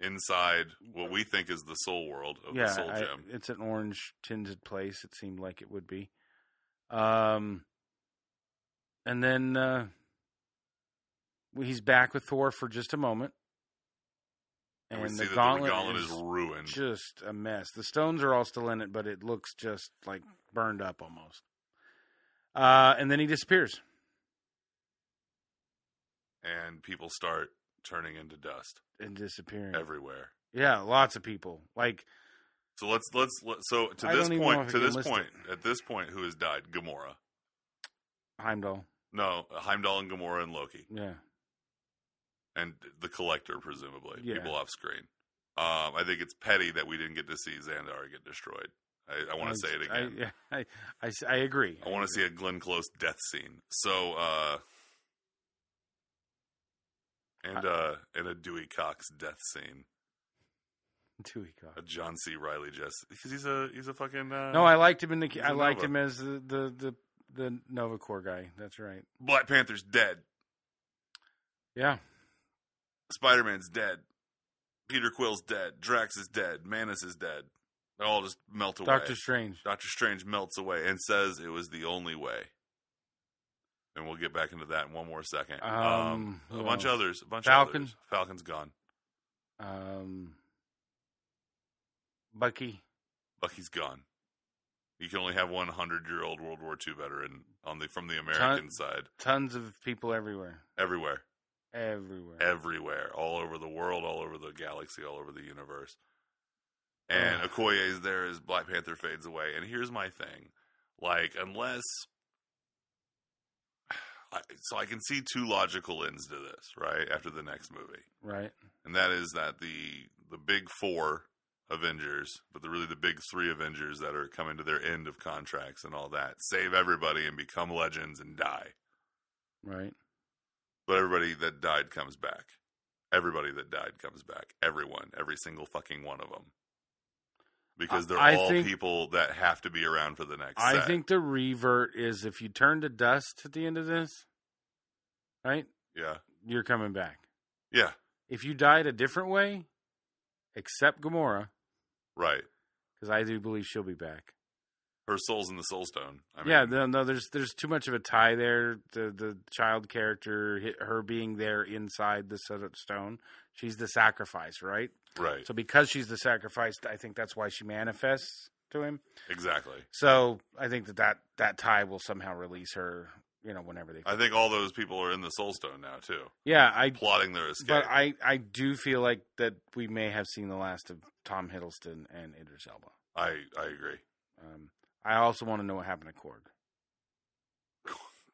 A: inside what we think is the soul world of the
B: yeah,
A: soul
B: I-
A: gem.
B: it's an orange tinted place. It seemed like it would be. Um, and then uh, he's back with Thor for just a moment,
A: and we see that the gauntlet is, ruined.
B: just a mess. The stones are all still in it, but it looks just like burned up almost. Uh, and then he disappears.
A: and people start turning into dust
B: And disappearing.
A: everywhere.
B: yeah, lots of people. Like
A: So let's let's let, so to
B: I
A: this
B: don't even know
A: point
B: if I
A: to
B: can
A: this
B: list
A: point
B: it.
A: at this point who has died? Gamora.
B: Heimdall.
A: No, Heimdall and Gamora and Loki
B: Yeah.
A: and the Collector presumably.
B: Yeah.
A: People off screen. Um, I think it's petty that we didn't get to see Xandar get destroyed. I, I want to say it
B: I-
A: again.
B: yeah, I, I s- I agree.
A: I want to see a Glenn Close death scene. So, uh, and uh, and a Dewey Cox death scene,
B: Two week off.
A: a John C. Riley just because he's a he's a fucking uh,
B: No, I liked him in the.
A: he's
B: I
A: a
B: liked
A: Nova.
B: him as the the the, the Nova Corps guy. That's right.
A: Black Panther's dead,
B: Yeah,
A: Spider Man's dead, Peter Quill's dead, Drax is dead, Manus is dead. They all just melt away.
B: Doctor Strange.
A: Doctor Strange melts away and says it was the only way. And we'll get back into that in one more second.
B: Um,
A: a
B: who
A: bunch of
B: else?
A: others. A bunch of
B: Falcon?
A: others. Falcon's gone.
B: Um, Bucky.
A: Bucky's gone. You can only have one hundred-year-old World War II veteran on the from the American side.
B: Tons of people everywhere.
A: Everywhere,
B: Everywhere.
A: everywhere, all over the world, all over the galaxy, all over the universe. And Okoye is there as Black Panther fades away. And here's my thing: like, unless, I, so I can see two logical ends to this, right? After the next movie,
B: right.
A: and that is that the the big four Avengers, but the really the big three Avengers that are coming to their end of contracts and all that, save everybody and become legends and die.
B: Right.
A: But everybody that died comes back. Everybody that died comes back. Everyone, every single fucking one of them, because they're
B: I- I
A: all
B: think-
A: people that have to be around for the next.
B: I
A: set.
B: think the revert is if you turn to dust at the end of this, right?
A: yeah,
B: You're coming back.
A: yeah,
B: If you died a different way, except Gamora,
A: right.
B: because I do believe she'll be back.
A: Her soul's in the Soul Stone. I mean,
B: yeah, no, no, there's there's too much of a tie there. The the child character, hi- her being there inside the set of stone, she's the sacrifice, right?
A: right,
B: So because she's the sacrifice, I think that's why she manifests to him.
A: exactly.
B: So I think that that, that tie will somehow release her, you know, whenever they.
A: I think all those people are in the Soul Stone now too,
B: yeah, I.
A: plotting their escape.
B: But I I do feel like that we may have seen the last of Tom Hiddleston and Idris Elba.
A: I I agree.
B: Um, I also want to know what happened to Korg.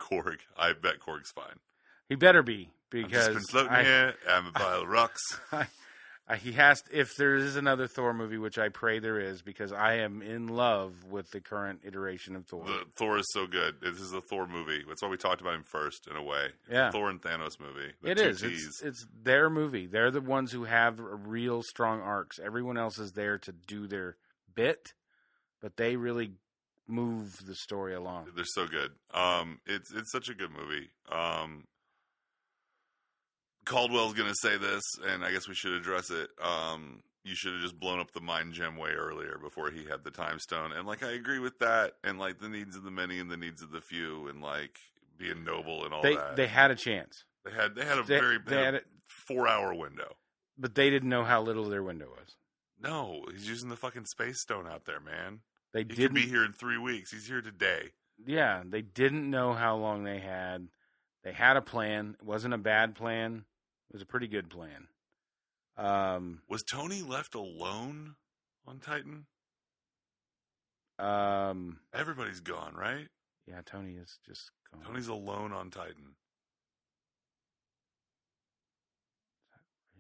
A: Korg, I bet Korg's fine.
B: He better be
A: I've
B: because
A: just been floating
B: I-
A: here. I'm a pile of rocks.
B: I, I, he has to, if there is another Thor movie, which I pray there is, because I am in love with the current iteration of Thor.
A: The, Thor is so good. This is a Thor movie. That's why we talked about him first in a way.
B: yeah,
A: Thor and Thanos movie. The
B: it
A: two
B: is.
A: Ts.
B: It's, it's their movie. They're the ones who have real strong arcs. Everyone else is there to do their bit, but they really move the story along.
A: They're so good. Um, it's it's such a good movie. Um, Caldwell's gonna say this, and I guess we should address it. Um, you should have just blown up the mind gem way earlier before he had the time stone. And like, I agree with that. And like, the needs of the many and the needs of the few, and like being noble and all
B: They
A: that.
B: they had a chance,
A: They had they had a
B: They-
A: very
B: they had it-
A: four hour window.
B: but they didn't know how little their window was.
A: No, he's using the fucking space stone out there, man.
B: They
A: He
B: didn't.
A: could be here in three weeks. He's here today.
B: yeah, they didn't know how long they had. They had a plan. It wasn't a bad plan. It was a pretty good plan. Um,
A: Was Tony left alone on Titan?
B: um,
A: Everybody's gone, right?
B: yeah, Tony is just gone.
A: Tony's alone on Titan.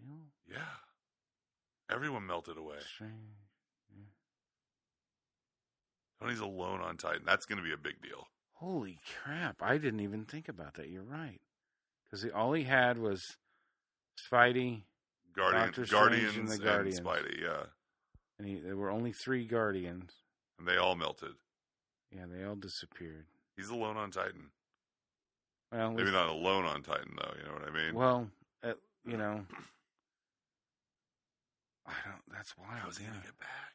B: real
A: Yeah. Everyone melted away.
B: strange.
A: Tony's alone on Titan. That's going to be a big deal.
B: Holy crap! I didn't even think about that. You're right, because all he had was Spidey,
A: Guardian,
B: Doctor Strange
A: Guardians,
B: and the
A: and,
B: Guardians.
A: Spidey, yeah.
B: and he, there were only three Guardians.
A: And they all melted.
B: Yeah, they all disappeared.
A: He's alone on Titan.
B: Well, at
A: Maybe
B: least-
A: not
B: uh,
A: alone on Titan, though. You know what I mean?
B: well, uh, you know, I don't. That's wild.
A: How's he
B: yeah.
A: gonna get back?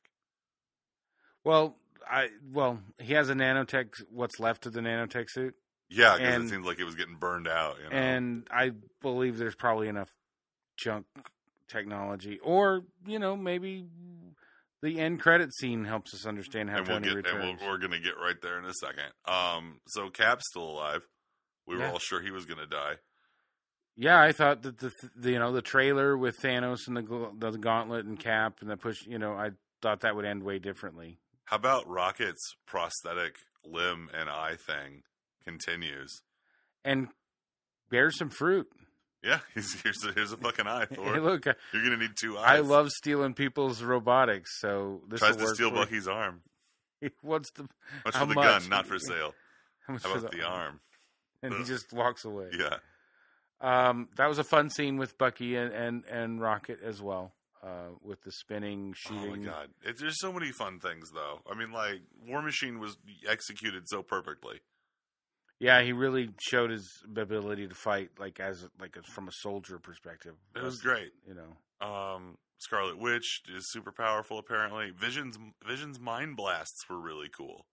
B: Well, I well, he has a nanotech. What's left of the nanotech suit,
A: Yeah, because it
B: And-
A: seems like it was getting burned out. You know?
B: and I believe there's probably enough junk technology, or you know, maybe the end credit scene helps us understand how
A: and we'll
B: Tony
A: get and
B: returns.
A: we'll, we're gonna get right there in a second. Um, so Cap's still alive. We were
B: Yeah.
A: all sure he was gonna die.
B: Yeah, I thought that the, th- the you know the trailer with Thanos and the gl- the gauntlet and Cap and the push. You know, I thought that would end way differently.
A: How about Rocket's prosthetic limb and eye thing continues?
B: And bears some fruit.
A: Yeah, he's, here's a, here's a fucking eye, Thor.
B: Hey, look, I,
A: You're gonna need two eyes.
B: I love stealing people's robotics, so this
A: tries
B: will
A: to
B: work
A: steal
B: for-
A: Bucky's arm.
B: What's the
A: Much
B: How
A: for the
B: much?
A: gun, not for sale.
B: how much
A: How
B: for
A: about the arm?
B: And he
A: Ugh.
B: just walks away.
A: Yeah.
B: Um, that was a fun scene with Bucky and and, and Rocket as well, uh, with the spinning
A: Oh my
B: shooting.
A: god! It, there's so many fun things though. I mean, like War Machine was executed so perfectly.
B: yeah, he really showed his ability to fight, like as like a, from a soldier perspective.
A: It was great.
B: you know.
A: Um, Scarlet Witch is super powerful apparently. Vision's Vision's mind blasts were really cool.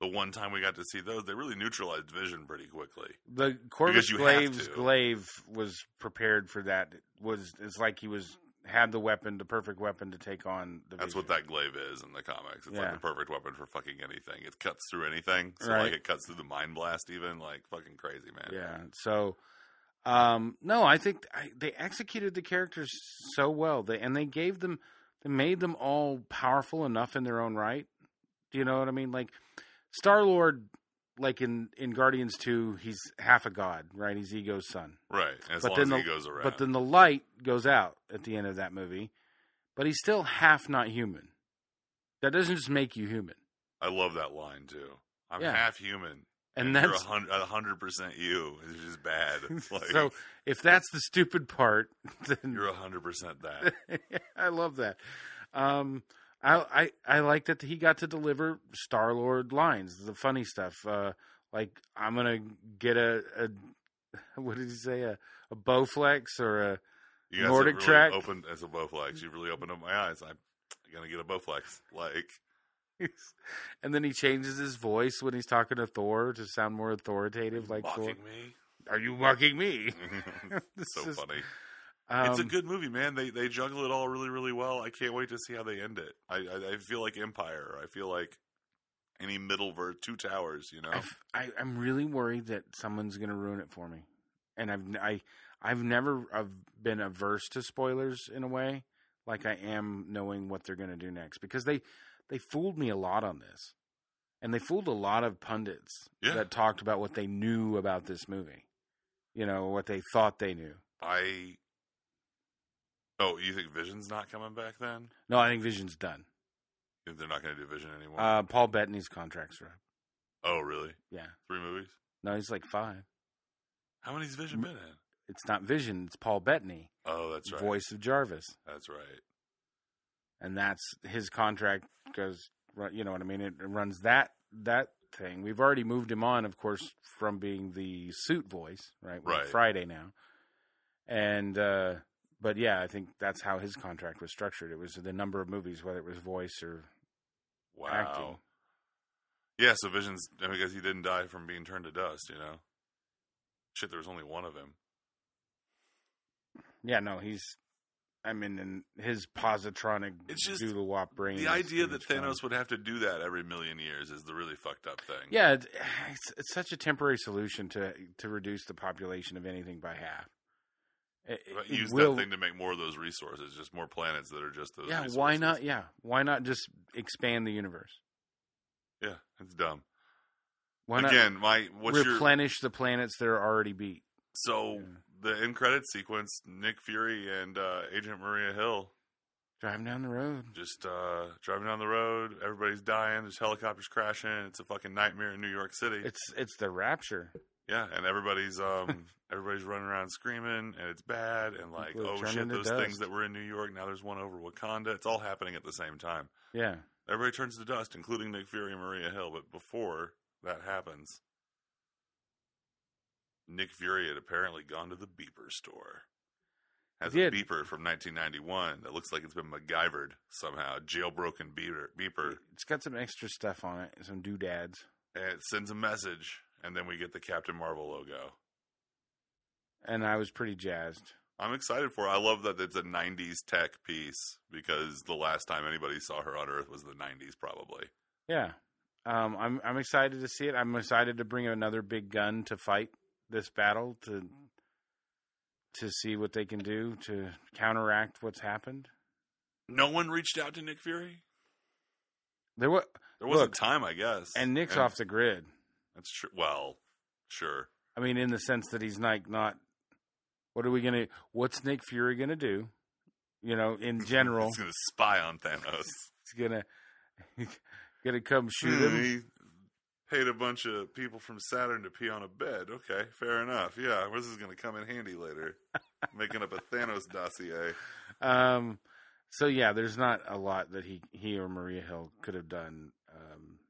A: The one time we got to see those, they really neutralized Vision pretty quickly.
B: The Corvus
A: you have
B: Glaive's
A: to.
B: glaive was prepared for that. It was it's like he was had the weapon, the perfect weapon to take on the.
A: That's what
B: Vision.
A: that glaive is in the comics. It's
B: Yeah.
A: like the perfect weapon for fucking anything. It cuts through anything. So like
B: Right.
A: it cuts through the mind blast even like fucking crazy, man.
B: Yeah. So, um, no, I think I, they executed the characters so well. They and they gave them, they made them all powerful enough in their own right. Do you know what I mean? Like Star Lord, like in in Guardians Two, he's half a god, right? He's Ego's son.
A: Right. And as
B: But
A: long
B: then
A: as he
B: the-
A: goes around.
B: But then the light goes out at the end of that movie. But he's still half not human. That doesn't just make you human.
A: I love that line too. I'm
B: Yeah.
A: half human.
B: And,
A: you're a
B: that's
A: hun- a hundred percent you. It's just bad. Like,
B: so if that's the stupid part, then
A: you're a hundred percent that.
B: I love that. Um, I, I I like that he got to deliver Star Lord lines, the funny stuff. Uh, like I'm gonna get a, a what did he say a a Bowflex or a
A: You guys have
B: Nordic
A: really
B: track.
A: Opened as a bowflex. You've really opened up my eyes. I'm gonna get a bowflex. Like
B: and then he changes his voice when he's talking to Thor to sound more authoritative, like Thor.
A: mocking me.
B: Are you mocking me? This
A: so
B: is-
A: funny.
B: Um,
A: it's a good movie, man. They they juggle it all really really well. I can't wait to see how they end it. I I, I feel like Empire. I feel like any middle ver two towers. You know.
B: I f- I, am really worried that someone's going to ruin it for me, and I've n- I I've never I've been averse to spoilers in a way like I am knowing what they're going to do next because they they fooled me a lot on this, and they fooled a lot of pundits
A: Yeah.
B: that talked about what they knew about this movie, you know what they thought they knew.
A: I. Oh, you think Vision's not coming back then?
B: No, I think Vision's done.
A: If they're not going to do Vision anymore.
B: Uh, Paul Bettany's contract's up.
A: oh, really?
B: Yeah,
A: Three movies?
B: no, he's like five.
A: How many's Vision been in?
B: It's not Vision. It's Paul Bettany,
A: Oh, that's right.
B: voice of Jarvis.
A: That's right.
B: and that's his contract goes ru- you know what i mean it runs that that thing we've already moved him on of course from being the suit voice right We're on
A: Right.
B: friday now and uh but yeah i think that's how his contract was structured it was the number of movies whether it was voice or
A: Wow.
B: acting
A: Yeah, so Vision's. I mean, I guess he didn't die from being turned to dust, you know? Shit, there was only one of him.
B: yeah no he's i mean in his positronic
A: It's just
B: doodle wop brain
A: The
B: is
A: idea
B: pretty
A: that
B: strong.
A: Thanos would have to do that every million years is the really fucked up thing.
B: yeah it- it's, it's such a temporary solution to to reduce the population of anything by half It-
A: But
B: it
A: use
B: will-
A: that thing to make more of those resources, just more planets that are just those
B: yeah
A: resources.
B: why not yeah why not just expand the universe
A: Yeah, it's dumb.
B: why not
A: Again, my. What's your.
B: replenish the planets that are already beat
A: So the end credit sequence, Nick Fury and uh, Agent Maria Hill
B: driving down the road
A: just uh, driving down the road. Everybody's dying. There's helicopters crashing. It's a fucking nightmare in New York City.
B: it's it's the rapture
A: yeah, and everybody's um, everybody's running around screaming, and it's bad. And like,
B: People are
A: oh
B: turning
A: shit,
B: to
A: those
B: dust.
A: things that were in New York now there's one over Wakanda. It's all happening at the same time.
B: yeah
A: Everybody turns to dust, including Nick Fury and Maria Hill. But before that happens, Nick Fury had apparently gone to the beeper store. has
B: He
A: a
B: did.
A: beeper from 1991 that looks like it's been MacGyvered somehow. Jailbroken beeper, beeper.
B: It's got some extra stuff on it, some doodads.
A: And it sends a message, and then we get the Captain Marvel logo.
B: And I was pretty jazzed.
A: I'm excited for. It. I love that it's a '90s tech piece because the last time anybody saw her on Earth was the '90s, probably.
B: Yeah. Um, I'm I'm excited to see it. I'm excited to bring another big gun to fight this battle
A: Mm.
B: to to see what they can do to counteract what's happened.
A: No one reached out to Nick Fury.
B: There was
A: There wasn't
B: Look,
A: time, I guess.
B: and Nick's off the grid.
A: That's true. Well, sure.
B: I mean, in the sense that he's like not. What are we gonna? What's Nick Fury gonna do? You know, in general,
A: He's gonna spy on Thanos.
B: he's gonna gonna come shoot him.
A: He paid a bunch of people from Saturn to pee on a bed. Okay, fair enough. Yeah, this is gonna come in handy later. Making up a Thanos dossier.
B: Um, so yeah, there's not a lot that he he or Maria Hill could have done. Um,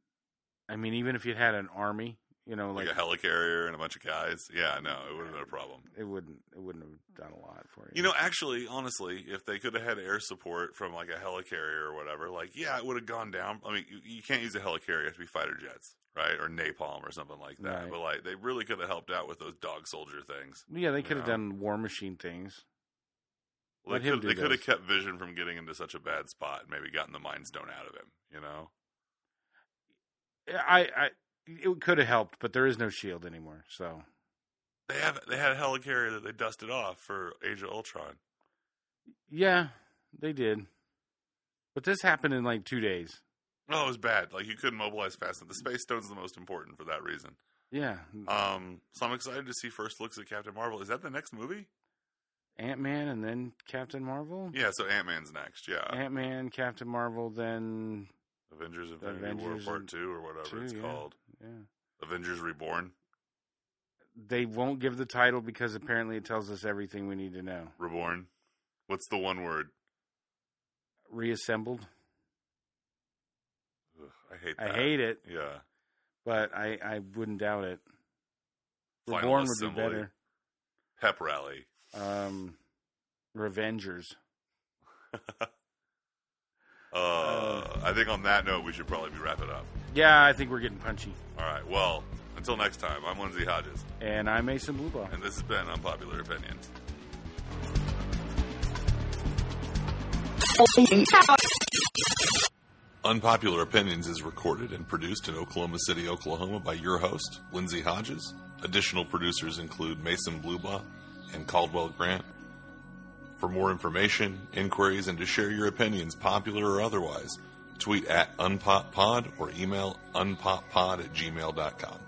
B: I mean, even if you had an army, you know,
A: Like,
B: like,
A: a helicarrier and a bunch of guys. Yeah, no, it would have been a problem.
B: it wouldn't it wouldn't have done a lot for you.
A: You know, actually, honestly, if they could have had air support from like a helicarrier or whatever, like, yeah, it would have gone down. I mean, you, you can't use a helicarrier; it has to be fighter jets, right, or napalm or something like that.
B: Right.
A: But like, they really could have helped out with those dog soldier things.
B: yeah, they could have
A: Yeah.
B: done War Machine things.
A: Well,
B: Let
A: they could,
B: him do
A: they could have
B: those.
A: kept Vision from getting into such a bad spot and maybe gotten the Mind Stone out of him. You know,
B: I I it could have helped, but there is no shield anymore. So
A: they have they had a helicarrier that they dusted off for Age of Ultron.
B: yeah, they did. But this happened in like two days.
A: Oh, it was bad. Like you couldn't mobilize fast enough. The Space Stone's the most important for that reason.
B: Yeah,
A: Um, so I'm excited to see first looks at Captain Marvel. Is that the next movie?
B: Ant Man and then Captain Marvel.
A: Yeah, so Ant Man's next. Yeah,
B: Ant Man, Captain Marvel, then
A: Avengers Infinity
B: Avengers
A: War
B: and-
A: Part Two or whatever
B: Two,
A: it's
B: yeah.
A: called.
B: yeah.
A: Avengers Reborn,
B: they won't give the title because apparently it tells us everything we need to know.
A: Reborn. What's the one word?
B: Reassembled.
A: Ugh, I hate.
B: I
A: That.
B: hate it,
A: Yeah,
B: but I, I wouldn't doubt it.
A: Final
B: Reborn would
A: Assembly.
B: be better.
A: pep rally.
B: Um, Revengers.
A: Uh, I think on that note, we should probably be wrapping up.
B: Yeah, I think we're getting punchy.
A: All right. Well, until next time, I'm Lindsay Hodges,
B: And I'm Mason Blueball.
A: and this has been Unpopular Opinions. Unpopular Opinions is recorded and produced in Oklahoma City, Oklahoma by your host, Lindsay Hodges. Additional producers include Mason Bluba and Caldwell Grant. For more information, inquiries, and to share your opinions, popular or otherwise, tweet at UnpopPod or email unpoppod at gmail.com.